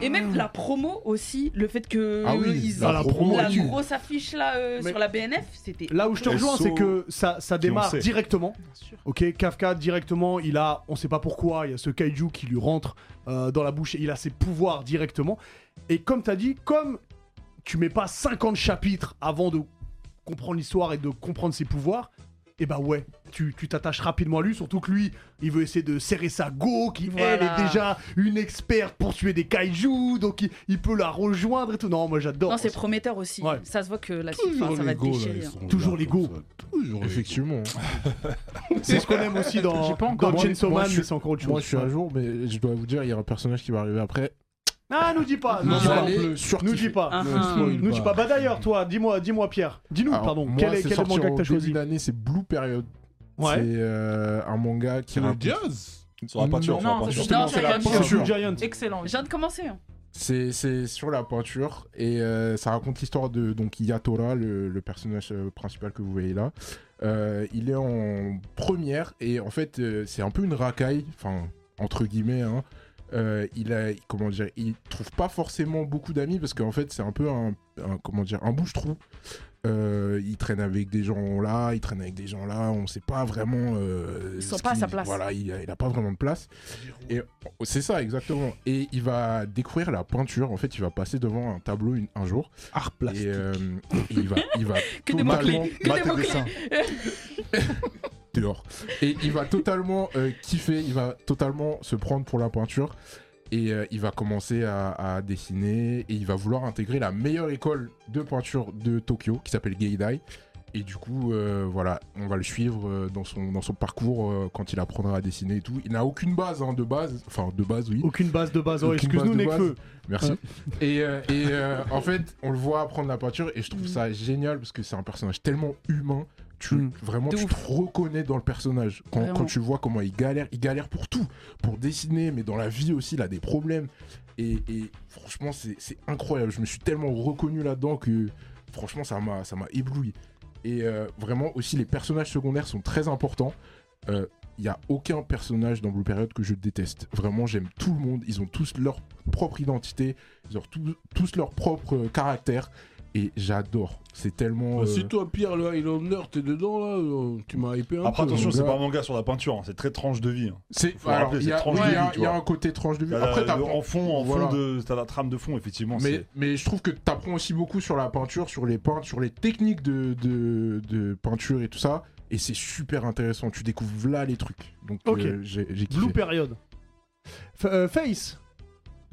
[SPEAKER 3] et même la promo aussi le fait que euh,
[SPEAKER 2] Ah oui,
[SPEAKER 3] ils-
[SPEAKER 1] Ah, la promo
[SPEAKER 3] la
[SPEAKER 1] est dure.
[SPEAKER 3] grosse affiche là euh,
[SPEAKER 1] Mais-
[SPEAKER 3] sur la BNF c'était
[SPEAKER 1] Là où je te rejoins,
[SPEAKER 7] SO,
[SPEAKER 1] c'est que ça, ça
[SPEAKER 7] qui on
[SPEAKER 1] démarre
[SPEAKER 7] sait.
[SPEAKER 1] directement. Ok, Kafka directement, il a, on sait pas pourquoi, il y a ce kaiju qui lui rentre euh, dans la bouche et il a ses pouvoirs directement. Et comme t'as dit, comme tu mets pas 50 chapitres avant de comprendre l'histoire et de comprendre ses pouvoirs, et bah ouais, tu tu t'attaches rapidement à lui, surtout que lui, il veut essayer de serrer sa go, qui elle
[SPEAKER 3] Voilà.
[SPEAKER 1] est déjà une experte pour tuer des kaijus, donc il, il peut la rejoindre et tout. Non, moi j'adore.
[SPEAKER 3] Non, c'est prometteur aussi.
[SPEAKER 1] Ouais.
[SPEAKER 3] Ça se voit que la suite,
[SPEAKER 4] Toujours
[SPEAKER 3] enfin, ça va
[SPEAKER 4] les
[SPEAKER 3] être
[SPEAKER 4] go, là,
[SPEAKER 3] déchiré.
[SPEAKER 4] ils
[SPEAKER 3] hein.
[SPEAKER 4] sont
[SPEAKER 1] Toujours
[SPEAKER 4] là,
[SPEAKER 1] les
[SPEAKER 4] comme
[SPEAKER 1] go.
[SPEAKER 4] ça. Toujours les go.
[SPEAKER 2] Effectivement.
[SPEAKER 1] C'est ce qu'on aime aussi dans,
[SPEAKER 2] J'ai pas encore-
[SPEAKER 1] dans
[SPEAKER 2] moi,
[SPEAKER 1] Chainsaw
[SPEAKER 2] moi,
[SPEAKER 1] Man,
[SPEAKER 2] je suis-
[SPEAKER 1] mais c'est encore autre chose.
[SPEAKER 2] Moi, je suis à jour, mais je dois vous dire, il y a un personnage qui va arriver après.
[SPEAKER 1] Ah, nous dis pas, nous
[SPEAKER 2] Vous
[SPEAKER 1] dis pas.
[SPEAKER 2] allez
[SPEAKER 1] Nous
[SPEAKER 2] surkiffer.
[SPEAKER 1] dis pas.
[SPEAKER 3] Ah,
[SPEAKER 4] Ne
[SPEAKER 3] ah.
[SPEAKER 4] spoil
[SPEAKER 1] Nous dis pas. Bah d'ailleurs, toi, dis-moi, dis-moi Pierre. Dis-nous,
[SPEAKER 2] Alors,
[SPEAKER 1] pardon,
[SPEAKER 2] moi,
[SPEAKER 1] quel est,
[SPEAKER 2] c'est
[SPEAKER 1] quel est le
[SPEAKER 2] sorti
[SPEAKER 1] manga
[SPEAKER 2] au
[SPEAKER 1] que t'as
[SPEAKER 2] début
[SPEAKER 1] choisi
[SPEAKER 2] d'année, c'est Blue Period. C'est
[SPEAKER 1] Ouais.
[SPEAKER 2] euh, un manga qui
[SPEAKER 4] C'est le
[SPEAKER 2] raconte-
[SPEAKER 4] jazz.
[SPEAKER 7] Sur la peinture,
[SPEAKER 2] Non,
[SPEAKER 7] sur la
[SPEAKER 6] non,
[SPEAKER 7] peinture.
[SPEAKER 3] justement,
[SPEAKER 6] c'est la
[SPEAKER 1] C'est
[SPEAKER 2] sûr.
[SPEAKER 1] Blue Giant.
[SPEAKER 6] Excellent.
[SPEAKER 3] Je viens de commencer. hein.
[SPEAKER 2] C'est c'est sur la peinture et euh, ça raconte l'histoire de donc Yatora, le, le personnage euh, principal que vous voyez là. Euh, il est en première et en fait euh, c'est un peu une racaille, enfin entre guillemets. hein. Euh, il a comment dire, il trouve pas forcément beaucoup d'amis parce qu'en fait c'est un peu un, un- comment dire un bouche trou. il traîne avec des gens là, il traîne avec des gens là, on sait pas vraiment. euh,
[SPEAKER 3] Ils sont
[SPEAKER 2] ce
[SPEAKER 3] pas à
[SPEAKER 2] qu'il-
[SPEAKER 3] sa place.
[SPEAKER 2] Voilà, il a, il a pas vraiment de place. Et oh, c'est ça, exactement. Et il va découvrir la peinture. En fait, il va passer devant un tableau une- un jour.
[SPEAKER 4] Art
[SPEAKER 2] Et euh, il va, il va
[SPEAKER 3] Que des
[SPEAKER 2] totalement
[SPEAKER 3] mots-clés. Que des mots-clés.
[SPEAKER 2] dehors. Et il va totalement euh, kiffer. Il va totalement se prendre pour la peinture. Et euh, il va commencer à, à dessiner. Et il va vouloir intégrer la meilleure école de peinture de Tokyo, qui s'appelle Geidai. Et du coup, euh, voilà, on va le suivre euh, dans son, dans son parcours euh, quand il apprendra à dessiner et tout. Il n'a aucune base, hein, de base. Enfin, de base, oui.
[SPEAKER 1] Aucune base de base. Oh,
[SPEAKER 2] Aucune
[SPEAKER 1] excuse-nous,
[SPEAKER 2] base de
[SPEAKER 1] Nekfeu.
[SPEAKER 2] Merci.
[SPEAKER 1] Ouais.
[SPEAKER 2] Et, euh, et, euh, en fait, on le voit apprendre la peinture et je trouve ça génial parce que c'est un personnage tellement humain. Tu,
[SPEAKER 1] Mm.
[SPEAKER 2] Vraiment,
[SPEAKER 3] De
[SPEAKER 2] tu
[SPEAKER 3] ouf.
[SPEAKER 2] te reconnais dans le personnage. Quand,
[SPEAKER 3] Vraiment.
[SPEAKER 2] quand tu vois comment il galère, il galère pour tout. Pour dessiner, mais dans la vie aussi, il a des problèmes. Et, et franchement, c'est c'est incroyable. Je me suis tellement reconnu là-dedans que franchement, ça m'a ça m'a ébloui. Et euh, vraiment aussi, les personnages secondaires sont très importants. Euh, Il n'y a aucun personnage dans Blue Period que je déteste. Vraiment, j'aime tout le monde. Ils ont tous leur propre identité. Ils ont tous, tous leur propre euh, caractère. Et j'adore. C'est tellement. euh,
[SPEAKER 4] Si toi, Pierre, le Highlander, t'es dedans, là, euh, tu m'as hypé un peu.
[SPEAKER 7] Après,
[SPEAKER 4] hein.
[SPEAKER 7] attention,
[SPEAKER 2] mon
[SPEAKER 7] c'est
[SPEAKER 2] gars.
[SPEAKER 7] Ah, pas un manga sur la peinture, hein, c'est très tranche de vie. hein.
[SPEAKER 2] c'est.
[SPEAKER 7] faut
[SPEAKER 2] alors,
[SPEAKER 7] rappeler,
[SPEAKER 2] Il y, a-
[SPEAKER 7] c'est tranche
[SPEAKER 2] ouais,
[SPEAKER 7] de
[SPEAKER 2] il y a-
[SPEAKER 7] vie, tu
[SPEAKER 2] il y a
[SPEAKER 7] vois.
[SPEAKER 2] un côté tranche de vue.
[SPEAKER 7] T'as la-
[SPEAKER 2] Après,
[SPEAKER 7] le-
[SPEAKER 2] t'apprends.
[SPEAKER 7] Euh, en fond, en
[SPEAKER 2] voilà.
[SPEAKER 7] fond de, t'as la trame de fond, effectivement.
[SPEAKER 2] Mais,
[SPEAKER 7] Mais
[SPEAKER 2] mais je trouve que t'apprends aussi beaucoup sur la peinture, sur les peintres, sur les techniques de, de, de peinture et tout ça. Et c'est super intéressant. Tu découvres là les trucs. Donc,
[SPEAKER 1] Ok.
[SPEAKER 2] euh, j'ai j'ai kiffé.
[SPEAKER 1] Blue période. face.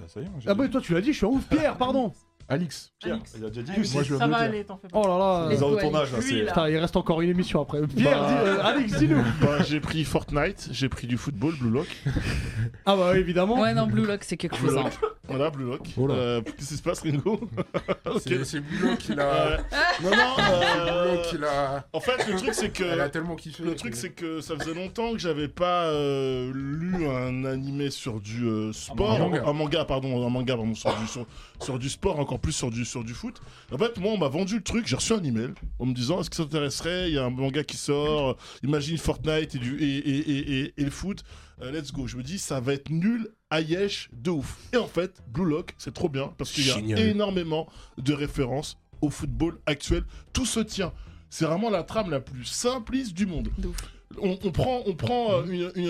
[SPEAKER 7] ça y est, moi, j'ai
[SPEAKER 1] Ah
[SPEAKER 7] dit.
[SPEAKER 1] bah toi tu l'as dit, je suis un ouf. Pierre, pardon.
[SPEAKER 2] Alix,
[SPEAKER 7] Pierre,
[SPEAKER 6] Alex.
[SPEAKER 7] il a déjà dit.
[SPEAKER 2] Moi, je
[SPEAKER 6] ça
[SPEAKER 2] le dire.
[SPEAKER 6] va aller, t'en fais pas.
[SPEAKER 1] Oh là là.
[SPEAKER 7] Les
[SPEAKER 1] euh,
[SPEAKER 7] heures de
[SPEAKER 3] Ouais,
[SPEAKER 7] tournage, là,
[SPEAKER 6] lui,
[SPEAKER 7] c'est.
[SPEAKER 6] là.
[SPEAKER 1] Putain, il reste encore une émission après. Pierre,
[SPEAKER 5] Bah.
[SPEAKER 1] dis, euh, Alex, dis-nous.
[SPEAKER 5] Bah, j'ai pris Fortnite, j'ai pris du football, Blue Lock.
[SPEAKER 1] Ah bah oui, évidemment.
[SPEAKER 3] Ouais, non, Blue Lock, c'est quelque chose. hein.
[SPEAKER 5] Voilà, Blue Lock.
[SPEAKER 2] Oh là.
[SPEAKER 5] Euh, Qu'est-ce qui se passe, Ringo Ok.
[SPEAKER 2] C'est- C'est Bullock qui l'a.
[SPEAKER 5] Ouais. Non, non, euh,
[SPEAKER 2] Bullock qui l'a.
[SPEAKER 5] En fait, le truc, c'est que.
[SPEAKER 2] Elle a tellement kiffé.
[SPEAKER 5] Le truc, c'est que ça faisait longtemps que j'avais pas euh, lu un animé sur du euh, sport,
[SPEAKER 2] Un
[SPEAKER 5] un
[SPEAKER 2] manga.
[SPEAKER 5] manga. pardon, un manga pardon, sur, du, sur, sur du sport, encore plus sur du sur du foot. En fait, moi, on m'a vendu le truc. J'ai reçu un email en me disant est-ce que ça t'intéresserait Il y a un manga qui sort. euh, Imagine Fortnite et du et, et, et, et- et le foot. Euh, let's go. Je me dis ça va être nul. Ayesh de ouf. Et en fait, Blue Lock, c'est trop bien parce qu'il y a
[SPEAKER 4] Génial.
[SPEAKER 5] énormément de références au football actuel. Tout se tient. C'est vraiment la trame la plus simpliste du monde.
[SPEAKER 3] De ouf.
[SPEAKER 5] On, on prend, on prend euh, une- une,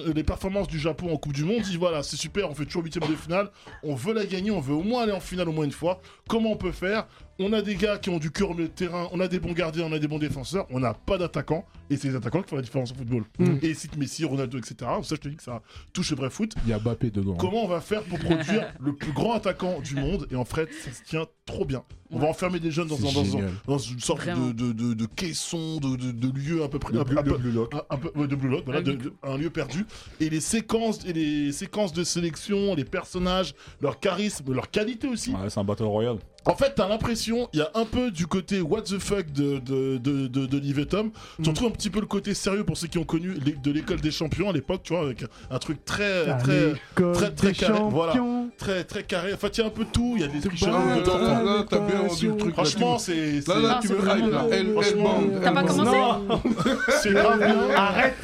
[SPEAKER 5] euh, les performances du Japon en Coupe du Monde, dit voilà, c'est super, on fait toujours huitième de finale, on veut la gagner, on veut au moins aller en finale au moins une fois. Comment on peut faire On a des gars qui ont du cœur au milieu de terrain, on a des bons gardiens, on a des bons défenseurs, on n'a pas d'attaquants, et c'est les attaquants qui font la différence au football.
[SPEAKER 2] Mm.
[SPEAKER 5] Et c'est Messi, Ronaldo, etc. Ça, je te dis que ça touche le vrai foot.
[SPEAKER 2] Il y a Bappé dedans. hein.
[SPEAKER 5] Comment on va faire pour produire le plus grand attaquant du monde Et en fait, ça se tient trop bien. On va enfermer des jeunes dans,
[SPEAKER 2] C'est
[SPEAKER 5] un- dans un-
[SPEAKER 2] génial.
[SPEAKER 5] dans une sorte
[SPEAKER 3] Vraiment.
[SPEAKER 5] de, de, de, de caisson, de, de, de lieu à peu près.
[SPEAKER 7] Le
[SPEAKER 5] à peu-
[SPEAKER 7] Blue-
[SPEAKER 5] à peu-
[SPEAKER 7] le Blue Lock.
[SPEAKER 5] un, un peu ouais, de Blue Lock, voilà,
[SPEAKER 3] Un
[SPEAKER 5] de-
[SPEAKER 3] huis
[SPEAKER 5] de- un lieu perdu. Et les séquences, et les séquences de sélection, les personnages, leur charisme, leur qualité aussi.
[SPEAKER 7] Ouais, c'est un Battle Royale.
[SPEAKER 5] En fait, t'as l'impression, il y a un peu du côté what the fuck de, de, de, de, de Liv et Tom. Tu retrouves un petit peu le côté sérieux pour ceux qui ont connu les- de l'école des champions à l'époque, tu vois, avec un- un truc très, très, très, très carré, voilà. très, très carré. En fait, il y a un peu de tout. Il y a des tricheurs
[SPEAKER 1] pas-
[SPEAKER 5] dedans.
[SPEAKER 1] t'as-
[SPEAKER 4] Là, là, t'as bien vendu le truc. là, tu-
[SPEAKER 5] Franchement, c'est.
[SPEAKER 4] Là,
[SPEAKER 5] c'est-
[SPEAKER 4] là,
[SPEAKER 3] Ah,
[SPEAKER 4] tu
[SPEAKER 3] c'est
[SPEAKER 4] me
[SPEAKER 3] vraiment
[SPEAKER 4] hype, là.
[SPEAKER 3] beau.
[SPEAKER 4] Elle, elle
[SPEAKER 5] Franchement,
[SPEAKER 4] bande.
[SPEAKER 2] euh,
[SPEAKER 3] T'as pas
[SPEAKER 4] elle bande.
[SPEAKER 3] commencé
[SPEAKER 5] C'est grave bien.
[SPEAKER 1] Arrête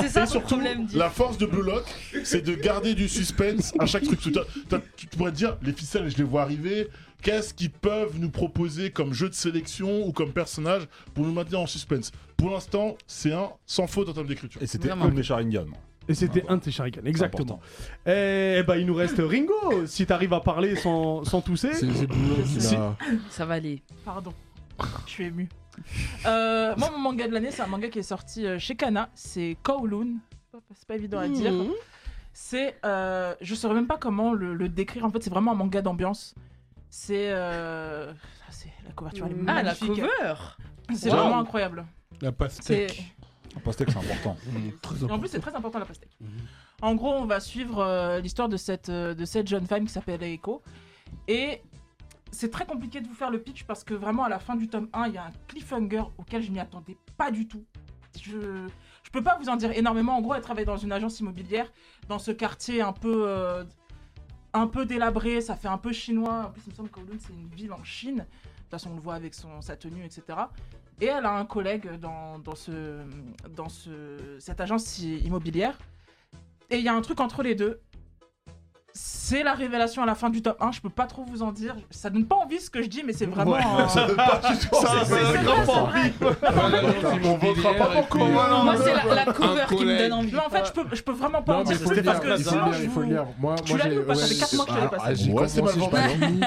[SPEAKER 3] C'est ça son problème. dit.
[SPEAKER 5] La force de Blue Lock, c'est de garder du suspense à chaque truc. T'as- t'as- Tu pourrais te dire, les ficelles, je les vois arriver. Qu'est-ce qu'ils peuvent nous proposer comme jeu de sélection ou comme personnage pour nous maintenir en suspense Pour l'instant, c'est un sans faute en termes d'écriture.
[SPEAKER 7] Et c'était
[SPEAKER 3] Vraiment.
[SPEAKER 7] un des Sharingan. moi.
[SPEAKER 1] Et c'était un de tes Sharingan, exactement. Et bah, il nous reste Ringo, si t'arrives à parler sans, sans tousser.
[SPEAKER 2] C'est c'est Bullock qui
[SPEAKER 5] Si.
[SPEAKER 2] l'a.
[SPEAKER 3] Ça va aller.
[SPEAKER 6] Pardon. Je suis ému. Euh, moi, mon manga de l'année, c'est un manga qui est sorti euh, chez Kana. C'est Kowloon. C'est pas- C'est pas évident
[SPEAKER 3] Mmh.
[SPEAKER 6] à dire. C'est. euh, je saurais même pas comment le, le décrire. En fait, c'est vraiment un manga d'ambiance. C'est. euh, ah, c'est- la couverture, elle est
[SPEAKER 3] Ah, la
[SPEAKER 6] magnifique.
[SPEAKER 3] cover
[SPEAKER 6] C'est
[SPEAKER 3] Wow.
[SPEAKER 6] vraiment incroyable.
[SPEAKER 4] La
[SPEAKER 6] C'est.
[SPEAKER 4] pastèque.
[SPEAKER 7] Un pastèque, c'est important.
[SPEAKER 4] Mmh, très
[SPEAKER 6] Et en plus, c'est très important la pastèque. En gros, on va suivre euh, l'histoire de cette, euh, de cette jeune femme qui s'appelle Eiko. Et c'est très compliqué de vous faire le pitch parce que vraiment, à la fin du tome 1, il y a un cliffhanger auquel je m'y attendais pas du tout. Je je peux pas vous en dire énormément. En gros, elle travaille dans une agence immobilière, dans ce quartier un peu, euh, un peu délabré, ça fait un peu chinois. En plus, il me semble que Kowloon, c'est une ville en Chine. De toute façon, on le voit avec son, sa tenue, etc. Et elle a un collègue dans, dans ce, dans ce, cette agence i- immobilière. Et il y a un truc entre les deux. C'est la révélation à la fin du top 1, je peux pas trop vous en dire. Ça donne pas envie ce que je dis, mais c'est vraiment. euh,
[SPEAKER 5] Ça,
[SPEAKER 6] c'est- c'est vrai, c'est vrai.
[SPEAKER 5] On
[SPEAKER 4] hein,
[SPEAKER 5] votera pas pour
[SPEAKER 4] quoi
[SPEAKER 5] Koala,
[SPEAKER 3] Moi,
[SPEAKER 4] hein.
[SPEAKER 3] c'est la, la cover
[SPEAKER 4] Un
[SPEAKER 3] qui me donne envie.
[SPEAKER 6] Mais en fait, je peux, je peux vraiment pas
[SPEAKER 2] Non,
[SPEAKER 6] en
[SPEAKER 2] mais
[SPEAKER 6] dire
[SPEAKER 2] il faut
[SPEAKER 6] plus
[SPEAKER 2] le
[SPEAKER 6] parce
[SPEAKER 2] lire,
[SPEAKER 6] que
[SPEAKER 2] il faut le
[SPEAKER 6] sinon
[SPEAKER 2] lire,
[SPEAKER 6] je
[SPEAKER 2] il faut le
[SPEAKER 6] vous.
[SPEAKER 2] lire. Moi,
[SPEAKER 6] Tu
[SPEAKER 2] moi,
[SPEAKER 6] l'as
[SPEAKER 2] j'ai-
[SPEAKER 6] lu ou pas Ça
[SPEAKER 2] ouais,
[SPEAKER 6] fait quatre mois que je l'ai
[SPEAKER 2] alors,
[SPEAKER 4] Ah,
[SPEAKER 6] passé.
[SPEAKER 2] J'ai
[SPEAKER 5] Ouais, c'est
[SPEAKER 2] commencé,
[SPEAKER 5] mal
[SPEAKER 2] j'ai pas fini.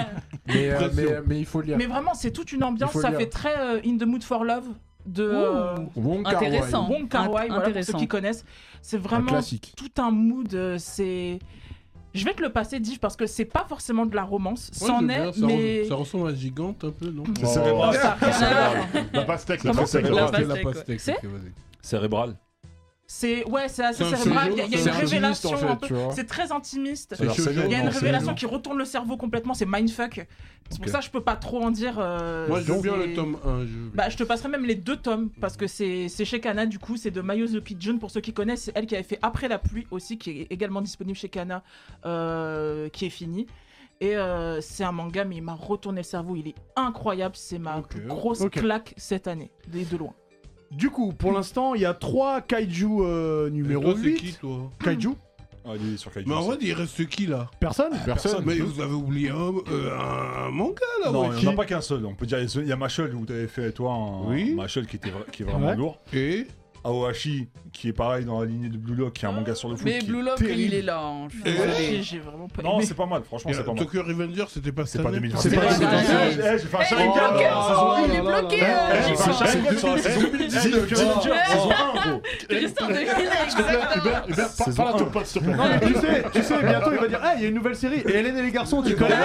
[SPEAKER 2] Mais, euh, mais, euh, mais il faut le lire.
[SPEAKER 6] Mais vraiment, c'est toute une ambiance,
[SPEAKER 2] Il faut
[SPEAKER 6] ça
[SPEAKER 2] le
[SPEAKER 6] fait
[SPEAKER 2] lire.
[SPEAKER 6] très euh, In the Mood for Love de
[SPEAKER 3] Ouh.
[SPEAKER 6] euh,
[SPEAKER 2] Wong Kar-wai,
[SPEAKER 3] Intéressant.
[SPEAKER 6] Wong Kar-wai,
[SPEAKER 3] Int-
[SPEAKER 6] voilà, pour ceux
[SPEAKER 3] intéressant.
[SPEAKER 6] qui connaissent. C'est
[SPEAKER 2] Un
[SPEAKER 6] vraiment
[SPEAKER 2] classique.
[SPEAKER 6] tout un mood, euh, c'est... Je vais te le passer, Div, parce que c'est pas forcément de la romance,
[SPEAKER 4] Ouais,
[SPEAKER 6] c'en
[SPEAKER 4] j'aime bien,
[SPEAKER 6] est,
[SPEAKER 4] ça
[SPEAKER 6] mais...
[SPEAKER 4] res- Ça ressemble à Gigante un peu, non
[SPEAKER 6] Mm.
[SPEAKER 5] C'est Bah,
[SPEAKER 7] Oh.
[SPEAKER 5] cérébral.
[SPEAKER 6] Ça a rien à voir.
[SPEAKER 5] La pastèque,
[SPEAKER 6] Comment
[SPEAKER 5] c'est
[SPEAKER 3] La
[SPEAKER 5] cérébral.
[SPEAKER 4] Ouais, la
[SPEAKER 3] pastèque, ouais.
[SPEAKER 4] pastèque.
[SPEAKER 6] C'est-
[SPEAKER 4] ok, vas-y.
[SPEAKER 7] Cérébral.
[SPEAKER 6] C'est... Ouais, c'est assez
[SPEAKER 4] C'est un
[SPEAKER 6] cérébral,
[SPEAKER 4] shoujo,
[SPEAKER 6] il y a- il y, a
[SPEAKER 4] c'est
[SPEAKER 6] une
[SPEAKER 4] un shoujo,
[SPEAKER 6] révélation
[SPEAKER 2] en fait,
[SPEAKER 6] un peu...
[SPEAKER 2] tu vois.
[SPEAKER 6] C'est très intimiste.
[SPEAKER 7] Ça a l'air
[SPEAKER 4] C'est
[SPEAKER 7] sévère.
[SPEAKER 6] Il y a
[SPEAKER 4] Non,
[SPEAKER 6] une
[SPEAKER 4] c'est
[SPEAKER 6] révélation
[SPEAKER 4] énorme.
[SPEAKER 6] qui retourne le cerveau complètement, c'est mindfuck. C'est pour
[SPEAKER 7] Ok.
[SPEAKER 6] ça que je peux pas trop en dire. euh,
[SPEAKER 4] Moi, j'aime bien
[SPEAKER 6] c'est-
[SPEAKER 4] le tome 1. je-
[SPEAKER 6] Bah, je te passerai même les deux tomes parce que c'est c'est chez Kana du coup, c'est de Mayozuki Jun pour ceux qui connaissent, c'est elle qui avait fait Après la pluie aussi, qui est également disponible chez Kana, euh, qui est fini. Et euh, c'est un manga, mais il m'a retourné le cerveau, il est incroyable, c'est ma
[SPEAKER 4] Ok.
[SPEAKER 6] plus grosse
[SPEAKER 1] Ok.
[SPEAKER 6] claque cette année, de, de loin.
[SPEAKER 1] Du coup, pour l'instant, il y a 3 kaiju euh,
[SPEAKER 4] Mais
[SPEAKER 1] numéro
[SPEAKER 4] toi, c'est
[SPEAKER 1] 8.
[SPEAKER 4] qui, toi
[SPEAKER 1] Kaiju
[SPEAKER 7] Ah, il est sur Kaiju.
[SPEAKER 4] Mais en
[SPEAKER 7] ça.
[SPEAKER 4] vrai, il reste qui là
[SPEAKER 1] Personne
[SPEAKER 7] Ah,
[SPEAKER 2] Personne.
[SPEAKER 4] Mais vous avez oublié un, euh, un manga là
[SPEAKER 7] Non,
[SPEAKER 4] ouais,
[SPEAKER 7] il
[SPEAKER 4] qui-
[SPEAKER 7] n'y en a pas qu'un seul. On peut dire, il y a Machel où t'avais fait toi un
[SPEAKER 4] Oui.
[SPEAKER 7] Machel qui, était vra- qui est vraiment
[SPEAKER 1] Ouais.
[SPEAKER 7] lourd.
[SPEAKER 4] Et
[SPEAKER 7] Aohashi qui est pareil dans la lignée de Blue Lock, qui est un manga sur le foot.
[SPEAKER 3] Mais
[SPEAKER 7] qui est
[SPEAKER 3] Blue Lock,
[SPEAKER 7] terrible.
[SPEAKER 3] il est là. hein, je suis
[SPEAKER 4] Et-
[SPEAKER 3] désolée.
[SPEAKER 6] J'ai j'ai vraiment pas
[SPEAKER 7] Non,
[SPEAKER 6] aimé.
[SPEAKER 7] c'est pas mal. Franchement,
[SPEAKER 4] et,
[SPEAKER 7] c'est
[SPEAKER 4] euh,
[SPEAKER 7] pas mal.
[SPEAKER 4] Tokyo Revenger, c'était pas
[SPEAKER 7] C'est pas 2020.
[SPEAKER 3] C'est pas-
[SPEAKER 7] Eh,
[SPEAKER 3] c'est-
[SPEAKER 7] j'ai fait un
[SPEAKER 3] Eh, il est
[SPEAKER 7] Sharingan.
[SPEAKER 3] bloqué,
[SPEAKER 7] Oh,
[SPEAKER 3] oh, il est bloqué, euh,
[SPEAKER 7] Eh, j'ai
[SPEAKER 3] Jim.
[SPEAKER 7] fait un Sharingan sur la saison
[SPEAKER 5] Eh,
[SPEAKER 7] 2019.
[SPEAKER 5] Tokyo
[SPEAKER 7] Saison un, gros.
[SPEAKER 3] C'est l'histoire de
[SPEAKER 5] Hubert,
[SPEAKER 3] Exactement.
[SPEAKER 5] Hubert, Hubert, par-
[SPEAKER 7] Saison
[SPEAKER 5] parle à ton
[SPEAKER 7] un.
[SPEAKER 5] pote, s'il te plaît.
[SPEAKER 1] Eh, tu sais, tu sais, bientôt il va dire Ah, il y a une nouvelle série. Et Hélène et les garçons, tu connais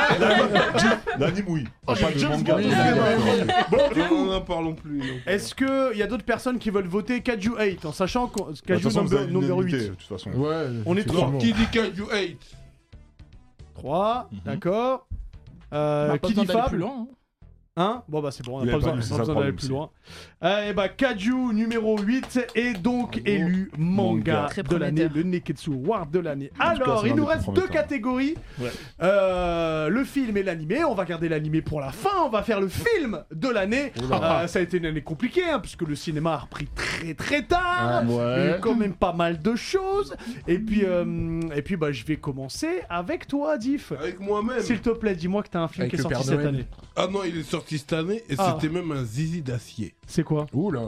[SPEAKER 7] L'anime, oui.
[SPEAKER 5] Oh,
[SPEAKER 7] Pas
[SPEAKER 5] j'ai
[SPEAKER 7] de
[SPEAKER 5] James
[SPEAKER 7] manga.
[SPEAKER 5] Bond.
[SPEAKER 4] Non, n'en parlons plus. non.
[SPEAKER 1] Est-ce qu'il y a d'autres personnes qui veulent voter Kaiju 8 en sachant que
[SPEAKER 7] Bah,
[SPEAKER 5] Bah,
[SPEAKER 7] De toute
[SPEAKER 1] Kaiju
[SPEAKER 7] façon, vous
[SPEAKER 1] number-
[SPEAKER 7] avez
[SPEAKER 1] numéro 8
[SPEAKER 7] l'unanimité, De toute façon.
[SPEAKER 2] Ouais,
[SPEAKER 1] On est
[SPEAKER 2] effectivement.
[SPEAKER 4] Qui dit Kaiju 8
[SPEAKER 1] 3,
[SPEAKER 7] Mhm.
[SPEAKER 1] d'accord. Euh,
[SPEAKER 6] Bah, pas
[SPEAKER 1] qui
[SPEAKER 6] besoin
[SPEAKER 1] dit
[SPEAKER 6] d'aller
[SPEAKER 1] Fable
[SPEAKER 6] plus loin, hein.
[SPEAKER 1] Hein Bon bah c'est bon, on
[SPEAKER 7] Il
[SPEAKER 1] n'a
[SPEAKER 7] avait
[SPEAKER 1] pas
[SPEAKER 7] pas
[SPEAKER 1] besoin,
[SPEAKER 7] lu, c'est
[SPEAKER 1] pas
[SPEAKER 7] ça le
[SPEAKER 1] besoin d'aller
[SPEAKER 7] problème,
[SPEAKER 1] plus
[SPEAKER 7] c'est-
[SPEAKER 1] loin. Euh, et bah Kaju numéro 8 est donc élu manga,
[SPEAKER 7] Manga.
[SPEAKER 3] Très
[SPEAKER 1] de l'année,
[SPEAKER 3] prometteur.
[SPEAKER 1] le Neketsu Award de l'année.
[SPEAKER 7] tout cas,
[SPEAKER 1] Alors,
[SPEAKER 7] c'est
[SPEAKER 1] il
[SPEAKER 7] l'un
[SPEAKER 1] nous
[SPEAKER 7] des
[SPEAKER 1] reste
[SPEAKER 7] plus
[SPEAKER 1] deux
[SPEAKER 7] prometteurs.
[SPEAKER 1] catégories.
[SPEAKER 5] Ouais.
[SPEAKER 1] Euh, le film et l'animé, on va garder l'animé pour la fin, on va faire le film de l'année. Euh, ça a été une année compliquée, hein, puisque le cinéma a repris très très
[SPEAKER 7] Ah,
[SPEAKER 1] tard. Il y a eu
[SPEAKER 5] Ouais.
[SPEAKER 1] quand même pas mal de choses. Et puis, euh, et puis bah, je vais commencer avec toi, Diff.
[SPEAKER 4] Avec moi-même.
[SPEAKER 1] S'il te plaît, dis-moi que t'as un film
[SPEAKER 2] Avec
[SPEAKER 1] qui est sorti
[SPEAKER 2] le Père
[SPEAKER 1] cette
[SPEAKER 2] Noël.
[SPEAKER 1] année.
[SPEAKER 4] Ah non, il est sorti cette année et
[SPEAKER 1] Ah.
[SPEAKER 4] c'était même un zizi d'acier.
[SPEAKER 1] C'est quoi
[SPEAKER 2] Ouh là.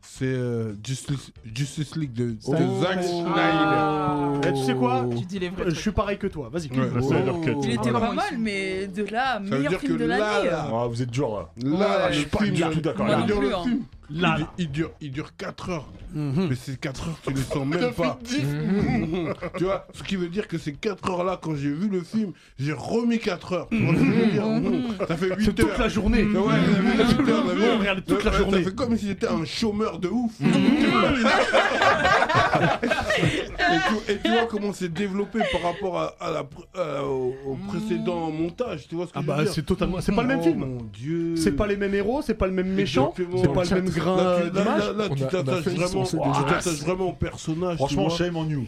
[SPEAKER 4] C'est euh, Justice, Justice League de, de
[SPEAKER 2] Oh.
[SPEAKER 4] Zack Snyder.
[SPEAKER 6] Ah,
[SPEAKER 1] Eh, tu sais quoi
[SPEAKER 6] Tu dis les
[SPEAKER 1] Euh,
[SPEAKER 6] vrais
[SPEAKER 1] Je
[SPEAKER 6] trucs.
[SPEAKER 1] suis pareil que toi, vas-y.
[SPEAKER 5] Ouais,
[SPEAKER 2] Oh.
[SPEAKER 5] Snyder Cut.
[SPEAKER 3] Il était
[SPEAKER 6] Voilà.
[SPEAKER 3] pas mal, mais de là,
[SPEAKER 4] Ça veut
[SPEAKER 3] meilleur
[SPEAKER 4] dire que
[SPEAKER 3] film de
[SPEAKER 4] là,
[SPEAKER 3] l'année. euh.
[SPEAKER 4] là,
[SPEAKER 7] Ah, vous êtes dur là.
[SPEAKER 4] là,
[SPEAKER 3] Ouais.
[SPEAKER 7] Je
[SPEAKER 4] le
[SPEAKER 7] suis pas
[SPEAKER 4] film,
[SPEAKER 7] du tout d'accord.
[SPEAKER 3] Moi
[SPEAKER 7] là.
[SPEAKER 3] non
[SPEAKER 4] il dure
[SPEAKER 3] plus,
[SPEAKER 4] le
[SPEAKER 3] hein.
[SPEAKER 4] film.
[SPEAKER 1] Là,
[SPEAKER 4] il,
[SPEAKER 1] là.
[SPEAKER 4] il dure, il dure 4 heures.
[SPEAKER 1] Mm-hmm.
[SPEAKER 4] Mais ces 4 heures, tu les sens même
[SPEAKER 5] Depuis
[SPEAKER 4] pas.
[SPEAKER 5] 10
[SPEAKER 4] tu vois, ce qui veut dire que ces 4 heures-là, quand j'ai vu le film, j'ai remis 4 heures. Tu vois ce que je veux dire
[SPEAKER 3] Mm.
[SPEAKER 4] Non, Ça fait 8 heures.
[SPEAKER 1] Mm. C'est toute la journée.
[SPEAKER 4] Ouais, ouais, ça fait huit heures, mais
[SPEAKER 1] Ouais,
[SPEAKER 4] bon,
[SPEAKER 1] regarde, toute la
[SPEAKER 4] ça
[SPEAKER 1] journée.
[SPEAKER 4] fait comme si j'étais un chômeur de ouf. et, tu, et tu vois comment c'est développé par rapport à, à la, pr- à- au, au précédent montage. Tu vois ce que
[SPEAKER 1] Ah
[SPEAKER 4] je
[SPEAKER 1] bah
[SPEAKER 4] veux dire
[SPEAKER 1] c'est totalement. C'est pas le même
[SPEAKER 4] Oh
[SPEAKER 1] film.
[SPEAKER 4] Mon Dieu.
[SPEAKER 1] C'est pas les mêmes héros, c'est pas le même méchant,
[SPEAKER 4] Exactement.
[SPEAKER 1] c'est pas le même grain
[SPEAKER 4] Là,
[SPEAKER 1] euh,
[SPEAKER 4] tu- là,
[SPEAKER 1] d'image.
[SPEAKER 4] là, là,
[SPEAKER 2] On
[SPEAKER 4] tu
[SPEAKER 2] a- on a
[SPEAKER 4] t'attaches
[SPEAKER 2] fait une
[SPEAKER 4] vraiment,
[SPEAKER 2] source de-
[SPEAKER 4] tu
[SPEAKER 2] Ah,
[SPEAKER 4] t'attaches
[SPEAKER 2] c'est-
[SPEAKER 4] vraiment au personnage.
[SPEAKER 7] Franchement,
[SPEAKER 4] tu vois.
[SPEAKER 7] shame on you.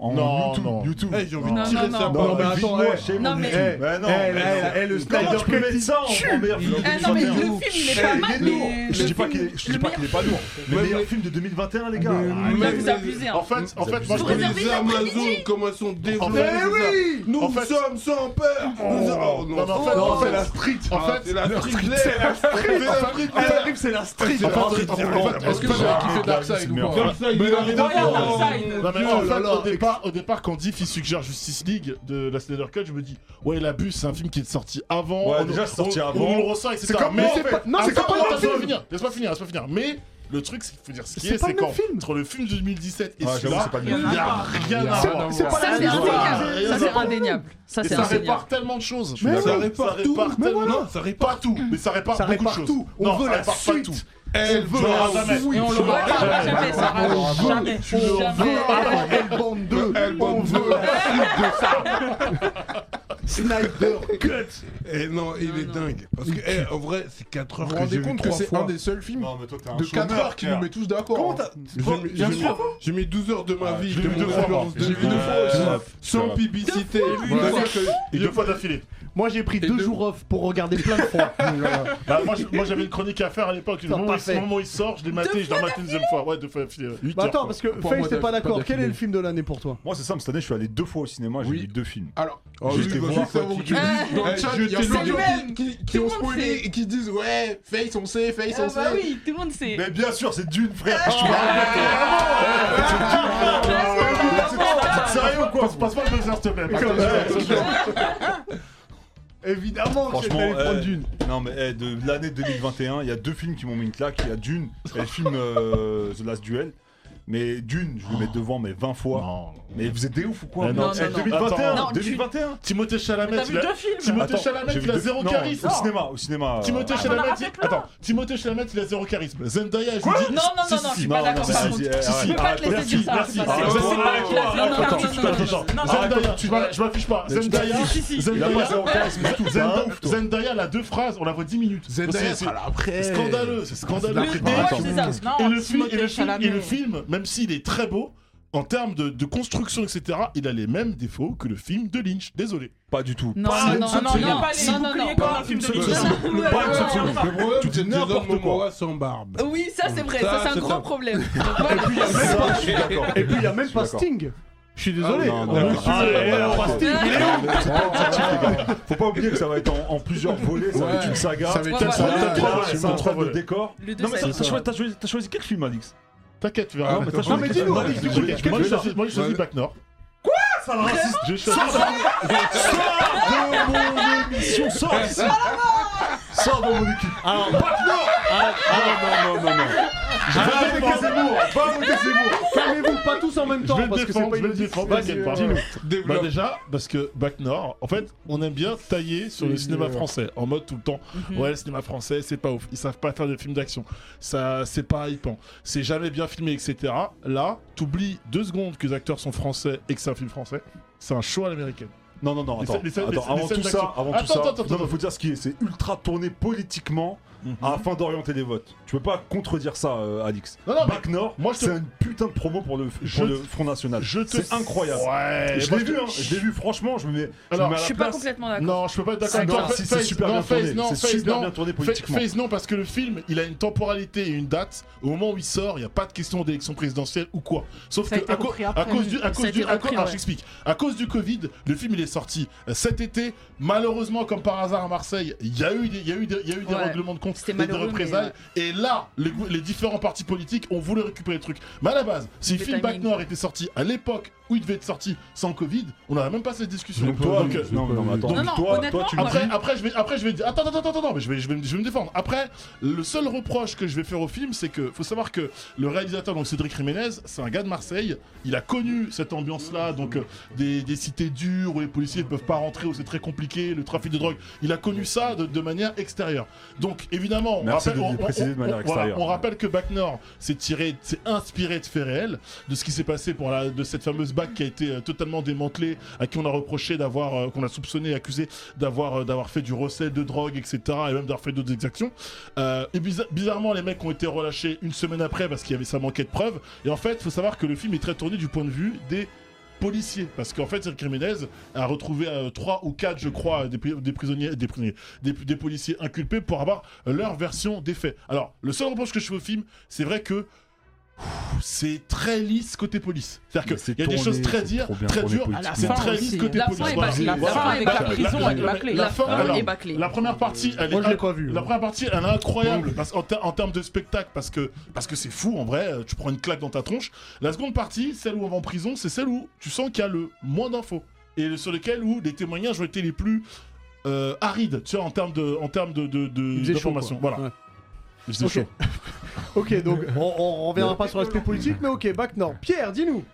[SPEAKER 7] En
[SPEAKER 5] Non,
[SPEAKER 7] YouTube,
[SPEAKER 5] non.
[SPEAKER 7] YouTube.
[SPEAKER 4] Eh, j'ai envie
[SPEAKER 3] Non,
[SPEAKER 4] de tirer
[SPEAKER 3] non,
[SPEAKER 4] ça
[SPEAKER 3] non.
[SPEAKER 1] Non, mais
[SPEAKER 7] bah,
[SPEAKER 1] attends,
[SPEAKER 7] vite-moi,
[SPEAKER 1] eh.
[SPEAKER 7] shame
[SPEAKER 3] Non,
[SPEAKER 7] on
[SPEAKER 3] mais-
[SPEAKER 7] you. Mais non,
[SPEAKER 1] Eh,
[SPEAKER 7] mais
[SPEAKER 1] là,
[SPEAKER 7] non.
[SPEAKER 1] eh, le
[SPEAKER 7] Comment
[SPEAKER 1] Snyder
[SPEAKER 7] tu peux
[SPEAKER 1] Cut,
[SPEAKER 7] mettre
[SPEAKER 1] il-
[SPEAKER 7] ça en- en meilleur film
[SPEAKER 3] Eh, non, mais le film, il est pas
[SPEAKER 7] Eh,
[SPEAKER 3] mal,
[SPEAKER 7] il est lourd.
[SPEAKER 3] mais.
[SPEAKER 7] Je
[SPEAKER 3] le
[SPEAKER 7] dis pas
[SPEAKER 3] film-
[SPEAKER 7] qu'il est- je dis
[SPEAKER 3] le
[SPEAKER 7] pas
[SPEAKER 3] meilleur-
[SPEAKER 7] qu'il est pas lourd. Le
[SPEAKER 4] Même
[SPEAKER 7] meilleur
[SPEAKER 4] les-
[SPEAKER 7] film de 2021, les gars.
[SPEAKER 5] Ah,
[SPEAKER 7] Arrêtez.
[SPEAKER 3] Là, vous abusez, hein.
[SPEAKER 5] En fait, en fait, moi je
[SPEAKER 3] Vous
[SPEAKER 5] connais-
[SPEAKER 3] réservez
[SPEAKER 4] les
[SPEAKER 3] les
[SPEAKER 4] Amazones,
[SPEAKER 3] après-midi.
[SPEAKER 4] comment elles sont développées.
[SPEAKER 1] Eh
[SPEAKER 5] fait-
[SPEAKER 4] c'est ça. Nous
[SPEAKER 5] En fait-
[SPEAKER 4] sommes sans peur. Nous- oh, non,
[SPEAKER 5] Non, mais en
[SPEAKER 4] c'est-
[SPEAKER 5] fait-
[SPEAKER 4] oh,
[SPEAKER 5] en fait-
[SPEAKER 4] c'est la street.
[SPEAKER 5] en
[SPEAKER 4] Ah,
[SPEAKER 5] fait-
[SPEAKER 4] c'est la street.
[SPEAKER 1] C'est la street.
[SPEAKER 4] C'est la street.
[SPEAKER 1] Ah, ça arrive, c'est la street.
[SPEAKER 5] En fait,
[SPEAKER 4] Ah, c'est-
[SPEAKER 5] en fait,
[SPEAKER 4] c'est-
[SPEAKER 5] est-ce que
[SPEAKER 4] c'est-
[SPEAKER 5] vous avez kiffé
[SPEAKER 7] c'est-
[SPEAKER 5] Darkseid
[SPEAKER 7] c'est
[SPEAKER 5] ou
[SPEAKER 7] merde.
[SPEAKER 5] pas
[SPEAKER 4] Darkseid,
[SPEAKER 5] Mais
[SPEAKER 4] il
[SPEAKER 5] non,
[SPEAKER 4] arrive
[SPEAKER 5] mais
[SPEAKER 4] en
[SPEAKER 5] non,
[SPEAKER 4] France.
[SPEAKER 7] euh,
[SPEAKER 6] Darkseid.
[SPEAKER 1] Bah,
[SPEAKER 5] Non, mais
[SPEAKER 4] Dieu,
[SPEAKER 5] Bah, en
[SPEAKER 4] là,
[SPEAKER 5] fait,
[SPEAKER 4] là.
[SPEAKER 5] au départ, au départ, quand Diff il suggère Justice League de la Snyder Cut, je me dis ouais la bus c'est un film qui est sorti avant.
[SPEAKER 7] Ouais,
[SPEAKER 5] on-
[SPEAKER 7] déjà, c'est
[SPEAKER 5] on-
[SPEAKER 7] sorti
[SPEAKER 5] on-
[SPEAKER 7] avant.
[SPEAKER 5] On le ressent etc.
[SPEAKER 1] C'est comme
[SPEAKER 5] Mais
[SPEAKER 1] moi, en fait. Non, c'est
[SPEAKER 5] Attends,
[SPEAKER 1] pas notre
[SPEAKER 5] attends, laisse-moi
[SPEAKER 1] film.
[SPEAKER 5] finir, laisse-moi finir, laisse-moi finir. Mais le truc, c'est qu'il faut dire ce qui
[SPEAKER 1] C'est
[SPEAKER 5] est,
[SPEAKER 1] pas
[SPEAKER 5] c'est
[SPEAKER 1] le même
[SPEAKER 5] qu'en-
[SPEAKER 1] film.
[SPEAKER 5] entre le film de 2017 et
[SPEAKER 7] Ouais, j'avoue,
[SPEAKER 5] celui-là,
[SPEAKER 7] c'est pas le
[SPEAKER 5] il
[SPEAKER 7] même
[SPEAKER 5] n'y a rien à
[SPEAKER 1] C'est-
[SPEAKER 5] voir.
[SPEAKER 1] c'est pas
[SPEAKER 3] Ça,
[SPEAKER 1] la
[SPEAKER 3] c'est
[SPEAKER 1] même
[SPEAKER 5] raison.
[SPEAKER 3] indéniable.
[SPEAKER 5] Rien
[SPEAKER 3] Ça,
[SPEAKER 5] à
[SPEAKER 3] c'est
[SPEAKER 5] voir.
[SPEAKER 3] indéniable. Ça,
[SPEAKER 5] Et
[SPEAKER 3] c'est
[SPEAKER 5] ça
[SPEAKER 3] indéniable.
[SPEAKER 5] répare tellement de choses.
[SPEAKER 1] Mais
[SPEAKER 5] ça
[SPEAKER 1] oui.
[SPEAKER 5] répare
[SPEAKER 4] Mais
[SPEAKER 5] tout.
[SPEAKER 1] Mais voilà.
[SPEAKER 5] Non, ça répare pas tout. Mais ça répare
[SPEAKER 1] Ça
[SPEAKER 5] beaucoup de
[SPEAKER 1] répare
[SPEAKER 5] choses.
[SPEAKER 1] tout. On
[SPEAKER 5] Non,
[SPEAKER 1] veut
[SPEAKER 5] ça
[SPEAKER 1] la
[SPEAKER 5] répare pas
[SPEAKER 1] suite.
[SPEAKER 5] tout.
[SPEAKER 1] Elle
[SPEAKER 5] Tu l'auras jamais.
[SPEAKER 1] suite.
[SPEAKER 5] Tu
[SPEAKER 1] On
[SPEAKER 5] l'auras
[SPEAKER 1] le
[SPEAKER 3] Ouais, ça
[SPEAKER 5] jamais.
[SPEAKER 3] va jamais, ça va jamais. Jamais.
[SPEAKER 1] Hellbound 2.
[SPEAKER 4] Oh,
[SPEAKER 1] On veut la suite de ça. Snyder Cut.
[SPEAKER 4] Eh non, il
[SPEAKER 3] Non,
[SPEAKER 4] est
[SPEAKER 3] non.
[SPEAKER 4] dingue. Parce que, eh, en vrai, c'est 4
[SPEAKER 2] Vous
[SPEAKER 4] heures
[SPEAKER 2] vous
[SPEAKER 4] que j'ai
[SPEAKER 2] rendez
[SPEAKER 4] vu
[SPEAKER 2] compte que
[SPEAKER 4] 3
[SPEAKER 2] c'est un
[SPEAKER 4] fois.
[SPEAKER 2] des seuls films
[SPEAKER 7] Non, mais toi, t'es un
[SPEAKER 2] de 4
[SPEAKER 7] chômeur,
[SPEAKER 2] heures qui nous
[SPEAKER 7] frère.
[SPEAKER 2] met tous d'accord.
[SPEAKER 7] Comment
[SPEAKER 2] hein.
[SPEAKER 7] t'as.
[SPEAKER 4] J'ai mis-
[SPEAKER 7] Bien
[SPEAKER 4] j'ai
[SPEAKER 7] sûr.
[SPEAKER 4] mis- J'ai mis 12 heures de ma
[SPEAKER 7] Ouais,
[SPEAKER 4] vie,
[SPEAKER 7] j'ai
[SPEAKER 4] de
[SPEAKER 7] vu deux
[SPEAKER 4] mon
[SPEAKER 7] fois,
[SPEAKER 4] expérience de
[SPEAKER 7] j'ai vu
[SPEAKER 4] vie,
[SPEAKER 7] deux fois aussi.
[SPEAKER 4] sans
[SPEAKER 7] Ouais.
[SPEAKER 4] publicité. C'est-à-dire que-
[SPEAKER 5] Et deux fois d'affilée.
[SPEAKER 1] Moi j'ai pris deux
[SPEAKER 2] deux.
[SPEAKER 1] jours off pour regarder plein de fois.
[SPEAKER 5] Bah, moi, je- moi, j'avais une chronique à faire à l'époque. Le
[SPEAKER 1] T'as
[SPEAKER 5] moment,
[SPEAKER 1] pas
[SPEAKER 5] où-
[SPEAKER 1] fait.
[SPEAKER 5] le moment où il sort, je l'ai maté, je l'ai rematé une deuxième fois. Ouais, deux fois d'affilée. ouais. Huit
[SPEAKER 1] Bah
[SPEAKER 5] heures,
[SPEAKER 1] attends
[SPEAKER 5] quoi.
[SPEAKER 1] parce que
[SPEAKER 2] Pour
[SPEAKER 1] Faye
[SPEAKER 2] moi,
[SPEAKER 1] t'es pas
[SPEAKER 2] d'aff-
[SPEAKER 1] d'accord.
[SPEAKER 2] pas
[SPEAKER 1] Quel est le
[SPEAKER 2] d'affilée.
[SPEAKER 1] film de l'année pour toi
[SPEAKER 7] Moi, c'est simple, cette année, je suis allé deux fois au cinéma, j'ai
[SPEAKER 2] Oui.
[SPEAKER 7] vu deux films.
[SPEAKER 2] Alors,
[SPEAKER 4] Oh,
[SPEAKER 2] je
[SPEAKER 4] oui,
[SPEAKER 2] t'ai
[SPEAKER 4] bah,
[SPEAKER 2] voir
[SPEAKER 4] juste avant
[SPEAKER 2] fatigué.
[SPEAKER 4] qu'il dise-
[SPEAKER 2] Dans le
[SPEAKER 4] Eh,
[SPEAKER 2] chat,
[SPEAKER 4] je
[SPEAKER 2] il y a
[SPEAKER 4] t'ai
[SPEAKER 2] plein de
[SPEAKER 4] vu.
[SPEAKER 2] gens qui- qui- qui
[SPEAKER 3] Tout
[SPEAKER 2] ont
[SPEAKER 3] le monde
[SPEAKER 2] spoilé
[SPEAKER 3] sait.
[SPEAKER 2] et qui disent Ouais, Face, on sait, Face,
[SPEAKER 3] Ah
[SPEAKER 2] on
[SPEAKER 3] bah
[SPEAKER 2] sait.
[SPEAKER 3] oui, tout le monde sait.
[SPEAKER 7] Mais bien sûr, c'est Dune, frère. Tu me
[SPEAKER 5] C'est Sérieux ou quoi Passe passe pas le buzzer, s'il te plaît. Passe pas le buzzer, s'il te plaît.
[SPEAKER 1] Évidemment que
[SPEAKER 7] Franchement,
[SPEAKER 1] j'étais allé prendre
[SPEAKER 7] eh,
[SPEAKER 1] d'une.
[SPEAKER 7] Non mais eh, de l'année 2021, il y a deux films qui m'ont mis une claque. Il y a Dune et le film euh, The Last Duel. Mais Dune, je vais le mettre devant mais 20 fois.
[SPEAKER 5] Non.
[SPEAKER 7] Mais vous êtes des ouf ou quoi
[SPEAKER 5] Mais
[SPEAKER 3] non,
[SPEAKER 7] Eh,
[SPEAKER 3] non, non.
[SPEAKER 7] 2021,
[SPEAKER 3] Attends. Non,
[SPEAKER 7] 2021.
[SPEAKER 5] Timothée
[SPEAKER 6] T'as
[SPEAKER 5] Chalamet,
[SPEAKER 6] vu
[SPEAKER 5] il a.
[SPEAKER 6] deux films
[SPEAKER 5] Timothée Chalamet,
[SPEAKER 7] j'ai vu
[SPEAKER 5] il a
[SPEAKER 7] deux-
[SPEAKER 5] zéro
[SPEAKER 7] non,
[SPEAKER 5] charisme.
[SPEAKER 7] Au cinéma, au cinéma. euh,
[SPEAKER 5] Timothée
[SPEAKER 7] ah,
[SPEAKER 5] Chalamet,
[SPEAKER 6] rappelle
[SPEAKER 5] il-
[SPEAKER 6] plein.
[SPEAKER 5] attends, Timothée Chalamet, il a zéro charisme. Zendaya, je vous
[SPEAKER 7] Quoi
[SPEAKER 5] dis.
[SPEAKER 3] Non, non, non, non, je suis pas
[SPEAKER 7] non,
[SPEAKER 3] d'accord
[SPEAKER 7] non,
[SPEAKER 3] par
[SPEAKER 7] si,
[SPEAKER 3] contre.
[SPEAKER 7] si, eh,
[SPEAKER 5] si,
[SPEAKER 7] arrête.
[SPEAKER 3] Je peux pas te laisser
[SPEAKER 5] Merci,
[SPEAKER 3] dire ça.
[SPEAKER 5] merci.
[SPEAKER 3] c'est pas
[SPEAKER 5] Ah,
[SPEAKER 3] ça.
[SPEAKER 5] ouais,
[SPEAKER 3] C'est pas
[SPEAKER 5] ouais,
[SPEAKER 3] la classe.
[SPEAKER 5] ouais,
[SPEAKER 3] Non, non,
[SPEAKER 5] attends,
[SPEAKER 3] non,
[SPEAKER 5] tu-
[SPEAKER 3] non,
[SPEAKER 5] tu-
[SPEAKER 3] non,
[SPEAKER 5] attends,
[SPEAKER 3] non,
[SPEAKER 5] attends.
[SPEAKER 3] non, non.
[SPEAKER 5] Zendaya,
[SPEAKER 7] tu
[SPEAKER 5] tu
[SPEAKER 7] vas-
[SPEAKER 5] je m'affiche pas.
[SPEAKER 7] Mais tu-
[SPEAKER 5] Zendaya,
[SPEAKER 3] Si, si, si.
[SPEAKER 7] Il a pas
[SPEAKER 5] Zendaya,
[SPEAKER 7] zéro charisme et tout, c'est un ouf, toi.
[SPEAKER 5] Zendaya, elle a deux phrases, on la voit 10 minutes.
[SPEAKER 2] Zendaya
[SPEAKER 5] C'est- Bah, c'est-
[SPEAKER 2] sera là après.
[SPEAKER 5] C'est scandaleux, c'est Eh, scandaleux.
[SPEAKER 3] Le
[SPEAKER 5] Et-
[SPEAKER 3] ouais,
[SPEAKER 7] attends.
[SPEAKER 3] c'est ça.
[SPEAKER 6] Non,
[SPEAKER 5] et, le film, et,
[SPEAKER 6] Timothée
[SPEAKER 5] le film,
[SPEAKER 6] Chalamet.
[SPEAKER 5] et le film, même s'il est très beau, en termes de, de construction, etc., il a les mêmes défauts que le film de Lynch. Désolé.
[SPEAKER 7] Pas du tout.
[SPEAKER 3] Non,
[SPEAKER 7] Pas
[SPEAKER 3] non,
[SPEAKER 7] une
[SPEAKER 6] Ah
[SPEAKER 7] seule
[SPEAKER 6] non, il n'y a
[SPEAKER 7] seconde.
[SPEAKER 6] pas les
[SPEAKER 3] Non, non,
[SPEAKER 6] boucliers
[SPEAKER 3] non.
[SPEAKER 6] comme dans le film de
[SPEAKER 7] Pas une
[SPEAKER 6] Lynch.
[SPEAKER 7] seule seconde. Pas une seule seconde.
[SPEAKER 4] Le problème,
[SPEAKER 7] Tu dis
[SPEAKER 4] c'est que
[SPEAKER 7] n'importe
[SPEAKER 4] Jason
[SPEAKER 7] quoi.
[SPEAKER 4] Momoa sans barbe.
[SPEAKER 3] Oui, ça c'est vrai,
[SPEAKER 4] Ça,
[SPEAKER 3] ça c'est un
[SPEAKER 4] c'est un-
[SPEAKER 3] gros problème.
[SPEAKER 7] Ça, Ah, je suis d'accord.
[SPEAKER 1] Et puis il y a même
[SPEAKER 7] Je suis
[SPEAKER 1] pas
[SPEAKER 7] d'accord.
[SPEAKER 1] Sting. Je suis désolé.
[SPEAKER 7] Ah, non,
[SPEAKER 1] Ah,
[SPEAKER 7] non,
[SPEAKER 1] monsieur,
[SPEAKER 7] non,
[SPEAKER 1] eh,
[SPEAKER 7] non,
[SPEAKER 1] alors,
[SPEAKER 7] non,
[SPEAKER 1] pas Sting, il est où
[SPEAKER 7] C'est pas objectif, les gars. Faut pas oublier que ça va être en, en plusieurs volets, ça va être
[SPEAKER 2] Ouais.
[SPEAKER 7] une saga.
[SPEAKER 2] Ça va être
[SPEAKER 3] Ouais,
[SPEAKER 2] une
[SPEAKER 7] Ça va
[SPEAKER 5] ouais,
[SPEAKER 2] saga.
[SPEAKER 7] être
[SPEAKER 5] ouais,
[SPEAKER 7] trois volets,
[SPEAKER 5] ouais,
[SPEAKER 7] ça va être
[SPEAKER 5] trois
[SPEAKER 7] un de
[SPEAKER 5] volets.
[SPEAKER 7] décor.
[SPEAKER 3] Le deux,
[SPEAKER 7] Non, mais
[SPEAKER 3] ça-
[SPEAKER 7] t'as t'as choisi, t'as choisi- t'as choisi quel film, Alix
[SPEAKER 5] T'inquiète, tu verras.
[SPEAKER 4] Ah, mais
[SPEAKER 5] T'as
[SPEAKER 1] Non
[SPEAKER 5] choisi-
[SPEAKER 1] mais dis-nous,
[SPEAKER 5] Moi,
[SPEAKER 1] Alex, du
[SPEAKER 5] j'ai-
[SPEAKER 1] coup,
[SPEAKER 5] moi,
[SPEAKER 1] qu'est-ce que
[SPEAKER 5] j'ai
[SPEAKER 1] tu
[SPEAKER 5] choisi- moi, j'ai choisi
[SPEAKER 4] Ouais.
[SPEAKER 5] Bac Nord.
[SPEAKER 7] Ça raciste, j'ai choisi.
[SPEAKER 1] fais Sors ici.
[SPEAKER 7] Sors de mon équipe. Alors, Bac Nord Ah non, non, non, non, non.
[SPEAKER 1] Arrêtez
[SPEAKER 7] Arrête
[SPEAKER 1] de
[SPEAKER 7] de casser
[SPEAKER 1] casser
[SPEAKER 7] Pas voter Zemmour
[SPEAKER 1] Calmez-vous pas tous en même
[SPEAKER 5] Je
[SPEAKER 1] temps
[SPEAKER 5] vais le
[SPEAKER 1] parce que c'est
[SPEAKER 5] défendre,
[SPEAKER 1] pas
[SPEAKER 5] je
[SPEAKER 1] une
[SPEAKER 5] vais le défendre,
[SPEAKER 1] Vas-y,
[SPEAKER 5] t'inquiète pas.
[SPEAKER 1] dis-nous.
[SPEAKER 5] Bah déjà, parce que Bac Nord, en fait, on aime bien tailler sur le cinéma français, en mode tout le temps, ouais, le cinéma français, c'est pas ouf, ils savent pas faire de films d'action, ça, c'est pas hypant, c'est jamais bien filmé, etc. Là, t'oublies deux secondes que les acteurs sont français et que c'est un film français, c'est un show à l'américaine.
[SPEAKER 7] Non, non, non,
[SPEAKER 5] Les
[SPEAKER 7] attends.
[SPEAKER 5] scènes- les scènes-
[SPEAKER 7] Attends,
[SPEAKER 5] les
[SPEAKER 7] avant
[SPEAKER 5] scènes
[SPEAKER 7] tout ça,
[SPEAKER 5] d'action.
[SPEAKER 7] avant tout
[SPEAKER 5] Attends,
[SPEAKER 7] ça,
[SPEAKER 5] attends, attends,
[SPEAKER 7] non, mais
[SPEAKER 5] attends. Mhm.
[SPEAKER 7] faut dire ce qui est, c'est ultra tourné politiquement afin d'orienter les votes. Tu peux pas contredire ça, euh, Alix.
[SPEAKER 5] Non, non, mais
[SPEAKER 7] Bac Nord,
[SPEAKER 5] moi, je te-
[SPEAKER 7] c'est une putain de promo pour le, pour
[SPEAKER 5] Je-
[SPEAKER 7] le Front National.
[SPEAKER 5] je te-
[SPEAKER 7] C'est incroyable.
[SPEAKER 5] Ouais,
[SPEAKER 7] je
[SPEAKER 5] moi,
[SPEAKER 7] l'ai
[SPEAKER 5] je
[SPEAKER 7] vu,
[SPEAKER 5] te-
[SPEAKER 7] hein, je l'ai vu, franchement, je me mets, je me
[SPEAKER 5] Alors,
[SPEAKER 7] mets à
[SPEAKER 3] Je
[SPEAKER 7] la
[SPEAKER 3] suis pas
[SPEAKER 7] place.
[SPEAKER 3] complètement d'accord.
[SPEAKER 5] Non, je peux pas être d'accord
[SPEAKER 7] Ah,
[SPEAKER 5] avec
[SPEAKER 7] non,
[SPEAKER 5] toi.
[SPEAKER 7] si,
[SPEAKER 5] Fa-
[SPEAKER 7] c'est
[SPEAKER 5] Face-
[SPEAKER 7] super
[SPEAKER 5] non,
[SPEAKER 7] bien
[SPEAKER 5] Face,
[SPEAKER 7] tourné.
[SPEAKER 5] non,
[SPEAKER 7] C'est
[SPEAKER 5] Face,
[SPEAKER 7] super
[SPEAKER 5] non.
[SPEAKER 7] bien tourné
[SPEAKER 5] Fa-
[SPEAKER 7] politiquement.
[SPEAKER 5] Face, non, parce que le film, il a une temporalité et une date. Au moment où il sort, il n'y a pas de question d'élection présidentielle ou quoi. Sauf
[SPEAKER 6] Ça a
[SPEAKER 5] que
[SPEAKER 6] été
[SPEAKER 5] à, co-
[SPEAKER 6] repris
[SPEAKER 5] à
[SPEAKER 6] après.
[SPEAKER 5] cause du, à
[SPEAKER 3] a
[SPEAKER 5] cause
[SPEAKER 3] été
[SPEAKER 5] du, à co-
[SPEAKER 3] repris,
[SPEAKER 5] ah,
[SPEAKER 3] ouais.
[SPEAKER 5] j'explique. À cause du Covid, le film il est sorti cet été. Malheureusement, comme par hasard à Marseille, il y a eu des, il y a eu des, il y a eu des
[SPEAKER 3] Ouais.
[SPEAKER 5] règlements de compte,
[SPEAKER 3] C'était
[SPEAKER 5] et des
[SPEAKER 3] malheureux,
[SPEAKER 5] représailles. Et là, les, gou- les différents partis politiques ont voulu récupérer le truc. Mais à la base, si le
[SPEAKER 3] Le
[SPEAKER 5] film Back
[SPEAKER 3] timing.
[SPEAKER 5] Nord était sorti à l'époque où il devait être sorti sans Covid, on n'aurait même pas cette discussion.
[SPEAKER 7] Donc toi,
[SPEAKER 5] Donc, euh,
[SPEAKER 7] non, non, mais attends,
[SPEAKER 3] Non, non,
[SPEAKER 7] toi, toi,
[SPEAKER 3] honnêtement,
[SPEAKER 7] tu me dis-
[SPEAKER 5] après, après, je vais, après, je vais dire. Attends, attends, attends, attends, mais je vais, je vais, me- je vais me défendre. Après, le seul reproche que je vais faire au film, c'est que faut savoir que le réalisateur, donc Cédric Jiménez, c'est un gars de Marseille. Il a connu cette ambiance-là, donc euh, des, des cités dures où les policiers ne peuvent pas rentrer, où c'est très compliqué, le trafic de drogue. Il a connu ça de, de manière extérieure. Donc, évidemment, on
[SPEAKER 7] Merci
[SPEAKER 5] rappelle,
[SPEAKER 7] de le
[SPEAKER 5] on- on-
[SPEAKER 7] préciser de
[SPEAKER 5] on-
[SPEAKER 7] manière
[SPEAKER 5] voilà,
[SPEAKER 7] extérieure.
[SPEAKER 5] on rappelle que Bac Nord s'est tiré, s'est inspiré de faits réels, de ce qui s'est passé pour la, de cette fameuse bac qui a été euh, totalement démantelée, à qui on a reproché d'avoir, euh, qu'on a soupçonné, et accusé d'avoir euh, d'avoir fait du recel de drogue, etc. et même d'avoir fait d'autres exactions. Euh, et bizar- bizarrement, les mecs ont été relâchés une semaine après parce qu'il y avait ça manquait de preuves. Et en fait, faut savoir que le film est très tourné du point de vue des policiers parce qu'en fait Cyril Jiménez a retrouvé euh, trois ou quatre je crois des, pri- des prisonniers des prisonniers des, des policiers inculpés pour avoir leur version des faits alors le seul reproche que je fais au film c'est vrai que pff, c'est très lisse côté police c'est-à-dire
[SPEAKER 7] Mais c'est
[SPEAKER 5] qu'il y a des
[SPEAKER 7] tourné,
[SPEAKER 5] choses très
[SPEAKER 7] c'est
[SPEAKER 5] dures
[SPEAKER 7] trop bien
[SPEAKER 5] très
[SPEAKER 7] tourné
[SPEAKER 5] dures
[SPEAKER 7] politiquement.
[SPEAKER 5] c'est
[SPEAKER 6] La
[SPEAKER 5] très
[SPEAKER 6] fin
[SPEAKER 5] lisse
[SPEAKER 6] aussi, hein.
[SPEAKER 5] côté
[SPEAKER 3] la fin
[SPEAKER 5] police Voilà.
[SPEAKER 3] est bâclée,
[SPEAKER 6] la
[SPEAKER 5] Voilà.
[SPEAKER 6] fin avec la
[SPEAKER 5] Voilà.
[SPEAKER 6] prison,
[SPEAKER 5] La-
[SPEAKER 6] elle est
[SPEAKER 5] la-
[SPEAKER 6] bâclée.
[SPEAKER 5] la
[SPEAKER 3] La
[SPEAKER 5] fin
[SPEAKER 3] fin
[SPEAKER 5] alors,
[SPEAKER 3] est bâclée.
[SPEAKER 5] la première partie, elle
[SPEAKER 1] Moi,
[SPEAKER 5] est
[SPEAKER 1] je l'ai pas vu.
[SPEAKER 5] la première partie, elle est incroyable parce- en, ter- en termes de spectacle parce que parce que c'est fou en vrai. euh, Tu prends une claque dans ta tronche. La seconde partie, celle où on va en prison, c'est celle où tu sens qu'il y a le moins d'infos et sur lequel où les témoignages ont été les plus euh, arides, tu vois, en termes de en termes de de,
[SPEAKER 1] Il
[SPEAKER 5] de
[SPEAKER 1] faisait chaud,
[SPEAKER 5] d'informations.
[SPEAKER 1] quoi.
[SPEAKER 5] Voilà.
[SPEAKER 1] Ouais.
[SPEAKER 5] Il faisait
[SPEAKER 1] Ok.
[SPEAKER 5] chaud.
[SPEAKER 1] Ok, donc on, on reviendra pas sur l'aspect politique, mais ok, Bac Nord. Pierre, dis-nous.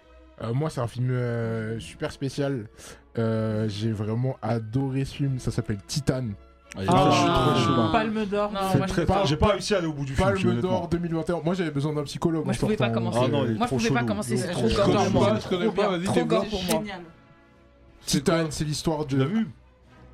[SPEAKER 2] Euh, moi, c'est un film euh, super spécial. Euh, J'ai vraiment adoré ce film. Ça s'appelle Titan.
[SPEAKER 7] Allez,
[SPEAKER 1] Ah,
[SPEAKER 7] je suis
[SPEAKER 1] ah,
[SPEAKER 7] trop chaud, là.
[SPEAKER 6] Palme d'or.
[SPEAKER 3] Non,
[SPEAKER 2] C'est
[SPEAKER 3] moi, je
[SPEAKER 2] très
[SPEAKER 3] peux pas.
[SPEAKER 2] fort.
[SPEAKER 7] J'ai pas réussi à aller au bout du film. je suis
[SPEAKER 2] Palme
[SPEAKER 7] honnêtement.
[SPEAKER 2] d'or 2021. Moi, j'avais besoin d'un psychologue.
[SPEAKER 3] Moi, je
[SPEAKER 2] en
[SPEAKER 3] pouvais pas
[SPEAKER 2] sortant.
[SPEAKER 3] commencer.
[SPEAKER 7] Ah non, il
[SPEAKER 3] Moi,
[SPEAKER 7] est
[SPEAKER 3] je
[SPEAKER 7] trop
[SPEAKER 3] pouvais
[SPEAKER 7] chelou.
[SPEAKER 3] pas commencer.
[SPEAKER 6] C'est
[SPEAKER 3] C'est
[SPEAKER 6] trop
[SPEAKER 3] trop
[SPEAKER 6] gore.
[SPEAKER 3] gore.
[SPEAKER 6] Comment
[SPEAKER 3] pour moi.
[SPEAKER 6] je connais
[SPEAKER 3] Trop
[SPEAKER 6] pas,
[SPEAKER 3] bien.
[SPEAKER 6] vas-y,
[SPEAKER 3] Trop gore pour moi.
[SPEAKER 6] Génial.
[SPEAKER 2] Titan, c'est l'histoire
[SPEAKER 7] Tu l'as
[SPEAKER 2] de.
[SPEAKER 7] vu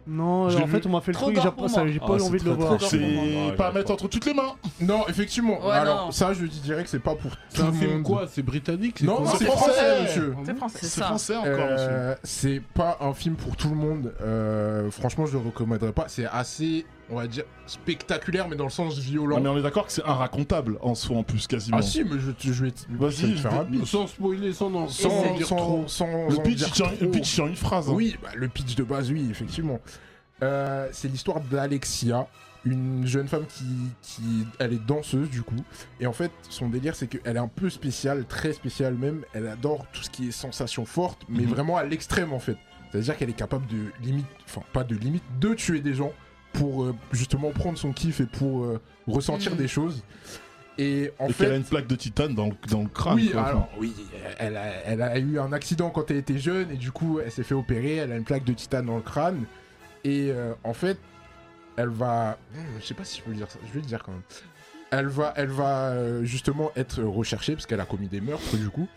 [SPEAKER 1] Non,
[SPEAKER 5] Je l'ai
[SPEAKER 1] en fait, on m'a fait le
[SPEAKER 3] Trop
[SPEAKER 1] truc et
[SPEAKER 3] gore
[SPEAKER 1] j'ai
[SPEAKER 3] pour
[SPEAKER 1] après ça,
[SPEAKER 3] moi.
[SPEAKER 1] j'ai pas
[SPEAKER 7] Ah,
[SPEAKER 1] eu
[SPEAKER 7] c'est
[SPEAKER 1] envie de le
[SPEAKER 7] très,
[SPEAKER 1] voir.
[SPEAKER 7] très gore.
[SPEAKER 5] C'est pas à mettre entre toutes les mains.
[SPEAKER 2] Non, effectivement.
[SPEAKER 3] Ouais,
[SPEAKER 2] Alors,
[SPEAKER 3] non.
[SPEAKER 2] ça, je dirais que c'est pas pour tout
[SPEAKER 4] C'est un
[SPEAKER 2] le
[SPEAKER 4] film
[SPEAKER 2] monde.
[SPEAKER 4] quoi C'est britannique
[SPEAKER 2] Non,
[SPEAKER 4] quoi
[SPEAKER 2] non, c'est
[SPEAKER 5] C'est
[SPEAKER 2] français,
[SPEAKER 5] français.
[SPEAKER 2] monsieur.
[SPEAKER 6] C'est français.
[SPEAKER 3] C'est
[SPEAKER 5] C'est
[SPEAKER 3] ça.
[SPEAKER 5] français encore. monsieur.
[SPEAKER 2] Euh, c'est pas un film pour tout le monde. Euh, franchement, je le recommanderais pas. C'est assez, on va dire, spectaculaire, mais dans le sens
[SPEAKER 5] Ah Non, mais
[SPEAKER 2] violent.
[SPEAKER 5] on est d'accord que c'est un racontable en soi en plus quasiment.
[SPEAKER 2] Ah si, mais je, je, vais te-
[SPEAKER 5] Vas-y,
[SPEAKER 2] je vais te
[SPEAKER 5] je
[SPEAKER 2] faire
[SPEAKER 5] vais-
[SPEAKER 2] rapide.
[SPEAKER 4] Sans spoiler, sans non.
[SPEAKER 2] Sans,
[SPEAKER 6] c'est-
[SPEAKER 2] sans, sans, sans
[SPEAKER 5] le
[SPEAKER 2] en
[SPEAKER 5] pitch,
[SPEAKER 2] dire
[SPEAKER 5] il tient-
[SPEAKER 2] trop.
[SPEAKER 5] le pitch tient une phrase. hein.
[SPEAKER 2] Oui, bah, le pitch de base, oui, effectivement. Euh, c'est l'histoire d'Alexia, une jeune femme qui, qui. Elle est danseuse, du coup. Et en fait, son délire, c'est qu'elle est un peu spéciale, très spéciale même. Elle adore tout ce qui est sensation forte, mais
[SPEAKER 5] Mhm.
[SPEAKER 2] vraiment à l'extrême, en fait. C'est-à-dire qu'elle est capable de limite. Enfin, pas de limite, de tuer des gens pour euh, justement prendre son kiff et pour euh, ressentir
[SPEAKER 3] Mhm.
[SPEAKER 2] des choses. Et en
[SPEAKER 5] Et
[SPEAKER 2] fait.
[SPEAKER 5] qu'elle a une plaque de titane dans le, dans le crâne.
[SPEAKER 2] Oui,
[SPEAKER 5] quoi.
[SPEAKER 2] alors, oui, elle a, elle a eu un accident quand elle était jeune et du coup, elle s'est fait opérer, elle a une plaque de titane dans le crâne. Et euh, en fait, elle va. Hmm, Je sais pas si je peux le dire ça, je vais le dire quand même. Elle va, elle va euh, justement être recherchée parce qu'elle a commis des meurtres du coup.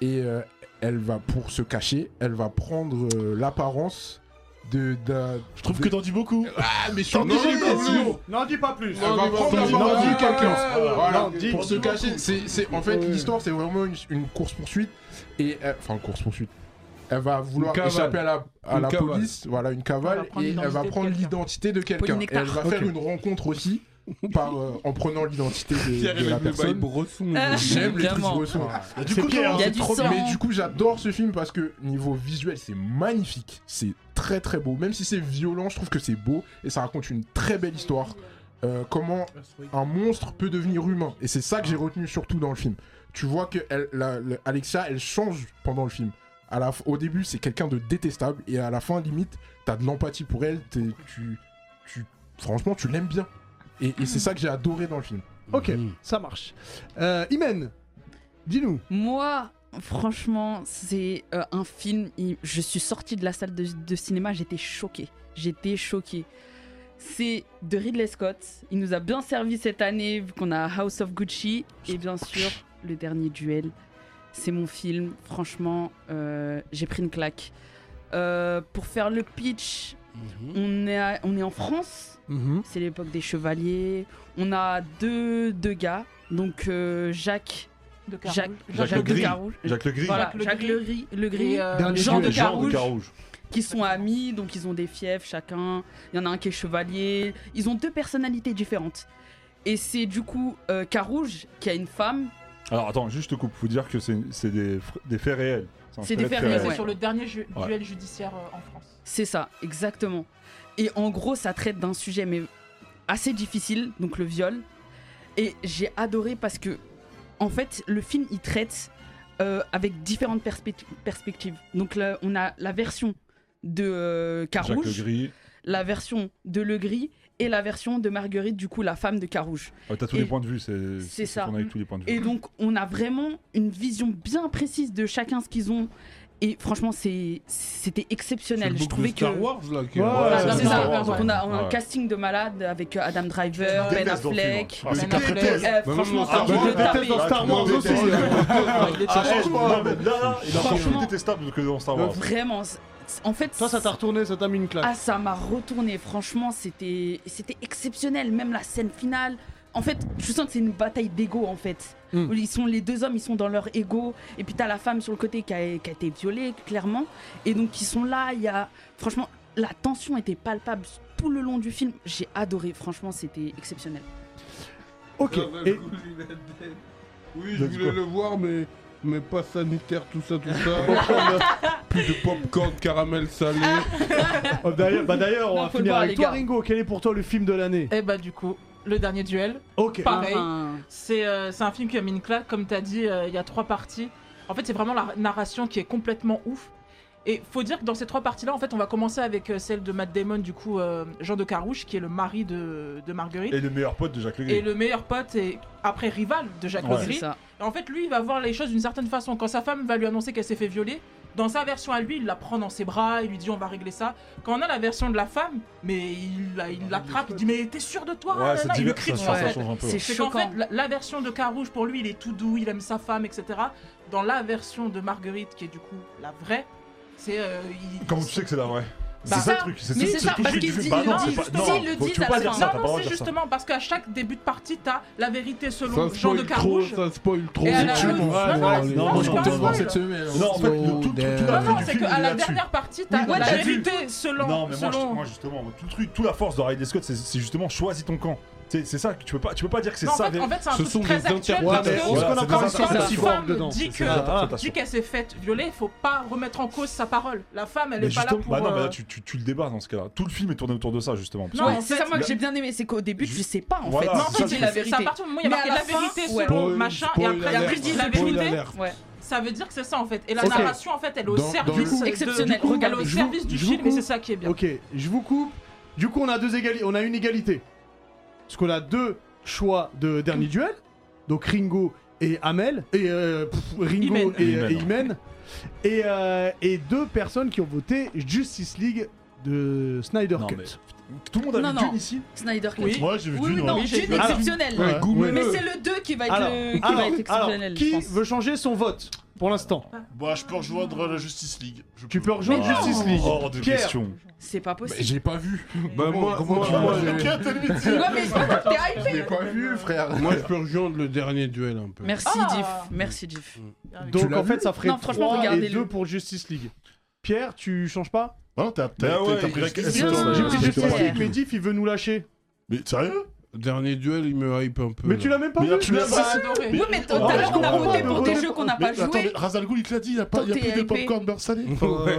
[SPEAKER 2] Et euh, elle va, pour se cacher, elle va prendre euh, l'apparence de. d'un-
[SPEAKER 5] Je trouve
[SPEAKER 2] de-
[SPEAKER 5] que t'en dis beaucoup.
[SPEAKER 2] Ah, mais
[SPEAKER 5] T'en
[SPEAKER 2] sur
[SPEAKER 5] dis beaucoup.
[SPEAKER 1] N'en dis pas plus.
[SPEAKER 2] elle va prendre
[SPEAKER 5] non,
[SPEAKER 2] l'apparence
[SPEAKER 5] non,
[SPEAKER 2] de quelqu'un.
[SPEAKER 1] non,
[SPEAKER 2] Voilà.
[SPEAKER 1] non,
[SPEAKER 2] Euh,
[SPEAKER 1] dis-
[SPEAKER 2] pour se
[SPEAKER 1] dis-
[SPEAKER 2] cacher, c'est, c'est- en fait
[SPEAKER 1] Ouais.
[SPEAKER 2] l'histoire, c'est vraiment une, une course poursuite et euh, enfin course poursuite. Elle va vouloir
[SPEAKER 4] Une cavale.
[SPEAKER 2] échapper à la, à
[SPEAKER 4] Une
[SPEAKER 2] la
[SPEAKER 4] cavale.
[SPEAKER 2] police, voilà une
[SPEAKER 6] Elle va
[SPEAKER 2] cavale
[SPEAKER 6] prendre
[SPEAKER 2] et elle va prendre l'identité
[SPEAKER 6] l'identité de quelqu'un.
[SPEAKER 2] de quelqu'un. Et
[SPEAKER 3] Polynectar.
[SPEAKER 2] elle va faire une rencontre aussi par euh, en prenant l'identité de, de la
[SPEAKER 4] bah,
[SPEAKER 2] personne.
[SPEAKER 4] Bresson.
[SPEAKER 3] Euh,
[SPEAKER 2] J'aime les trucs
[SPEAKER 3] Clairement.
[SPEAKER 2] bressons.
[SPEAKER 5] Il y a du
[SPEAKER 1] C'est
[SPEAKER 5] coton,
[SPEAKER 1] Pierre,
[SPEAKER 5] hein.
[SPEAKER 3] Il y a du
[SPEAKER 2] Trop bien.
[SPEAKER 3] sang.
[SPEAKER 2] Mais du coup, j'adore ce film parce que niveau visuel, c'est magnifique. C'est très très beau. Même si c'est violent, je trouve que c'est beau et ça raconte une très belle histoire. Euh, comment un monstre peut devenir humain. Et c'est ça que j'ai retenu surtout dans le film. Tu vois que elle- la- la- Alexia, elle change pendant le film. À la, f- au début, c'est quelqu'un de détestable et à la fin, limite, t'as de l'empathie pour elle. t'es- Tu, tu, franchement, tu l'aimes bien. Et, et c'est ça que j'ai adoré dans le film.
[SPEAKER 1] Ok, ça marche. Euh, Imen, dis-nous.
[SPEAKER 3] Moi, franchement, c'est euh, un film. il- Je suis sortie de la salle de, de cinéma, j'étais choquée. J'étais choquée. C'est de Ridley Scott. Il nous a bien servi cette année, vu qu'on a House of Gucci. Et bien sûr, Le Dernier Duel. C'est mon film. Franchement, euh, j'ai pris une claque. Euh, pour faire le pitch, on, est à- on est en France.
[SPEAKER 1] Mhm.
[SPEAKER 3] C'est l'époque des chevaliers. On a deux, deux gars. Donc euh, Jacques.
[SPEAKER 6] De Carouge.
[SPEAKER 3] Jacques,
[SPEAKER 7] Jacques
[SPEAKER 3] Jacques de
[SPEAKER 7] Le Gris.
[SPEAKER 3] Carouge.
[SPEAKER 7] Jacques Le Gris.
[SPEAKER 3] Voilà,
[SPEAKER 6] Jacques Le
[SPEAKER 3] Jacques
[SPEAKER 6] Gris.
[SPEAKER 3] Le Gris, le Gris,
[SPEAKER 6] Et, euh,
[SPEAKER 1] Dernier
[SPEAKER 3] Jean de
[SPEAKER 1] duel.
[SPEAKER 7] Jean de
[SPEAKER 3] Carouge,
[SPEAKER 7] Carouge.
[SPEAKER 3] qui sont amis, donc ils ont des fiefs chacun. Il y en a un qui est chevalier. Ils ont deux personnalités différentes. Et c'est du coup euh, Carouge qui a une femme.
[SPEAKER 7] Alors attends, juste je te coupe, faut dire que c'est c'est des, fr- des faits réels. un
[SPEAKER 3] C'est
[SPEAKER 7] fait
[SPEAKER 3] des faits
[SPEAKER 7] très
[SPEAKER 3] réels,
[SPEAKER 6] C'est
[SPEAKER 7] réel.
[SPEAKER 3] ouais.
[SPEAKER 6] sur le dernier ju-
[SPEAKER 7] Ouais.
[SPEAKER 6] duel judiciaire euh, en France.
[SPEAKER 3] C'est ça, exactement. Et en gros, ça traite d'un sujet mais assez difficile, donc le viol. Et j'ai adoré parce que, en fait, le film il traite euh, avec différentes perspect- perspectives. Donc là, on a la version de euh,
[SPEAKER 7] Jacques
[SPEAKER 3] Carouge.
[SPEAKER 7] Le Gris.
[SPEAKER 3] la version de Le Gris et la version de Marguerite, du coup, la femme de Carouge.
[SPEAKER 7] Ouais, Euh, T'as tous
[SPEAKER 3] Et-
[SPEAKER 7] les points de vue, c'est
[SPEAKER 3] c'est ça.
[SPEAKER 7] tourné avec tous les points de vue.
[SPEAKER 3] Et donc, on a vraiment une vision bien précise de chacun ce qu'ils ont. Et franchement, c'est- c'était
[SPEAKER 4] C'est le
[SPEAKER 3] exceptionnel. Je
[SPEAKER 4] book
[SPEAKER 3] trouvais
[SPEAKER 4] de Star
[SPEAKER 3] que.
[SPEAKER 4] Wars là qui
[SPEAKER 1] Ouais,
[SPEAKER 3] Ah,
[SPEAKER 1] c'est
[SPEAKER 3] c'est
[SPEAKER 1] ça.
[SPEAKER 3] ça.
[SPEAKER 6] Ouais.
[SPEAKER 3] On a, on a un
[SPEAKER 7] Ouais.
[SPEAKER 3] casting de malade avec euh, Adam Driver,
[SPEAKER 6] Je
[SPEAKER 3] Ben
[SPEAKER 7] déteste dans le
[SPEAKER 3] Affleck.
[SPEAKER 5] Ah, c'est
[SPEAKER 6] Ben Affleck.
[SPEAKER 5] Catherine.
[SPEAKER 3] Eh,
[SPEAKER 4] non,
[SPEAKER 3] franchement,
[SPEAKER 4] non,
[SPEAKER 3] ça
[SPEAKER 4] Star
[SPEAKER 3] me
[SPEAKER 4] Wars,
[SPEAKER 3] fait
[SPEAKER 1] je déteste
[SPEAKER 3] taper.
[SPEAKER 1] dans Star Wars aussi.
[SPEAKER 6] Oh, il est
[SPEAKER 7] Arrête,
[SPEAKER 1] Franchement,
[SPEAKER 7] non, mais là, là, il a encore
[SPEAKER 3] franchement.
[SPEAKER 7] plus détestable que dans Star Wars.
[SPEAKER 3] Vraiment. c'est- En fait,
[SPEAKER 1] Toi, ça t'a retourné, ça t'a mis une claque.
[SPEAKER 3] Ah, ça m'a retourné. Franchement, c'était c'était exceptionnel. Même la scène finale. En fait, je sens que c'est une bataille d'ego en fait.
[SPEAKER 1] Mm.
[SPEAKER 3] Où Ils sont les deux hommes, ils sont dans leur ego. Et puis t'as la femme sur le côté qui a, qui a été violée clairement. Et donc ils sont là. Il y a franchement la tension était palpable tout le long du film. J'ai adoré. Franchement, c'était exceptionnel.
[SPEAKER 1] Ok.
[SPEAKER 4] Ah, bah,
[SPEAKER 1] Et
[SPEAKER 4] Oui, je
[SPEAKER 7] Let's go.
[SPEAKER 4] voulais le voir, mais. Mais pas sanitaire, tout ça, tout ça. Plus de popcorn, caramel salé.
[SPEAKER 3] Ah,
[SPEAKER 1] oh, d'ailleurs, bah, d'ailleurs, on
[SPEAKER 3] Non,
[SPEAKER 1] va
[SPEAKER 3] faut le
[SPEAKER 1] finir
[SPEAKER 3] voir,
[SPEAKER 1] avec
[SPEAKER 3] les
[SPEAKER 1] toi,
[SPEAKER 3] gars.
[SPEAKER 1] Ringo. Quel est pour toi le film de l'année
[SPEAKER 6] Et bah du coup, le dernier duel,
[SPEAKER 1] Ok.
[SPEAKER 6] Pas- Pareil.
[SPEAKER 3] Enfin,
[SPEAKER 6] c'est euh, c'est un film qui a mis une claque, comme t'as dit, euh, il y a trois parties. En fait, c'est vraiment la narration qui est complètement ouf. Et faut dire que dans ces trois parties-là, en fait, on va commencer avec euh, celle de Matt Damon, du coup, euh, Jean de Carouge, qui est le mari de, de Marguerite.
[SPEAKER 7] Et le meilleur pote de Jacques Le
[SPEAKER 6] Et
[SPEAKER 7] Gris.
[SPEAKER 6] le meilleur pote et après rival de Jacques
[SPEAKER 7] Ouais.
[SPEAKER 6] Le
[SPEAKER 3] c'est
[SPEAKER 6] Gris.
[SPEAKER 3] ça.
[SPEAKER 6] Et en fait, lui, il va voir les choses d'une certaine façon. Quand sa femme va lui annoncer qu'elle s'est fait violer, dans sa version à lui, il la prend dans ses bras, il lui dit on va régler ça. Quand on a la version de la femme, mais il la- il l'attrape, il dit mais t'es sûr de toi
[SPEAKER 7] Ouais,
[SPEAKER 6] nanana,
[SPEAKER 7] c'est
[SPEAKER 6] Il lui
[SPEAKER 7] divers,
[SPEAKER 6] crie
[SPEAKER 7] ça,
[SPEAKER 6] dessus,
[SPEAKER 7] ça,
[SPEAKER 6] en
[SPEAKER 7] ça
[SPEAKER 6] fait.
[SPEAKER 7] change un peu.
[SPEAKER 3] C'est
[SPEAKER 6] C'est qu'en
[SPEAKER 3] choquant.
[SPEAKER 6] fait, la, la version de Carouge, pour lui, il est tout doux, il aime sa femme, etc. Dans la version de Marguerite, qui est du coup la vraie, c'est. euh, il-
[SPEAKER 7] Comment tu sais que c'est la vraie C'est
[SPEAKER 6] Bah,
[SPEAKER 7] ça le truc.
[SPEAKER 3] mais
[SPEAKER 7] tout-
[SPEAKER 3] c'est ça,
[SPEAKER 7] tout-
[SPEAKER 3] parce
[SPEAKER 7] tout-
[SPEAKER 3] qu'il
[SPEAKER 7] tout-
[SPEAKER 3] dit-
[SPEAKER 7] bah
[SPEAKER 6] il
[SPEAKER 7] non,
[SPEAKER 6] dit
[SPEAKER 7] c'est pas-
[SPEAKER 6] justement,
[SPEAKER 7] non,
[SPEAKER 3] s'il le
[SPEAKER 7] faut-
[SPEAKER 3] dit,
[SPEAKER 7] tu peux
[SPEAKER 3] ça
[SPEAKER 7] pas
[SPEAKER 3] se
[SPEAKER 7] dire
[SPEAKER 3] fait.
[SPEAKER 7] ça,
[SPEAKER 6] Non,
[SPEAKER 7] t'as pas le
[SPEAKER 6] non,
[SPEAKER 7] droit de
[SPEAKER 6] c'est
[SPEAKER 7] dire ça.
[SPEAKER 6] justement parce qu'à chaque début de partie, t'as la vérité selon
[SPEAKER 4] Ça
[SPEAKER 6] Jean de
[SPEAKER 4] spoil trop,
[SPEAKER 6] Carouge.
[SPEAKER 4] ça spoil trop.
[SPEAKER 6] Et à la-
[SPEAKER 4] Tu
[SPEAKER 6] non,
[SPEAKER 4] vois,
[SPEAKER 6] non,
[SPEAKER 4] alors,
[SPEAKER 6] non,
[SPEAKER 4] les-
[SPEAKER 6] non,
[SPEAKER 2] moi, je
[SPEAKER 6] c'est
[SPEAKER 2] compte
[SPEAKER 6] pas
[SPEAKER 2] le voir
[SPEAKER 6] spoil.
[SPEAKER 2] cette semaine.
[SPEAKER 7] Non, en fait, le- tout- tout- tout
[SPEAKER 6] Non,
[SPEAKER 7] la-
[SPEAKER 6] non,
[SPEAKER 7] du
[SPEAKER 6] c'est
[SPEAKER 7] film,
[SPEAKER 6] qu'à
[SPEAKER 7] il est
[SPEAKER 6] la
[SPEAKER 7] là-dessus.
[SPEAKER 6] dernière partie, t'as
[SPEAKER 3] Oui,
[SPEAKER 6] la
[SPEAKER 3] j'ai vu.
[SPEAKER 6] vérité selon.
[SPEAKER 7] Non, mais
[SPEAKER 6] selon-
[SPEAKER 7] moi, je- moi, justement, tout le truc, toute la force de Ridley Scott, c'est- c'est justement choisis ton camp. C'est c'est ça, que tu peux pas, tu peux pas dire que c'est
[SPEAKER 6] Non, en
[SPEAKER 7] ça.
[SPEAKER 6] fait, en fait, c'est un
[SPEAKER 4] Ce sont
[SPEAKER 6] truc très
[SPEAKER 4] des
[SPEAKER 6] actuel
[SPEAKER 1] Ouais,
[SPEAKER 6] parce
[SPEAKER 1] mais
[SPEAKER 6] que
[SPEAKER 1] on se connaît
[SPEAKER 7] Voilà, c'est
[SPEAKER 1] encore
[SPEAKER 7] des
[SPEAKER 1] une
[SPEAKER 6] quand
[SPEAKER 1] sorte de
[SPEAKER 7] interprétations.
[SPEAKER 6] la
[SPEAKER 7] c'est
[SPEAKER 1] cyborg
[SPEAKER 6] femme
[SPEAKER 1] dedans.
[SPEAKER 6] dit que,
[SPEAKER 7] des interprétations.
[SPEAKER 6] dit qu'elle s'est faite violer, faut pas remettre en cause sa parole. La femme, elle
[SPEAKER 7] Mais
[SPEAKER 6] est pas là
[SPEAKER 7] justement,
[SPEAKER 6] pour.
[SPEAKER 7] bah non, mais
[SPEAKER 6] euh,
[SPEAKER 7] là, tu, tu, tu le débats dans ce cas-là. Tout le film est tourné autour de ça, justement. parce
[SPEAKER 6] Non,
[SPEAKER 7] que-
[SPEAKER 6] en
[SPEAKER 3] Ouais, c'est
[SPEAKER 6] fait,
[SPEAKER 3] ça moi que
[SPEAKER 7] le-
[SPEAKER 3] j'ai bien aimé, c'est qu'au début je sais pas en
[SPEAKER 7] Voilà,
[SPEAKER 3] fait.
[SPEAKER 6] Non, en fait,
[SPEAKER 7] ça,
[SPEAKER 6] c'est
[SPEAKER 7] c'est-
[SPEAKER 6] la vérité. C'est à partir du moment où il y
[SPEAKER 3] Mais
[SPEAKER 6] a marqué
[SPEAKER 3] à la
[SPEAKER 6] la vérité
[SPEAKER 3] fin, ouais.
[SPEAKER 6] selon
[SPEAKER 4] Spoil-
[SPEAKER 6] machin, et
[SPEAKER 4] spoil
[SPEAKER 6] après, il y a
[SPEAKER 4] alert.
[SPEAKER 6] plus
[SPEAKER 3] Spoil
[SPEAKER 6] la vérité.
[SPEAKER 4] alert.
[SPEAKER 3] Ouais.
[SPEAKER 6] Ça veut dire que c'est ça, en fait. Et la
[SPEAKER 1] Ok.
[SPEAKER 6] narration, en fait, elle est au
[SPEAKER 2] Dans- dans
[SPEAKER 6] service.
[SPEAKER 2] le-
[SPEAKER 6] de-
[SPEAKER 3] Exceptionnel,
[SPEAKER 6] du coup, Elle est
[SPEAKER 3] regardez.
[SPEAKER 6] au
[SPEAKER 1] Je vous-
[SPEAKER 6] service du
[SPEAKER 1] je vous
[SPEAKER 6] film, et
[SPEAKER 1] coupe.
[SPEAKER 6] c'est ça qui est bien.
[SPEAKER 1] euh, Ok, je vous coupe. Du coup, on a deux égalités. On a une égalité. Parce qu'on a deux choix de
[SPEAKER 3] Mmh.
[SPEAKER 1] dernier duel. Donc Ringo et Amel. Et euh, pff, Ringo
[SPEAKER 6] Imen.
[SPEAKER 1] et
[SPEAKER 7] Imen,
[SPEAKER 1] et Imen. Et, euh, et deux personnes qui ont voté Justice League de Snyder
[SPEAKER 7] Non,
[SPEAKER 1] Cut.
[SPEAKER 7] mais- Tout le monde a
[SPEAKER 3] Non,
[SPEAKER 7] vu
[SPEAKER 3] non.
[SPEAKER 7] Dune ici
[SPEAKER 3] Snyder Cut.
[SPEAKER 6] Oui.
[SPEAKER 5] Moi, j'ai vu
[SPEAKER 3] Oui,
[SPEAKER 5] Dune,
[SPEAKER 3] oui,
[SPEAKER 5] ouais.
[SPEAKER 3] non,
[SPEAKER 6] Oui, j'ai
[SPEAKER 3] Dune
[SPEAKER 6] vu.
[SPEAKER 3] exceptionnel.
[SPEAKER 5] Ouais,
[SPEAKER 4] goûmez-le.
[SPEAKER 2] Euh,
[SPEAKER 3] Mais c'est le 2 qui va être,
[SPEAKER 1] Alors,
[SPEAKER 3] le- Ah, qui
[SPEAKER 1] alors,
[SPEAKER 3] va être
[SPEAKER 1] alors,
[SPEAKER 3] exceptionnel. je
[SPEAKER 1] qui
[SPEAKER 3] pense. Ah,
[SPEAKER 1] veut changer son vote pour l'instant
[SPEAKER 5] Bah, je peux rejoindre la Justice League. Je
[SPEAKER 1] Tu peux rejoindre
[SPEAKER 7] Mais non.
[SPEAKER 1] Justice League.
[SPEAKER 7] Hors de
[SPEAKER 1] Pierre.
[SPEAKER 7] question.
[SPEAKER 3] C'est pas
[SPEAKER 2] Bah,
[SPEAKER 3] possible.
[SPEAKER 2] J'ai pas vu.
[SPEAKER 4] Bah,
[SPEAKER 2] Comment-
[SPEAKER 4] moi-
[SPEAKER 2] comment
[SPEAKER 4] moi-
[SPEAKER 2] tu
[SPEAKER 4] moi,
[SPEAKER 2] veux-
[SPEAKER 4] j'ai-
[SPEAKER 5] Ok, t'as le mythe.
[SPEAKER 3] Ouais, mais t'es hypé.
[SPEAKER 2] J'ai pas vu, frère.
[SPEAKER 4] Moi, je peux rejoindre le dernier duel un peu.
[SPEAKER 3] Merci
[SPEAKER 6] Ah.
[SPEAKER 3] Diff, merci Diff.
[SPEAKER 1] Donc
[SPEAKER 2] l'as
[SPEAKER 1] en fait, ça ferait
[SPEAKER 3] Non, franchement,
[SPEAKER 1] 3 et
[SPEAKER 3] regardez-le.
[SPEAKER 1] 2 pour Justice League. Pierre, tu changes pas
[SPEAKER 5] Hein, t'as
[SPEAKER 7] Bah
[SPEAKER 5] t'as-
[SPEAKER 7] ouais,
[SPEAKER 5] t'as pris la
[SPEAKER 7] il-
[SPEAKER 5] question.
[SPEAKER 3] Non,
[SPEAKER 1] J'ai
[SPEAKER 3] non,
[SPEAKER 1] pris
[SPEAKER 3] non,
[SPEAKER 1] Justice
[SPEAKER 3] Pierre.
[SPEAKER 1] League, mais Diff, il veut nous lâcher.
[SPEAKER 5] Mais sérieux
[SPEAKER 4] Dernier duel, il me hype un peu.
[SPEAKER 1] Mais
[SPEAKER 4] là.
[SPEAKER 1] tu l'as même pas
[SPEAKER 5] Mais
[SPEAKER 1] vu
[SPEAKER 5] tu l'as
[SPEAKER 6] J'ai adoré.
[SPEAKER 3] Oui, mais tout
[SPEAKER 1] Ah,
[SPEAKER 3] à
[SPEAKER 1] mais je
[SPEAKER 3] l'heure, on a
[SPEAKER 1] comprends
[SPEAKER 3] voté
[SPEAKER 1] pas,
[SPEAKER 3] pour
[SPEAKER 1] mais
[SPEAKER 3] des
[SPEAKER 1] ouais.
[SPEAKER 3] jeux qu'on n'a
[SPEAKER 5] Mais
[SPEAKER 3] pas
[SPEAKER 5] attendez,
[SPEAKER 3] joué.
[SPEAKER 5] Razalgoul, il te l'a dit, il n'y a, pas, il y a
[SPEAKER 3] Tant
[SPEAKER 5] plus de
[SPEAKER 3] TRP.
[SPEAKER 5] popcorn beurre salé.
[SPEAKER 4] Ouais.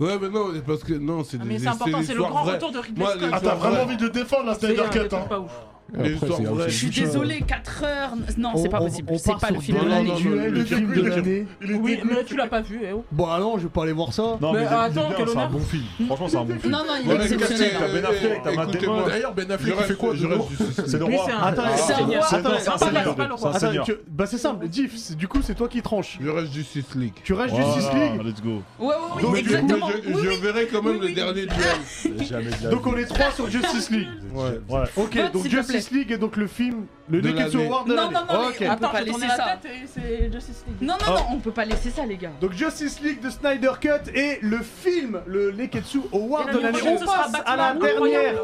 [SPEAKER 4] ouais, mais non, c'est parce que non, c'est
[SPEAKER 6] Ah,
[SPEAKER 4] des
[SPEAKER 6] Mais c'est
[SPEAKER 4] des-
[SPEAKER 6] important, c'est le
[SPEAKER 4] l'histoire
[SPEAKER 6] grand
[SPEAKER 4] vraie.
[SPEAKER 6] retour de Ridley
[SPEAKER 4] Moi, les-
[SPEAKER 6] Scott.
[SPEAKER 5] Ah, t'as
[SPEAKER 4] Ouais.
[SPEAKER 5] vraiment envie de le défendre, la
[SPEAKER 6] C'est
[SPEAKER 5] Snyder
[SPEAKER 6] un des
[SPEAKER 5] Cut,
[SPEAKER 6] trucs
[SPEAKER 5] hein
[SPEAKER 6] pas ouf.
[SPEAKER 4] Des
[SPEAKER 2] Après,
[SPEAKER 4] histoires
[SPEAKER 2] c'est
[SPEAKER 4] vraies.
[SPEAKER 2] un
[SPEAKER 3] Je suis
[SPEAKER 2] Bouchard.
[SPEAKER 3] désolé, 4 heures. Non,
[SPEAKER 1] On-
[SPEAKER 3] c'est pas
[SPEAKER 1] on-
[SPEAKER 3] possible.
[SPEAKER 1] On
[SPEAKER 3] C'est
[SPEAKER 1] part
[SPEAKER 3] pas
[SPEAKER 1] sur
[SPEAKER 3] le film de
[SPEAKER 1] Dernier
[SPEAKER 4] Non,
[SPEAKER 3] l'année.
[SPEAKER 4] non,
[SPEAKER 1] Duel,
[SPEAKER 5] non,
[SPEAKER 1] le
[SPEAKER 5] non,
[SPEAKER 1] film
[SPEAKER 5] non,
[SPEAKER 1] de
[SPEAKER 5] non.
[SPEAKER 1] l'année.
[SPEAKER 5] Il est
[SPEAKER 6] Oui,
[SPEAKER 5] dégoûté.
[SPEAKER 6] mais tu l'as pas vu, eh oh.
[SPEAKER 1] Bah non, je vais pas aller voir ça.
[SPEAKER 7] Non,
[SPEAKER 6] Mais
[SPEAKER 7] mais,
[SPEAKER 6] attends, quel
[SPEAKER 7] c'est un
[SPEAKER 6] honneur.
[SPEAKER 7] bon film. Franchement, c'est un bon film.
[SPEAKER 3] Non, non, il est
[SPEAKER 4] Voilà,
[SPEAKER 3] exceptionnel.
[SPEAKER 7] écoutez,
[SPEAKER 3] hein.
[SPEAKER 7] Ben Affleck, t'as Matt
[SPEAKER 4] écoutez-moi.
[SPEAKER 7] Damon.
[SPEAKER 2] D'ailleurs, Ben
[SPEAKER 4] Je
[SPEAKER 2] Affleck, il
[SPEAKER 4] reste-
[SPEAKER 2] fait quoi
[SPEAKER 4] je
[SPEAKER 2] de lourd
[SPEAKER 4] reste du
[SPEAKER 7] C'est le
[SPEAKER 6] Lui,
[SPEAKER 7] roi.
[SPEAKER 6] c'est un.
[SPEAKER 1] Attends,
[SPEAKER 6] Ah,
[SPEAKER 1] c'est
[SPEAKER 3] un
[SPEAKER 6] c'est-
[SPEAKER 3] roi.
[SPEAKER 6] c'est-
[SPEAKER 3] Attends,
[SPEAKER 6] c'est un
[SPEAKER 7] c'est un
[SPEAKER 6] seigneur,
[SPEAKER 7] seigneur.
[SPEAKER 6] pas le roi.
[SPEAKER 7] C'est un
[SPEAKER 1] Attends,
[SPEAKER 7] seigneur.
[SPEAKER 1] tu- bah c'est simple, Diff, c'est- du coup c'est toi qui tranches.
[SPEAKER 4] Je reste Justice League.
[SPEAKER 1] Tu restes Justice
[SPEAKER 5] Voilà,
[SPEAKER 1] League.
[SPEAKER 5] Let's go.
[SPEAKER 3] Ouais, ouais, ouais,
[SPEAKER 4] Donc,
[SPEAKER 3] exactement.
[SPEAKER 4] je,
[SPEAKER 3] Oui,
[SPEAKER 4] je
[SPEAKER 3] oui.
[SPEAKER 4] verrai quand même
[SPEAKER 3] Oui,
[SPEAKER 4] le
[SPEAKER 3] oui.
[SPEAKER 6] Ah,
[SPEAKER 4] dernier duel.
[SPEAKER 7] Jamais de la
[SPEAKER 1] Donc
[SPEAKER 7] vie.
[SPEAKER 1] on est trois sur Justice League.
[SPEAKER 7] Ouais.
[SPEAKER 1] Ok,
[SPEAKER 3] Vote,
[SPEAKER 1] donc
[SPEAKER 3] s'il te
[SPEAKER 1] Justice Justice League est donc le film, le
[SPEAKER 2] De
[SPEAKER 1] Neketsu
[SPEAKER 2] l'année.
[SPEAKER 1] Award de
[SPEAKER 3] Non, non,
[SPEAKER 1] l'année.
[SPEAKER 3] non, mais
[SPEAKER 1] Ok.
[SPEAKER 3] on peut
[SPEAKER 6] Attends,
[SPEAKER 3] pas
[SPEAKER 6] j'ai tourné
[SPEAKER 3] laisser
[SPEAKER 6] la
[SPEAKER 3] ça.
[SPEAKER 6] tête et c'est Justice League.
[SPEAKER 3] Non, non, non, on peut pas laisser ça, les gars.
[SPEAKER 1] Donc Justice League de Snyder Cut et le film, le Neketsu Award
[SPEAKER 6] Et
[SPEAKER 1] de
[SPEAKER 6] l'année
[SPEAKER 1] l'année.
[SPEAKER 6] prochaine,
[SPEAKER 1] On
[SPEAKER 6] ce sera
[SPEAKER 1] passe à la
[SPEAKER 6] Batman. Incroyable.
[SPEAKER 1] dernière.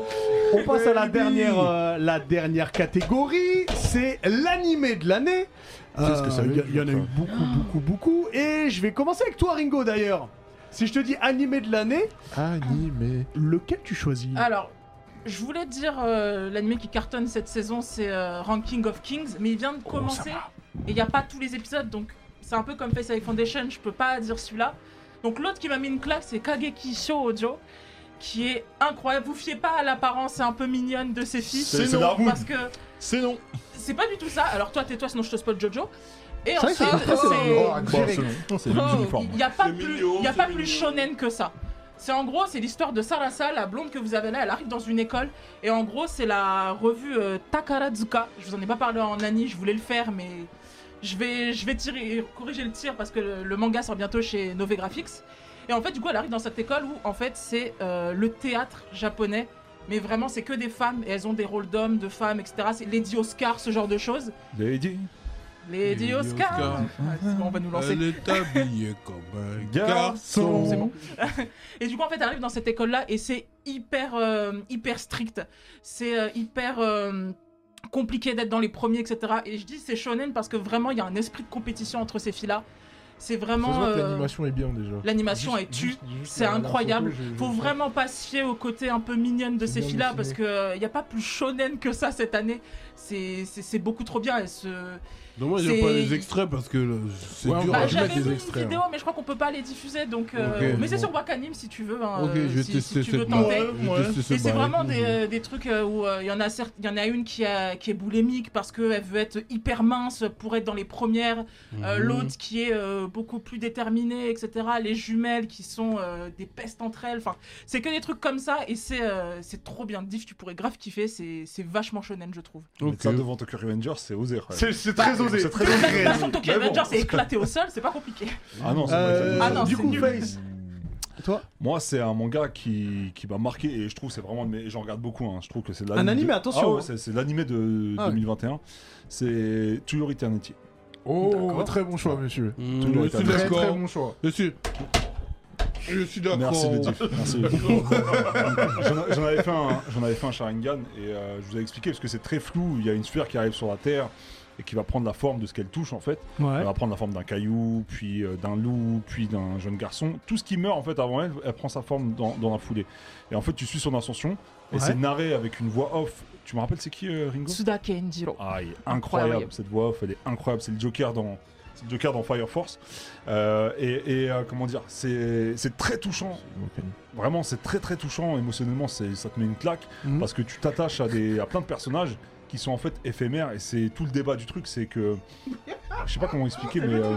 [SPEAKER 1] On passe à la dernière, euh, la dernière catégorie. C'est l'animé de l'année.
[SPEAKER 2] C'est ce que ça veut
[SPEAKER 1] il y a-
[SPEAKER 2] dire,
[SPEAKER 1] il y en a eu
[SPEAKER 2] ça.
[SPEAKER 1] beaucoup, beaucoup, beaucoup. Et je vais commencer avec toi, Ringo, d'ailleurs. Si je te dis animé de l'année,
[SPEAKER 2] Animé.
[SPEAKER 1] lequel tu choisis
[SPEAKER 6] Alors, je voulais dire euh, l'anime qui cartonne cette saison, c'est euh, Ranking of Kings, mais il vient
[SPEAKER 3] Oh,
[SPEAKER 6] de commencer et il n'y a pas tous les épisodes, donc c'est un peu comme Face avec Foundation, je peux pas dire celui-là. Donc l'autre qui m'a mis une claque, c'est Kageki Shoujo, qui est incroyable. Vous fiez pas à l'apparence un peu mignonne de ses filles,
[SPEAKER 5] C'est- c'est
[SPEAKER 6] non,
[SPEAKER 5] Darwood.
[SPEAKER 6] parce que
[SPEAKER 5] C'est non.
[SPEAKER 6] c'est pas du tout ça. Alors toi, tais-toi, sinon je te spoil Jojo. Et
[SPEAKER 1] vrai que c'est
[SPEAKER 6] ensuite,
[SPEAKER 2] Oh,
[SPEAKER 6] c'est...
[SPEAKER 2] Direct.
[SPEAKER 7] C'est le même uniforme.
[SPEAKER 6] Oh, Il n'y a pas
[SPEAKER 4] C'est
[SPEAKER 6] plus,
[SPEAKER 4] mignon,
[SPEAKER 6] y a
[SPEAKER 4] c'est
[SPEAKER 6] pas plus
[SPEAKER 4] mignon.
[SPEAKER 6] shonen que ça. C'est en gros, c'est l'histoire de Sarasa, la blonde que vous avez là, elle arrive dans une école. Et en gros, c'est la revue euh, Takarazuka. Je vous en ai pas parlé en Annie, je voulais le faire, mais je vais, je vais tirer, corriger le tir parce que le, le manga sort bientôt chez Nové Graphics. Et en fait, du coup, elle arrive dans cette école où, en fait, c'est euh, le théâtre japonais. Mais vraiment, c'est que des femmes et elles ont des rôles d'hommes, de femmes, etc. C'est Lady Oscar, ce genre de choses.
[SPEAKER 7] Lady.
[SPEAKER 6] Lady,
[SPEAKER 4] Lady
[SPEAKER 6] Oscar,
[SPEAKER 4] Oscar.
[SPEAKER 6] Ah, c'est bon, on va nous lancer.
[SPEAKER 4] Elle est habillée comme un
[SPEAKER 6] Bon, c'est
[SPEAKER 4] garçon.
[SPEAKER 6] bon. et du coup, en fait, arrive dans cette école-là et c'est hyper, euh, hyper strict. C'est euh, hyper euh, compliqué d'être dans les premiers, etc. Et je dis c'est shonen parce que vraiment, il y a un esprit de compétition entre ces filles-là. C'est
[SPEAKER 2] Ça se
[SPEAKER 6] vraiment.
[SPEAKER 2] voit que
[SPEAKER 6] euh,
[SPEAKER 2] L'animation est bien déjà.
[SPEAKER 6] L'animation est tue. C'est incroyable. Faut vraiment pas se fier au côté un peu mignonne de
[SPEAKER 2] C'est
[SPEAKER 6] ces
[SPEAKER 2] bien
[SPEAKER 6] filles-là
[SPEAKER 2] dessiné.
[SPEAKER 6] parce que il y a pas plus shonen que ça cette année. C'est c'est- c'est beaucoup trop bien. Elles se...
[SPEAKER 4] Dommage, j'ai pas
[SPEAKER 6] C'est-
[SPEAKER 4] les extraits parce que là, c'est
[SPEAKER 2] Ouais, on
[SPEAKER 4] dur
[SPEAKER 2] va
[SPEAKER 4] à
[SPEAKER 6] Bah,
[SPEAKER 2] juste mettre
[SPEAKER 6] J'avais
[SPEAKER 2] des
[SPEAKER 6] mis une
[SPEAKER 2] extraits, hein.
[SPEAKER 6] vidéo, mais je crois qu'on peut pas les diffuser, donc. euh,
[SPEAKER 4] Ok,
[SPEAKER 6] mais c'est
[SPEAKER 4] bon.
[SPEAKER 6] sur Wakanim si tu veux. hein,
[SPEAKER 4] Ok,
[SPEAKER 6] euh,
[SPEAKER 4] je vais
[SPEAKER 6] si, si
[SPEAKER 4] tester
[SPEAKER 6] tu veux
[SPEAKER 4] cette
[SPEAKER 6] tenter.
[SPEAKER 4] marque. Je vais
[SPEAKER 5] Ouais.
[SPEAKER 4] tester
[SPEAKER 6] Mais
[SPEAKER 4] cette
[SPEAKER 6] c'est
[SPEAKER 4] marque.
[SPEAKER 6] vraiment des, euh, des trucs euh, où il y en a certes, il y en a une qui, a- qui est boulimique parce qu'elle veut être hyper mince pour être dans les premières, euh,
[SPEAKER 4] Mhm.
[SPEAKER 6] l'autre qui est euh, beaucoup plus déterminée, etc. Les jumelles qui sont euh, des pestes entre elles. Enfin, c'est que des trucs comme ça et c'est euh, c'est trop bien. Diff, tu pourrais grave kiffer. C'est c'est vachement shonen, je trouve.
[SPEAKER 7] Mais
[SPEAKER 4] Ok.
[SPEAKER 7] Ça devant Tokyo Revengers, c'est osé. quand même.
[SPEAKER 1] C'est c'est très osé.
[SPEAKER 7] c'est très
[SPEAKER 6] De toute façon, Tokyo
[SPEAKER 7] Mais bon.
[SPEAKER 6] Avenger, c'est éclaté au sol, c'est pas compliqué.
[SPEAKER 7] Ah non, c'est
[SPEAKER 1] Euh,
[SPEAKER 7] pas ça.
[SPEAKER 6] Ah non,
[SPEAKER 1] du
[SPEAKER 6] c'est
[SPEAKER 1] coup,
[SPEAKER 6] nul.
[SPEAKER 1] Face. Toi
[SPEAKER 7] Moi, c'est un manga qui, qui m'a marqué et je trouve c'est vraiment. Mais j'en regarde beaucoup. hein. Je trouve que c'est
[SPEAKER 1] Un animé, attention,
[SPEAKER 7] Ah ouais,
[SPEAKER 1] hein.
[SPEAKER 7] c'est, c'est l'animé de
[SPEAKER 1] Ah ouais.
[SPEAKER 7] 2021. C'est Toujours Eternity.
[SPEAKER 2] Oh,
[SPEAKER 1] D'accord.
[SPEAKER 2] très bon choix, monsieur.
[SPEAKER 4] Mmh,
[SPEAKER 7] Tout le
[SPEAKER 4] je
[SPEAKER 7] temps.
[SPEAKER 4] suis
[SPEAKER 2] Très très
[SPEAKER 4] d'accord.
[SPEAKER 2] bon choix.
[SPEAKER 4] Je suis. Je suis d'accord.
[SPEAKER 7] Merci le diff. Merci. j'en, j'en avais fait un, j'en avais fait un Sharingan et euh, je vous ai expliqué parce que c'est très flou. Il y a une sphère qui arrive sur la terre et qui va prendre la forme de ce qu'elle touche en fait.
[SPEAKER 1] Ouais.
[SPEAKER 7] Elle va prendre la forme d'un caillou, puis euh, d'un loup, puis d'un jeune garçon. Tout ce qui meurt en fait avant elle, elle prend sa forme dans, dans la foulée. Et en fait, tu suis son ascension et
[SPEAKER 1] Ouais.
[SPEAKER 7] c'est narré avec une voix off. Tu me rappelles c'est qui euh, Ringo
[SPEAKER 6] Tsuda Kenjiro.
[SPEAKER 7] Ah, il est
[SPEAKER 6] Incroyable.
[SPEAKER 7] incroyable, cette voix off, elle est incroyable. C'est le Joker dans, c'est le Joker dans Fire Force. Euh, et et, euh, comment dire, c'est c'est très touchant. Vraiment, c'est très très touchant émotionnellement. c'est- Ça te met une claque
[SPEAKER 1] Mhm.
[SPEAKER 7] parce que tu t'attaches à des à plein de personnages qui sont en fait éphémères. Et c'est tout le débat du truc, c'est que je sais pas comment expliquer, mais euh,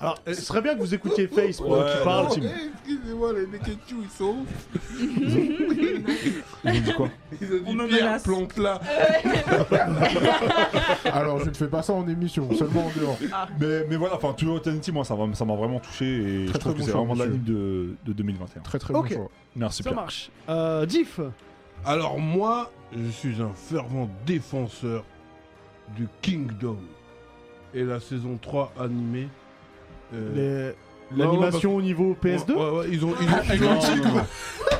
[SPEAKER 1] Alors, euh, ce serait bien que vous écoutiez Face pendant
[SPEAKER 7] Ouais,
[SPEAKER 1] qu'il
[SPEAKER 7] non,
[SPEAKER 1] parle.
[SPEAKER 4] Oh,
[SPEAKER 1] Tim.
[SPEAKER 4] eh, Excusez-moi, les Neketsu, ils sont ouf.
[SPEAKER 7] ils ont dit quoi
[SPEAKER 4] Ils ont
[SPEAKER 6] On me
[SPEAKER 4] dit Pierre,
[SPEAKER 6] menace.
[SPEAKER 4] plante là.
[SPEAKER 2] Alors, je ne fais pas ça en émission, seulement en dehors.
[SPEAKER 7] mais, mais voilà, enfin, True Eternity, moi, ça m'a ça m'a vraiment touché et
[SPEAKER 2] Très,
[SPEAKER 7] je
[SPEAKER 2] très
[SPEAKER 7] trouve que
[SPEAKER 2] bon
[SPEAKER 7] c'est
[SPEAKER 2] choix,
[SPEAKER 7] vraiment
[SPEAKER 2] monsieur.
[SPEAKER 7] l'anime de, de 2021.
[SPEAKER 2] Très très
[SPEAKER 1] Ok.
[SPEAKER 2] bon choix.
[SPEAKER 7] Merci
[SPEAKER 1] Ça
[SPEAKER 7] Pierre.
[SPEAKER 1] marche. Euh, Diff
[SPEAKER 4] Alors moi, je suis un fervent défenseur du Kingdom. Et la saison 3 animée. euh,
[SPEAKER 1] les-
[SPEAKER 4] ouais,
[SPEAKER 1] L'animation au niveau
[SPEAKER 4] ouais,
[SPEAKER 1] PS2
[SPEAKER 4] ouais, ouais, ils ont, ils ont, ils
[SPEAKER 7] Non,
[SPEAKER 4] ont-
[SPEAKER 7] non, non, non.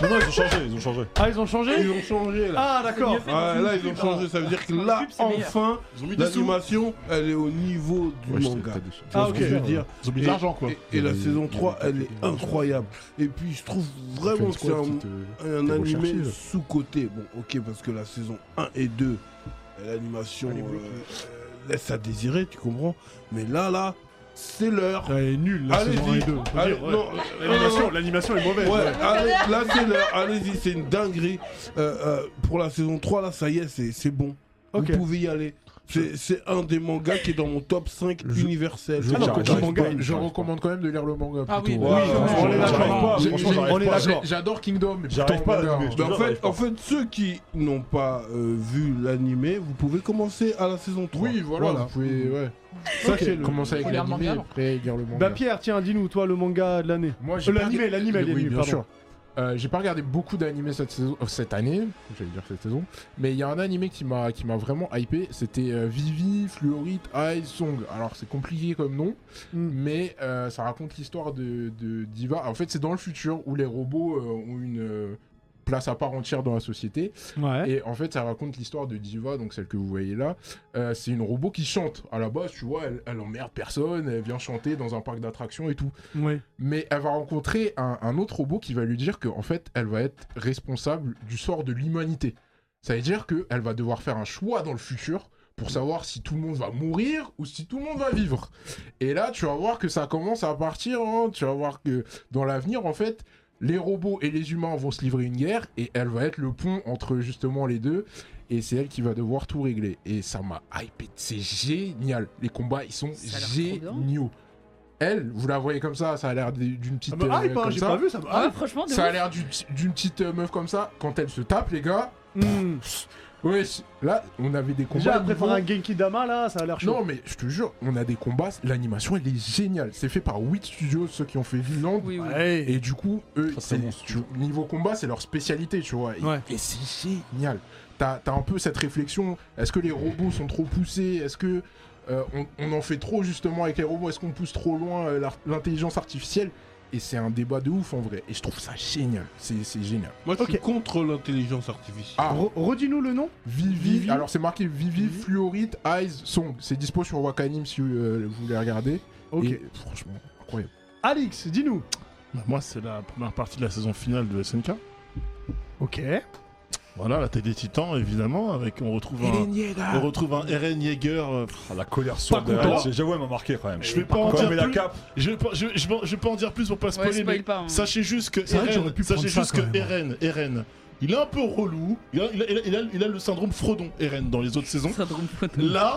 [SPEAKER 7] Non, non, ils ont changé, ils ont changé.
[SPEAKER 1] Ah, ils ont changé
[SPEAKER 4] ils ont changé là.
[SPEAKER 1] Ah, d'accord.
[SPEAKER 6] fait dans
[SPEAKER 4] Ouais,
[SPEAKER 6] une
[SPEAKER 4] là
[SPEAKER 6] pub.
[SPEAKER 4] ils ont changé, ça veut dire que
[SPEAKER 1] Ah,
[SPEAKER 6] Dans une
[SPEAKER 4] là
[SPEAKER 6] pub, c'est meilleur.
[SPEAKER 4] enfin
[SPEAKER 5] Ils ont mis des sous.
[SPEAKER 4] l'animation elle est au niveau du
[SPEAKER 2] Ouais, je t'ai-
[SPEAKER 4] manga.
[SPEAKER 2] t'as des-
[SPEAKER 4] Tu
[SPEAKER 1] Ah,
[SPEAKER 4] vois ce
[SPEAKER 1] ok.
[SPEAKER 4] que je veux dire.
[SPEAKER 5] Ils ont mis
[SPEAKER 4] Et-
[SPEAKER 5] de l'argent quoi.
[SPEAKER 4] Et, et
[SPEAKER 9] Euh,
[SPEAKER 4] la saison 3 elle est incroyable. Et puis je trouve vraiment que
[SPEAKER 2] Faites
[SPEAKER 4] c'est
[SPEAKER 2] quoi,
[SPEAKER 4] un,
[SPEAKER 2] petite, euh,
[SPEAKER 4] un
[SPEAKER 2] T'es
[SPEAKER 4] animé
[SPEAKER 2] recherché, là.
[SPEAKER 4] sous-côté. Bon, ok, parce que la saison 1 et 2, euh, l'animation euh, euh, laisse à désirer, tu comprends Mais là, là, c'est l'heure.
[SPEAKER 1] Elle est nulle,
[SPEAKER 4] la Allez-y. saison un et deux. Allez, non, euh,
[SPEAKER 5] L'animation,
[SPEAKER 4] euh,
[SPEAKER 5] l'animation est
[SPEAKER 4] ouais,
[SPEAKER 5] mauvaise.
[SPEAKER 4] allez, là, c'est l'heure. Allez-y, c'est une dinguerie. Euh, euh, pour la saison 3, là, ça y est, c'est c'est bon.
[SPEAKER 1] Ok.
[SPEAKER 4] Vous pouvez y aller. C'est c'est un des mangas qui est dans mon top 5
[SPEAKER 2] Je-
[SPEAKER 4] universel.
[SPEAKER 2] Je,
[SPEAKER 1] Ah non,
[SPEAKER 2] recommande-
[SPEAKER 1] j'arrive
[SPEAKER 2] je
[SPEAKER 1] pas,
[SPEAKER 2] recommande- je recommande quand même de lire le manga.
[SPEAKER 6] Ah oui,
[SPEAKER 2] plutôt.
[SPEAKER 6] oui,
[SPEAKER 2] Ouais,
[SPEAKER 6] oui,
[SPEAKER 2] ouais,
[SPEAKER 6] oui,
[SPEAKER 2] ouais,
[SPEAKER 6] on est
[SPEAKER 2] ouais,
[SPEAKER 6] d'accord.
[SPEAKER 2] j'arrive pas.
[SPEAKER 7] J'ai-
[SPEAKER 2] Franchement,
[SPEAKER 7] j'ai-
[SPEAKER 2] j'arrive
[SPEAKER 1] on est
[SPEAKER 2] pas.
[SPEAKER 1] d'accord.
[SPEAKER 2] J'ai- J'adore Kingdom, mais
[SPEAKER 7] J'arrive
[SPEAKER 2] putain,
[SPEAKER 7] pas à
[SPEAKER 2] le manga,
[SPEAKER 7] l'animer,
[SPEAKER 2] hein.
[SPEAKER 7] je te
[SPEAKER 4] Mais Ben, en
[SPEAKER 7] jure, j'arrive
[SPEAKER 4] fait,
[SPEAKER 7] pas.
[SPEAKER 4] en fait, ceux qui n'ont pas euh, vu l'animé, vous pouvez commencer à la saison 3.
[SPEAKER 2] Oui, voilà, vous pouvez, ouais.
[SPEAKER 4] Sachez-le.
[SPEAKER 2] Commencer avec
[SPEAKER 6] Faut lire le
[SPEAKER 2] l'animé et
[SPEAKER 6] manga,
[SPEAKER 2] après lire le manga.
[SPEAKER 1] Bah, Pierre, tiens, dis-nous, toi, le manga de l'année.
[SPEAKER 2] Moi,
[SPEAKER 1] L'animé, l'animé,
[SPEAKER 2] Oui,
[SPEAKER 1] l'animé,
[SPEAKER 2] bien
[SPEAKER 1] pardon.
[SPEAKER 2] sûr. Euh, j'ai pas regardé beaucoup d'animés cette, saison- euh, cette année, j'allais dire cette saison, mais il y a un animé qui m'a qui m'a vraiment hypé, c'était euh, Vivi, Fluorite, Ice Song. Alors c'est compliqué comme nom,
[SPEAKER 1] Hmm.
[SPEAKER 2] mais euh, ça raconte l'histoire de, de Diva. En fait, c'est dans le futur où les robots euh, ont une euh, place à part entière dans la société.
[SPEAKER 1] Ouais.
[SPEAKER 2] Et en fait, ça raconte l'histoire de Diva, donc celle que vous voyez là. Euh, c'est une robot qui chante. À la base, tu vois, elle, elle emmerde personne, elle vient chanter dans un parc d'attractions et tout.
[SPEAKER 1] Ouais.
[SPEAKER 2] Mais elle va rencontrer un, un autre robot qui va lui dire qu'en fait, elle va être responsable du sort de l'humanité. Ça veut dire qu'elle va devoir faire un choix dans le futur pour savoir si tout le monde va mourir ou si tout le monde va vivre. Et là, tu vas voir que ça commence à partir. hein. Tu vas voir que dans l'avenir, en fait, les robots et les humains vont se livrer une guerre et elle va être le pont entre justement les deux. Et c'est elle qui va devoir tout régler. Et ça m'a hypé. C'est génial. Les combats, ils sont
[SPEAKER 3] Ça a l'air trop bien.
[SPEAKER 2] géniaux. Elle, vous la voyez comme ça, ça a l'air d- d'une petite.
[SPEAKER 1] me
[SPEAKER 2] euh,
[SPEAKER 1] hype, hein,
[SPEAKER 2] comme
[SPEAKER 1] j'ai
[SPEAKER 2] ça.
[SPEAKER 1] pas vu, hein, ça me
[SPEAKER 3] Ah,
[SPEAKER 1] hype.
[SPEAKER 3] franchement, de
[SPEAKER 2] Ça a
[SPEAKER 3] ouf.
[SPEAKER 2] l'air d'une p'ti- d'une petite euh, meuf comme ça. Quand elle se tape, les gars.
[SPEAKER 1] Hmm.
[SPEAKER 2] Ouais, c- là, on avait des combats.
[SPEAKER 1] Déjà,
[SPEAKER 2] niveau-
[SPEAKER 1] après faire un Genki Dama, là, ça a l'air chaud.
[SPEAKER 2] non mais je te jure, on a des combats, l'animation elle est géniale. C'est fait par 8 studios, ceux qui ont fait Vinland.
[SPEAKER 3] Oui, oui.
[SPEAKER 1] Ouais.
[SPEAKER 2] Et du coup, eux,
[SPEAKER 7] Très, très
[SPEAKER 2] c'est-
[SPEAKER 7] bon
[SPEAKER 2] tu- niveau combat, c'est leur spécialité, tu vois. Et,
[SPEAKER 1] Ouais.
[SPEAKER 2] et c'est génial. T'as t'as un peu cette réflexion est-ce que les robots sont trop poussés Est-ce que euh, on, on en fait trop justement avec les robots Est-ce qu'on pousse trop loin euh, l'ar- l'intelligence artificielle Et c'est un débat de ouf en vrai. Et je trouve ça génial. C'est c'est génial.
[SPEAKER 4] Moi, je suis
[SPEAKER 1] Ok.
[SPEAKER 4] contre l'intelligence artificielle.
[SPEAKER 2] Ah,
[SPEAKER 1] Re- Redis-nous le nom.
[SPEAKER 2] Vivi,
[SPEAKER 1] Vivi.
[SPEAKER 2] alors c'est marqué Vivi,
[SPEAKER 1] Vivi.
[SPEAKER 2] Fluorite, Eyes, Song. C'est dispo sur Wakanim si euh, vous voulez regarder.
[SPEAKER 1] Ok.
[SPEAKER 2] Et franchement, incroyable.
[SPEAKER 1] Alix, dis-nous.
[SPEAKER 5] Bah, moi, c'est la première partie de la saison finale de SNK.
[SPEAKER 1] Ok.
[SPEAKER 5] Voilà, la tête des titans, évidemment, avec on retrouve un, on retrouve un Eren Yeager. euh, pff,
[SPEAKER 7] Ah, la colère sourde.
[SPEAKER 5] Pas content.
[SPEAKER 7] derrière, J'avoue, elle m'a marqué quand même.
[SPEAKER 5] Je vais pas en
[SPEAKER 7] Quand
[SPEAKER 5] dire
[SPEAKER 7] même, et la
[SPEAKER 5] plus.
[SPEAKER 7] cape.
[SPEAKER 5] Je vais pas, je, je vais- je vais pas en dire plus pour pas spoiler,
[SPEAKER 3] spoil
[SPEAKER 5] mais
[SPEAKER 3] pas, hein.
[SPEAKER 5] sachez juste que
[SPEAKER 9] C'est vrai que
[SPEAKER 5] Eren-
[SPEAKER 9] j'aurais pu
[SPEAKER 5] sachez
[SPEAKER 9] prendre
[SPEAKER 5] juste
[SPEAKER 9] ça, quand
[SPEAKER 5] que Eren, Eren, il est un peu relou. Il a, il a- il a- il a- il a le syndrome Frodon, Eren, dans les autres saisons.
[SPEAKER 3] Ça drôle de photo.
[SPEAKER 5] Là,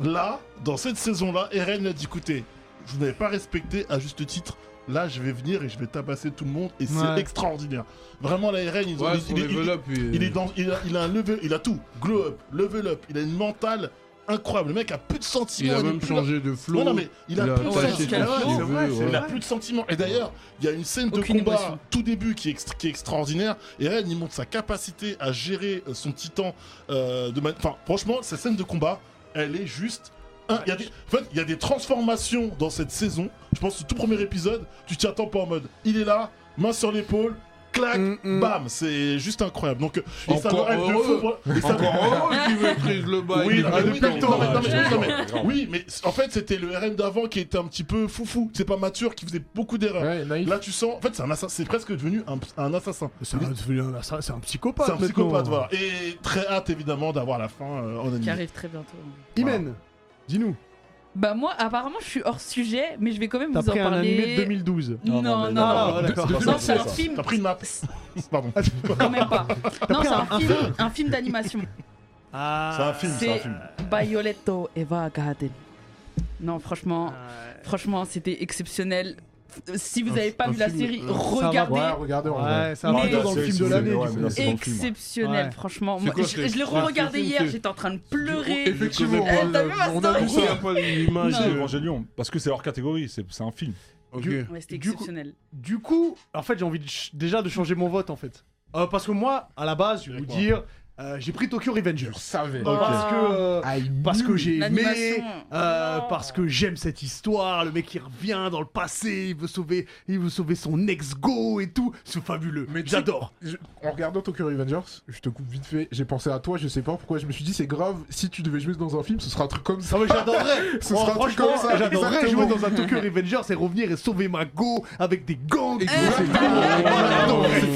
[SPEAKER 5] là, dans cette saison-là, Eren a dit écoutez, je vous n'avez pas respecté à juste titre. Là, je vais venir et je vais tabasser tout le monde et
[SPEAKER 1] Ouais.
[SPEAKER 5] c'est extraordinaire. Vraiment, la Eren, ils ont-
[SPEAKER 4] Ouais,
[SPEAKER 5] ils-
[SPEAKER 4] son
[SPEAKER 5] il, est- il-
[SPEAKER 4] level up, il-
[SPEAKER 5] il est dans, il a, il a un level, il a tout, glow up, level up, il a une mentale incroyable. Le mec a plus de sentiments.
[SPEAKER 4] Il
[SPEAKER 5] il
[SPEAKER 4] a
[SPEAKER 5] est
[SPEAKER 4] même
[SPEAKER 5] plus là-
[SPEAKER 4] changé de flow.
[SPEAKER 5] Ouais, non, mais il a plus de
[SPEAKER 3] taché
[SPEAKER 5] sentiments. il
[SPEAKER 3] de flow.
[SPEAKER 5] a-
[SPEAKER 1] C'est vrai, c'est
[SPEAKER 5] il a
[SPEAKER 1] vrai.
[SPEAKER 5] plus de sentiments. Et d'ailleurs, il y a une scène de
[SPEAKER 3] Aucune
[SPEAKER 5] combat
[SPEAKER 3] émotion.
[SPEAKER 5] tout début qui est, extra- qui est extraordinaire. Et Ren, il montre sa capacité à gérer euh, son titan. euh, de man- Enfin, franchement, cette scène de combat, elle est juste. hein, il y a des... En fait, il y a des transformations dans cette saison. Je pense que le tout premier épisode, tu t'y attends pas en mode. Il est là, main sur l'épaule, clac,
[SPEAKER 4] Mm, mm.
[SPEAKER 5] bam. C'est juste incroyable. Donc, euh, et ça
[SPEAKER 4] Encore
[SPEAKER 5] me hype de fou,
[SPEAKER 4] heureux.
[SPEAKER 5] voilà. Et ça me-
[SPEAKER 4] Encore heureux qu'il maîtrise le bail.
[SPEAKER 5] Oui,
[SPEAKER 4] Il a
[SPEAKER 5] ah,
[SPEAKER 4] le
[SPEAKER 5] depuis
[SPEAKER 4] temps.
[SPEAKER 5] le temps, mais non, mais- non, mais-
[SPEAKER 7] Grave.
[SPEAKER 5] oui, mais c- en fait, c'était le RM d'avant qui était un petit peu foufou. C'est pas mature, qui faisait beaucoup d'erreurs.
[SPEAKER 2] Ouais, naïf.
[SPEAKER 5] Là, tu sens. En fait, c'est un assassin. C'est presque devenu un, un assassin.
[SPEAKER 1] C'est un, c'est un- c'est un psychopathe.
[SPEAKER 5] C'est un
[SPEAKER 1] maintenant.
[SPEAKER 5] psychopathe, voilà. Et très hâte, évidemment, d'avoir la fin euh, en
[SPEAKER 3] Qui
[SPEAKER 5] anime.
[SPEAKER 3] arrive très bientôt.
[SPEAKER 1] Ah. Imen, dis-nous.
[SPEAKER 3] Bah, moi, apparemment, je suis hors sujet, mais je vais quand même
[SPEAKER 1] T'as
[SPEAKER 3] vous en
[SPEAKER 1] pris
[SPEAKER 3] parler.
[SPEAKER 1] un animé de 2012.
[SPEAKER 3] Non, non, non.
[SPEAKER 1] Ah, ouais, d'accord.
[SPEAKER 3] Non, c'est un film.
[SPEAKER 5] T'as pris une map. Pardon.
[SPEAKER 1] Ah,
[SPEAKER 3] Quand même pas. Non,
[SPEAKER 1] pris
[SPEAKER 3] c'est
[SPEAKER 1] un-
[SPEAKER 3] un, film, un film d'animation.
[SPEAKER 7] C'est un film, c'est un
[SPEAKER 3] C'est
[SPEAKER 7] film.
[SPEAKER 3] Violetto Eva Garden. Non, franchement,
[SPEAKER 1] Ouais.
[SPEAKER 3] franchement, c'était exceptionnel. Si vous
[SPEAKER 4] Un-
[SPEAKER 3] n'avez pas
[SPEAKER 4] un
[SPEAKER 3] vu la
[SPEAKER 4] film,
[SPEAKER 3] série,
[SPEAKER 4] euh,
[SPEAKER 2] Ouais,
[SPEAKER 3] regardez.
[SPEAKER 2] regardez. en vrai.
[SPEAKER 1] Ouais, c'est un
[SPEAKER 3] Mais-
[SPEAKER 1] peu dans le
[SPEAKER 7] Ouais,
[SPEAKER 1] film
[SPEAKER 7] c'est-
[SPEAKER 1] de l'année.
[SPEAKER 7] ouais,
[SPEAKER 1] du
[SPEAKER 7] mais
[SPEAKER 1] coup.
[SPEAKER 7] là, c'est- dans le film, ouais.
[SPEAKER 3] Exceptionnel,
[SPEAKER 1] Ouais.
[SPEAKER 3] franchement.
[SPEAKER 4] C'est
[SPEAKER 3] Moi,
[SPEAKER 4] quoi,
[SPEAKER 3] je,
[SPEAKER 4] c'est-
[SPEAKER 3] je l'ai
[SPEAKER 4] c'est un
[SPEAKER 3] re-regardé
[SPEAKER 4] film,
[SPEAKER 3] hier,
[SPEAKER 4] c'est-
[SPEAKER 3] j'étais en train de pleurer.
[SPEAKER 2] Effectivement.
[SPEAKER 3] Eh, t'as vu ma
[SPEAKER 4] On a
[SPEAKER 3] story
[SPEAKER 4] compris, il n'y a pas d'image.
[SPEAKER 7] C'est
[SPEAKER 4] euh,
[SPEAKER 7] Evangelion, parce que c'est hors catégorie, c'est c'est un film.
[SPEAKER 4] ok.
[SPEAKER 1] du-
[SPEAKER 3] Ouais, c'était
[SPEAKER 1] Du coup-
[SPEAKER 3] exceptionnel.
[SPEAKER 1] Du coup, en fait, j'ai envie de ch- déjà de changer mon vote en fait. Euh, parce que moi, à la base, je vais vous
[SPEAKER 5] D'accord.
[SPEAKER 1] dire, euh, j'ai pris Tokyo Revengers.
[SPEAKER 2] Je savais.
[SPEAKER 1] Donc, Parce que, euh,
[SPEAKER 2] I
[SPEAKER 1] parce que
[SPEAKER 2] knew.
[SPEAKER 1] j'ai aimé,
[SPEAKER 3] L'animation.
[SPEAKER 1] euh,
[SPEAKER 3] Oh.
[SPEAKER 1] parce que j'aime cette histoire. Le mec qui revient dans le passé, il veut sauver, il veut sauver son ex-go et tout. C'est fabuleux.
[SPEAKER 2] Mais
[SPEAKER 1] Mais
[SPEAKER 2] tu-
[SPEAKER 1] j'adore.
[SPEAKER 2] Je- en regardant Tokyo Revengers, je te coupe vite fait, j'ai pensé à toi, je sais pas pourquoi, je me suis dit c'est grave, si tu devais jouer dans un film, ce sera un truc comme ça.
[SPEAKER 1] Non mais j'adorerais.
[SPEAKER 2] Ce
[SPEAKER 1] Oh,
[SPEAKER 2] sera un truc
[SPEAKER 1] franchement,
[SPEAKER 2] comme ça,
[SPEAKER 1] j'adorerais jouer
[SPEAKER 2] exactement.
[SPEAKER 1] dans un Tokyo Revengers et revenir et sauver ma go avec des gangs.
[SPEAKER 2] Exactement.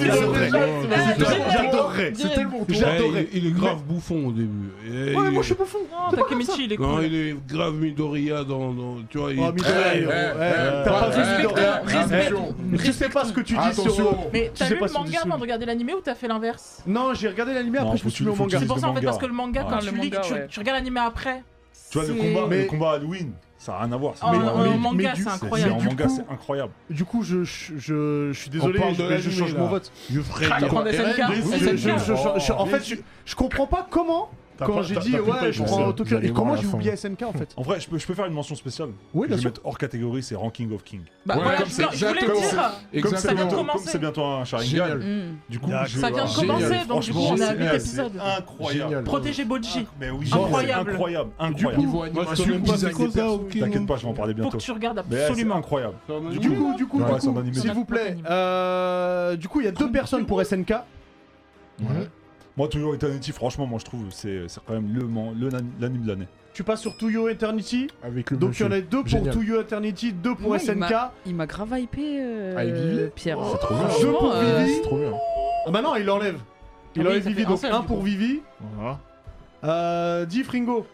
[SPEAKER 1] J'adorerais. J'adorerais. J'adorerais.
[SPEAKER 2] C'est tellement
[SPEAKER 4] Ouais,
[SPEAKER 2] drôle.
[SPEAKER 1] J'adorais.
[SPEAKER 4] Il, il est grave bouffon au début. Et
[SPEAKER 1] Ouais, mais
[SPEAKER 4] il-
[SPEAKER 1] moi je suis bouffon.
[SPEAKER 6] Non, Takemichi, il est
[SPEAKER 4] Non,
[SPEAKER 6] cool.
[SPEAKER 4] il est grave Midoriya dans. dans- tu vois, il
[SPEAKER 1] Oh,
[SPEAKER 4] est
[SPEAKER 1] Midoriya,
[SPEAKER 4] très-
[SPEAKER 1] eh,
[SPEAKER 2] ouais,
[SPEAKER 1] eh,
[SPEAKER 2] ouais,
[SPEAKER 1] T'as pas
[SPEAKER 2] ouais,
[SPEAKER 1] vu
[SPEAKER 2] ouais,
[SPEAKER 1] Midoriya
[SPEAKER 2] ouais, attention.
[SPEAKER 1] Je sais pas ce que tu dis sur.
[SPEAKER 2] Attention.
[SPEAKER 6] Mais t'as
[SPEAKER 1] sais
[SPEAKER 6] lu
[SPEAKER 1] pas
[SPEAKER 6] le
[SPEAKER 1] si on dit
[SPEAKER 6] manga
[SPEAKER 1] sous-
[SPEAKER 6] avant de regarder l'animé ou t'as fait l'inverse
[SPEAKER 1] Non, j'ai regardé l'animé
[SPEAKER 7] Non,
[SPEAKER 1] après je
[SPEAKER 7] faut
[SPEAKER 1] me
[SPEAKER 7] que
[SPEAKER 1] suis mis
[SPEAKER 7] tu-
[SPEAKER 1] au
[SPEAKER 7] faut que
[SPEAKER 1] manga.
[SPEAKER 6] C'est pour
[SPEAKER 7] le
[SPEAKER 6] ça en fait
[SPEAKER 7] manga.
[SPEAKER 6] parce que le manga,
[SPEAKER 7] Ouais.
[SPEAKER 6] quand
[SPEAKER 3] Le
[SPEAKER 6] tu lis,
[SPEAKER 3] manga,
[SPEAKER 6] tu,
[SPEAKER 3] ouais.
[SPEAKER 6] tu regardes l'animé après.
[SPEAKER 7] Tu vois, le
[SPEAKER 6] c'est-
[SPEAKER 7] combat,
[SPEAKER 1] Mais-
[SPEAKER 7] le combat Halloween, ça n'a rien à voir. c'est
[SPEAKER 6] En,
[SPEAKER 7] un
[SPEAKER 1] Mais-
[SPEAKER 6] en
[SPEAKER 7] manga.
[SPEAKER 1] mais-
[SPEAKER 6] manga,
[SPEAKER 1] mais du-
[SPEAKER 6] c'est
[SPEAKER 7] C'est- c'est
[SPEAKER 6] incroyable.
[SPEAKER 7] En
[SPEAKER 1] du
[SPEAKER 7] manga,
[SPEAKER 1] coup-
[SPEAKER 7] c'est incroyable.
[SPEAKER 1] Du coup, je, je, je, je suis désolé,
[SPEAKER 4] parle
[SPEAKER 1] je,
[SPEAKER 4] de
[SPEAKER 1] je
[SPEAKER 4] l'animé,
[SPEAKER 1] change
[SPEAKER 4] là.
[SPEAKER 1] mon vote.
[SPEAKER 4] Je ferai
[SPEAKER 6] Prends
[SPEAKER 4] dire-
[SPEAKER 6] des
[SPEAKER 4] Eren,
[SPEAKER 6] SNK,
[SPEAKER 4] mais-
[SPEAKER 1] Je-
[SPEAKER 6] SNK.
[SPEAKER 1] je- je- je- je- en fait, je, je comprends pas comment
[SPEAKER 7] T'as
[SPEAKER 1] Quand
[SPEAKER 7] pas-
[SPEAKER 1] j'ai
[SPEAKER 7] t'as-
[SPEAKER 1] dit,
[SPEAKER 7] t'as plus le temps
[SPEAKER 1] ouais, je
[SPEAKER 7] pour
[SPEAKER 1] prends
[SPEAKER 7] ça.
[SPEAKER 1] un Tokyo.
[SPEAKER 2] Vous allez
[SPEAKER 1] Et
[SPEAKER 2] voir
[SPEAKER 1] comment
[SPEAKER 2] la
[SPEAKER 1] j'ai
[SPEAKER 2] fin.
[SPEAKER 1] oublié SNK en fait
[SPEAKER 7] En vrai, je peux, je peux faire une mention spéciale.
[SPEAKER 1] Oui,
[SPEAKER 7] je
[SPEAKER 1] bien
[SPEAKER 7] vais
[SPEAKER 1] sûr.
[SPEAKER 7] mettre hors catégorie, c'est Ranking of King.
[SPEAKER 6] Bah
[SPEAKER 2] Ouais,
[SPEAKER 6] voilà,
[SPEAKER 2] comme
[SPEAKER 6] je,
[SPEAKER 2] c'est
[SPEAKER 6] non, je voulais
[SPEAKER 2] exactement-
[SPEAKER 6] dire.
[SPEAKER 7] Comme
[SPEAKER 6] Ça vient
[SPEAKER 7] c'est
[SPEAKER 6] de
[SPEAKER 2] Exactement.
[SPEAKER 7] bientôt- comme
[SPEAKER 6] commencer.
[SPEAKER 7] c'est bientôt un Sharingan,
[SPEAKER 2] Génial.
[SPEAKER 3] Hmm.
[SPEAKER 7] du coup,
[SPEAKER 4] D'accord.
[SPEAKER 7] je-
[SPEAKER 6] Ça vient de
[SPEAKER 7] ah,
[SPEAKER 2] Génial.
[SPEAKER 6] commencer, donc du coup,
[SPEAKER 7] franchement,
[SPEAKER 6] on est à
[SPEAKER 7] génial,
[SPEAKER 6] 8
[SPEAKER 7] c'est
[SPEAKER 6] épisodes.
[SPEAKER 7] Incroyable.
[SPEAKER 2] Génial.
[SPEAKER 6] Protégez Boji.
[SPEAKER 7] Inc- Mais oui,
[SPEAKER 6] Incroyable.
[SPEAKER 7] c'est Incroyable,
[SPEAKER 4] Du
[SPEAKER 7] incroyable.
[SPEAKER 2] Niveau
[SPEAKER 4] Moi, je
[SPEAKER 2] animation,
[SPEAKER 4] connais pas
[SPEAKER 2] design
[SPEAKER 4] c'est quoi
[SPEAKER 2] des
[SPEAKER 4] ça,
[SPEAKER 2] persos.
[SPEAKER 4] ok.
[SPEAKER 7] T'inquiète pas, je vais en parler
[SPEAKER 6] Faut que
[SPEAKER 7] bientôt.
[SPEAKER 6] tu regardes
[SPEAKER 7] Mais ouais, c'est
[SPEAKER 6] absolument.
[SPEAKER 7] incroyable.
[SPEAKER 1] Du coup, du coup,
[SPEAKER 2] Ouais,
[SPEAKER 1] du
[SPEAKER 7] c'est un
[SPEAKER 1] coup,
[SPEAKER 7] animé.
[SPEAKER 1] s'il vous plaît, euh, du coup, il y a deux personnes pour SNK.
[SPEAKER 2] Ouais.
[SPEAKER 7] Moi, toujours Eternity, franchement, moi je trouve c'est c'est quand même le man- le nan- l'anime de l'année.
[SPEAKER 1] Tu passes sur To You Eternity.
[SPEAKER 2] Avec le
[SPEAKER 1] Donc il y en a deux pour
[SPEAKER 2] Génial.
[SPEAKER 1] To You Eternity, deux pour
[SPEAKER 3] Ouais, il
[SPEAKER 1] SNK.
[SPEAKER 3] m'a- Il m'a grave hypé, euh,
[SPEAKER 2] Ah, il vivait
[SPEAKER 3] Pierre.
[SPEAKER 2] C'est trop bien.
[SPEAKER 1] Deux pour
[SPEAKER 3] euh,
[SPEAKER 1] Vivi.
[SPEAKER 2] C'est trop bien.
[SPEAKER 1] Ah bah non, il l'enlève. Il
[SPEAKER 6] Ah oui,
[SPEAKER 1] enlève
[SPEAKER 6] ça
[SPEAKER 1] Vivi,
[SPEAKER 6] fait un
[SPEAKER 1] donc
[SPEAKER 6] seul,
[SPEAKER 1] un
[SPEAKER 6] du
[SPEAKER 1] pour
[SPEAKER 6] coup.
[SPEAKER 1] Vivi.
[SPEAKER 5] Voilà.
[SPEAKER 1] Euh, Dis Fringo.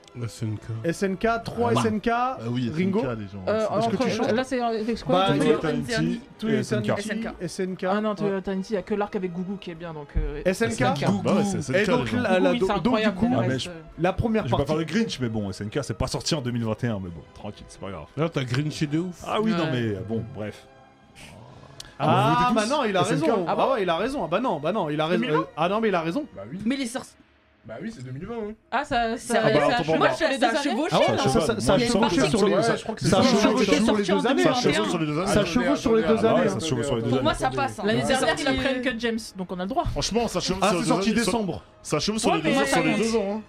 [SPEAKER 1] SNK, 3
[SPEAKER 5] Bah.
[SPEAKER 1] SNK.
[SPEAKER 5] Ah oui,
[SPEAKER 1] Ringo.
[SPEAKER 5] SNK, les gens.
[SPEAKER 6] Euh,
[SPEAKER 5] C'est parce
[SPEAKER 6] alors,
[SPEAKER 5] que tu chantes.
[SPEAKER 6] Là, c'est avec quoi
[SPEAKER 1] Bah, To
[SPEAKER 6] Eternity
[SPEAKER 7] Tokyo
[SPEAKER 1] You
[SPEAKER 7] Eternity
[SPEAKER 1] To
[SPEAKER 7] et
[SPEAKER 1] You
[SPEAKER 7] SNK.
[SPEAKER 1] Eternity, SNK.
[SPEAKER 6] Ah non, Tokyo
[SPEAKER 1] Ouais.
[SPEAKER 6] Eternity, il y a que l'arc avec Gougou qui est bien, donc. euh,
[SPEAKER 1] SNK.
[SPEAKER 5] Ah bah ouais, c'est SNK,
[SPEAKER 1] Et donc,
[SPEAKER 5] les gens.
[SPEAKER 1] la, la-
[SPEAKER 6] oui,
[SPEAKER 1] donc,
[SPEAKER 6] c'est
[SPEAKER 1] donc, du
[SPEAKER 6] incroyable.
[SPEAKER 1] coup,
[SPEAKER 6] mais
[SPEAKER 7] Ah,
[SPEAKER 6] le
[SPEAKER 7] mais
[SPEAKER 6] reste,
[SPEAKER 7] je-
[SPEAKER 6] euh,
[SPEAKER 1] la première
[SPEAKER 7] Je vais pas faire
[SPEAKER 1] partie.
[SPEAKER 7] le Grinch, mais bon, SNK c'est pas sorti en 2021, mais bon, tranquille, c'est pas grave.
[SPEAKER 4] Là, t'as Grinché de ouf.
[SPEAKER 7] Ah oui, non,
[SPEAKER 3] Ouais.
[SPEAKER 7] mais euh, bon, bref.
[SPEAKER 1] Ah,
[SPEAKER 7] Vous
[SPEAKER 1] bah
[SPEAKER 7] vous
[SPEAKER 1] non, il a
[SPEAKER 7] SNK.
[SPEAKER 1] raison.
[SPEAKER 6] Ah
[SPEAKER 1] Ah,
[SPEAKER 6] bon
[SPEAKER 1] ouais, il a raison. Ah bah non, bah non, il a raison.
[SPEAKER 6] 2020
[SPEAKER 1] Euh, Ah non, mais il a raison.
[SPEAKER 2] Bah oui.
[SPEAKER 3] Mais les sorciers.
[SPEAKER 2] Bah oui, c'est 2020. hein.
[SPEAKER 6] Ah, ça. ça-
[SPEAKER 3] Ah bah,
[SPEAKER 6] ça
[SPEAKER 7] attends,
[SPEAKER 6] chevauche
[SPEAKER 7] moi,
[SPEAKER 3] je-
[SPEAKER 6] sur
[SPEAKER 3] ça
[SPEAKER 6] les deux
[SPEAKER 3] a
[SPEAKER 6] années.
[SPEAKER 3] chevauché,
[SPEAKER 1] Ah ouais,
[SPEAKER 3] là.
[SPEAKER 1] ça, ça, ça,
[SPEAKER 7] Moi,
[SPEAKER 1] a
[SPEAKER 7] je sens
[SPEAKER 1] chevauché
[SPEAKER 7] que ça
[SPEAKER 1] sur les. Ça,
[SPEAKER 2] me semble- ouais, je
[SPEAKER 1] ça a
[SPEAKER 2] crois que c'est ça.
[SPEAKER 1] chevauché
[SPEAKER 3] C'est
[SPEAKER 1] sur les
[SPEAKER 3] sorti en
[SPEAKER 1] deux années.
[SPEAKER 5] Ça
[SPEAKER 1] hein.
[SPEAKER 3] Attendez,
[SPEAKER 5] chevauche sur les deux années.
[SPEAKER 1] Ça chevauche sur les deux
[SPEAKER 7] attendez,
[SPEAKER 1] années.
[SPEAKER 7] ça
[SPEAKER 1] hein.
[SPEAKER 7] chevauche sur les deux
[SPEAKER 3] Pour
[SPEAKER 7] années.
[SPEAKER 3] moi, ça passe. hein.
[SPEAKER 6] L'année
[SPEAKER 3] C'est
[SPEAKER 6] dernière,
[SPEAKER 3] sorti,
[SPEAKER 6] il a pris une
[SPEAKER 3] euh,
[SPEAKER 6] cut James, donc on a le droit.
[SPEAKER 5] Franchement, ça chevauche
[SPEAKER 1] Ah, c'est
[SPEAKER 5] sur les deux
[SPEAKER 1] sorti
[SPEAKER 5] années.
[SPEAKER 1] décembre.
[SPEAKER 5] Ça chevauche sur
[SPEAKER 6] Ouais,
[SPEAKER 5] les
[SPEAKER 6] mais
[SPEAKER 5] deux ans, sur les
[SPEAKER 6] attends.
[SPEAKER 5] deux ans.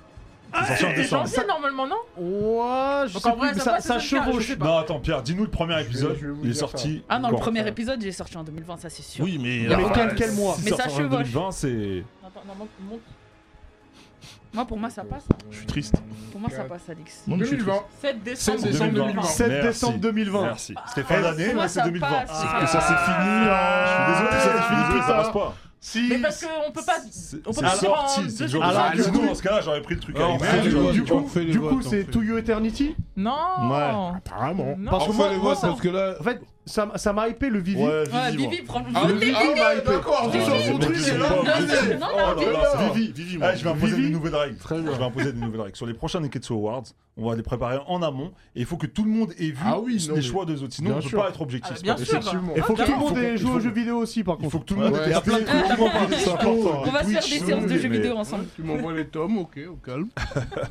[SPEAKER 5] hein.
[SPEAKER 7] C'est sorti en
[SPEAKER 6] C'est
[SPEAKER 7] décembre.
[SPEAKER 6] janvier normalement, non
[SPEAKER 1] Ouais, je
[SPEAKER 6] Donc,
[SPEAKER 1] sais
[SPEAKER 6] en vrai,
[SPEAKER 1] plus, mais
[SPEAKER 6] ça
[SPEAKER 1] ça,
[SPEAKER 6] passe,
[SPEAKER 1] ça
[SPEAKER 6] SNK, je sais
[SPEAKER 1] chevauche.
[SPEAKER 6] pas.
[SPEAKER 7] Non, attends, Pierre, dis-nous le premier
[SPEAKER 2] vais-
[SPEAKER 7] épisode.
[SPEAKER 2] je vais vous
[SPEAKER 7] Il est
[SPEAKER 2] dire
[SPEAKER 7] sorti.
[SPEAKER 3] Ah non, le
[SPEAKER 7] quand
[SPEAKER 3] premier épisode, j'ai sorti en 2020, ça c'est sûr.
[SPEAKER 5] Oui, mais.
[SPEAKER 1] Mais
[SPEAKER 5] Ah,
[SPEAKER 1] quel, quel mois
[SPEAKER 7] Si
[SPEAKER 3] Mais
[SPEAKER 7] ça
[SPEAKER 3] ça
[SPEAKER 7] sort en
[SPEAKER 3] chevauche.
[SPEAKER 7] 2020, c'est.
[SPEAKER 6] Attends, non, monte- monte.
[SPEAKER 3] Moi, pour moi, ça passe.
[SPEAKER 5] Je suis triste.
[SPEAKER 3] Pour moi, ça passe, Alex.
[SPEAKER 5] Non, mais je suis
[SPEAKER 2] 2020.
[SPEAKER 6] 7 décembre
[SPEAKER 2] 16 décembre
[SPEAKER 6] 2020.
[SPEAKER 2] 2020.
[SPEAKER 1] 7
[SPEAKER 7] Merci.
[SPEAKER 1] décembre 2020.
[SPEAKER 7] Merci. C'était fin
[SPEAKER 1] Eh,
[SPEAKER 7] d'année,
[SPEAKER 3] pour moi,
[SPEAKER 7] là c'est
[SPEAKER 3] ça
[SPEAKER 7] 2020.
[SPEAKER 3] passe.
[SPEAKER 7] Ah,
[SPEAKER 5] triste. Que ça, c'est fini. hein. Je suis désolé, ça, c'est fini plus
[SPEAKER 7] ça passe
[SPEAKER 5] tard.
[SPEAKER 7] pas.
[SPEAKER 1] Si.
[SPEAKER 6] Mais parce qu'on peut pas.
[SPEAKER 7] C'est
[SPEAKER 6] on peut
[SPEAKER 7] c'est
[SPEAKER 6] pas le dire en
[SPEAKER 7] sorti,
[SPEAKER 6] deux
[SPEAKER 7] c'est le jour
[SPEAKER 1] secondes.
[SPEAKER 7] de
[SPEAKER 1] Alors,
[SPEAKER 7] sortie.
[SPEAKER 1] du
[SPEAKER 7] Sinon,
[SPEAKER 1] coup-
[SPEAKER 7] dans ce cas-là, j'aurais pris le truc à
[SPEAKER 4] Alors,
[SPEAKER 7] l'email.
[SPEAKER 1] Ah,
[SPEAKER 4] fait
[SPEAKER 1] du,
[SPEAKER 4] les votes,
[SPEAKER 1] du
[SPEAKER 4] on
[SPEAKER 1] coup,
[SPEAKER 4] fait les
[SPEAKER 1] du
[SPEAKER 4] votes,
[SPEAKER 1] coup,
[SPEAKER 4] on
[SPEAKER 1] c'est
[SPEAKER 4] fait
[SPEAKER 1] To
[SPEAKER 4] les
[SPEAKER 1] You Eternity.
[SPEAKER 6] Non
[SPEAKER 5] Apparemment.
[SPEAKER 6] Non.
[SPEAKER 1] Parce
[SPEAKER 4] On
[SPEAKER 1] que
[SPEAKER 4] fait
[SPEAKER 1] moi,
[SPEAKER 4] les
[SPEAKER 1] moi,
[SPEAKER 4] votes
[SPEAKER 1] ça,
[SPEAKER 4] parce que là.
[SPEAKER 1] en fait, ça, m- ça m'a hypé le Vivi.
[SPEAKER 5] Ouais,
[SPEAKER 3] Ouais,
[SPEAKER 5] Vivi. moi.
[SPEAKER 3] Vivi, franchement.
[SPEAKER 2] Ah,
[SPEAKER 3] Votez
[SPEAKER 2] oui,
[SPEAKER 3] Vivi.
[SPEAKER 2] ah, bah, d'accord,
[SPEAKER 5] Vivi.
[SPEAKER 2] vous en foutez,
[SPEAKER 5] Vivi.
[SPEAKER 2] c'est
[SPEAKER 5] Non,
[SPEAKER 2] là, vous
[SPEAKER 5] non,
[SPEAKER 2] êtes-
[SPEAKER 3] non,
[SPEAKER 7] Oh là là, c'est
[SPEAKER 5] Vivi, Vivi, moi.
[SPEAKER 7] Ah, je vais imposer
[SPEAKER 1] Vivi.
[SPEAKER 7] des nouvelles règles.
[SPEAKER 2] Très bien.
[SPEAKER 7] Je vais imposer des nouvelles règles. Sur les prochains Neketsu Awards, on va les préparer en amont et il faut que tout le monde ait vu
[SPEAKER 2] Ah oui, non,
[SPEAKER 7] les
[SPEAKER 2] mais-
[SPEAKER 7] choix des autres. Sinon,
[SPEAKER 2] Bien
[SPEAKER 7] on peut
[SPEAKER 2] sûr.
[SPEAKER 7] pas être objectif.
[SPEAKER 6] Ah,
[SPEAKER 7] c'est
[SPEAKER 6] bien
[SPEAKER 7] pas
[SPEAKER 6] sûr.
[SPEAKER 7] possible.
[SPEAKER 2] Effectivement.
[SPEAKER 1] Il faut que
[SPEAKER 6] Ah,
[SPEAKER 1] tout le monde
[SPEAKER 7] faut-
[SPEAKER 1] ait joué aux
[SPEAKER 7] faut-
[SPEAKER 1] jeux vidéo aussi, par
[SPEAKER 7] Il
[SPEAKER 1] contre.
[SPEAKER 7] faut que tout le monde
[SPEAKER 2] Ouais,
[SPEAKER 7] ait
[SPEAKER 2] ouais,
[SPEAKER 7] plein de
[SPEAKER 3] c'est important.
[SPEAKER 7] trucs.
[SPEAKER 5] C'est important.
[SPEAKER 3] On va se faire des
[SPEAKER 5] Twitch,
[SPEAKER 3] séances de
[SPEAKER 7] oui,
[SPEAKER 3] jeux
[SPEAKER 7] mais-
[SPEAKER 3] vidéo ensemble.
[SPEAKER 2] Tu m'envoies les tomes, ok, au calme.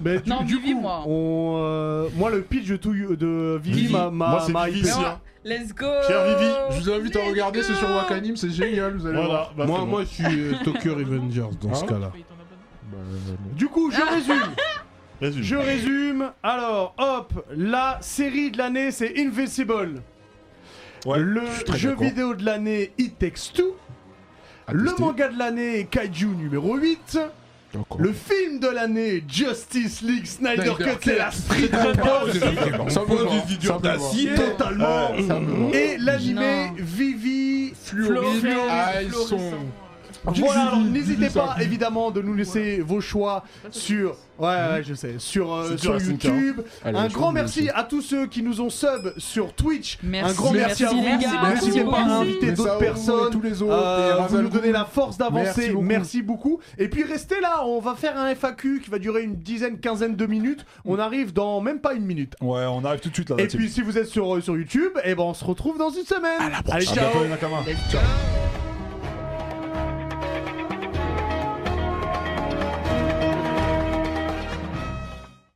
[SPEAKER 1] Mais du-
[SPEAKER 3] Non,
[SPEAKER 1] du
[SPEAKER 3] Vivi,
[SPEAKER 1] coup,
[SPEAKER 3] moi.
[SPEAKER 1] on, euh, moi, le pitch de, To You- de Vivi
[SPEAKER 5] Vivi.
[SPEAKER 1] m'a-
[SPEAKER 5] Moi,
[SPEAKER 1] m'a
[SPEAKER 5] c'est
[SPEAKER 1] m'a
[SPEAKER 5] Vivi.
[SPEAKER 1] hypé.
[SPEAKER 5] Merci,
[SPEAKER 3] Mais
[SPEAKER 5] hein.
[SPEAKER 3] ouais, Let's go
[SPEAKER 5] Pierre Vivi,
[SPEAKER 3] Oh,
[SPEAKER 2] Je vous invite à
[SPEAKER 3] Let's
[SPEAKER 2] regarder, c'est
[SPEAKER 3] go.
[SPEAKER 2] sur Wakanim, c'est génial, vous allez
[SPEAKER 5] Voilà.
[SPEAKER 2] voir.
[SPEAKER 5] bah,
[SPEAKER 4] Moi,
[SPEAKER 5] c'est
[SPEAKER 4] moi,
[SPEAKER 5] bon.
[SPEAKER 4] je suis euh, Tokyo Revengers dans ce
[SPEAKER 2] Hein
[SPEAKER 4] cas-là.
[SPEAKER 2] Bah, euh, non.
[SPEAKER 1] Du coup, je résume.
[SPEAKER 5] Résume.
[SPEAKER 1] Je résume. Alors, hop, la série de l'année, c'est Invincible.
[SPEAKER 7] Ouais,
[SPEAKER 1] le
[SPEAKER 7] je suis très
[SPEAKER 1] jeu
[SPEAKER 7] d'accord. Ah,
[SPEAKER 1] vidéo de l'année, It Takes Two.
[SPEAKER 2] Bah,
[SPEAKER 1] Le manga de l'année, Kaiju numéro 8.
[SPEAKER 2] Encore.
[SPEAKER 1] Le film de l'année, Justice League Snyder
[SPEAKER 2] Snyder
[SPEAKER 1] Cut,
[SPEAKER 2] Cut.
[SPEAKER 1] c'est la street
[SPEAKER 2] Ça peut voir, ça peut voir.
[SPEAKER 1] totalement.
[SPEAKER 2] Ça peut voir.
[SPEAKER 1] Et l'animé Vivi
[SPEAKER 2] Fluoris- Ah, ils sont.
[SPEAKER 1] Voilà, alors,
[SPEAKER 2] Vivi,
[SPEAKER 1] n'hésitez
[SPEAKER 2] Vivi,
[SPEAKER 1] pas
[SPEAKER 2] ça.
[SPEAKER 1] évidemment de nous laisser vos choix sur ouais,
[SPEAKER 2] Mhm.
[SPEAKER 1] ouais, je sais sur euh,
[SPEAKER 5] C'est dur,
[SPEAKER 1] sur
[SPEAKER 5] la Sneaker.
[SPEAKER 1] YouTube.
[SPEAKER 2] Allez,
[SPEAKER 1] un
[SPEAKER 2] je
[SPEAKER 1] grand
[SPEAKER 2] vous le
[SPEAKER 1] merci
[SPEAKER 2] dis.
[SPEAKER 1] à tous ceux qui nous ont sub sur Twitch.
[SPEAKER 3] Merci,
[SPEAKER 1] un grand merci, à vous.
[SPEAKER 3] merci, les gars.
[SPEAKER 1] N'hésitez pas à
[SPEAKER 3] Merci.
[SPEAKER 1] inviter
[SPEAKER 2] Messao
[SPEAKER 1] d'autres
[SPEAKER 2] et
[SPEAKER 1] personnes.
[SPEAKER 2] tous les autres,
[SPEAKER 1] Euh, vous
[SPEAKER 2] et
[SPEAKER 1] nous
[SPEAKER 2] Razalgo.
[SPEAKER 1] donnez la force d'avancer.
[SPEAKER 2] Merci
[SPEAKER 1] Merci,
[SPEAKER 2] beaucoup.
[SPEAKER 1] beaucoup. Et puis restez là, on va faire un FAQ qui va durer une dizaine, quinzaine de minutes. On arrive dans même pas une minute.
[SPEAKER 7] Ouais, on arrive tout
[SPEAKER 2] Ah
[SPEAKER 7] de suite là.
[SPEAKER 2] bah,
[SPEAKER 1] Et
[SPEAKER 7] là-dessus.
[SPEAKER 1] puis si vous êtes sur, euh, sur YouTube, eh ben on se retrouve dans une semaine. Allez,
[SPEAKER 7] À
[SPEAKER 1] ciao.
[SPEAKER 7] bientôt, les Nakamas.
[SPEAKER 3] Let's go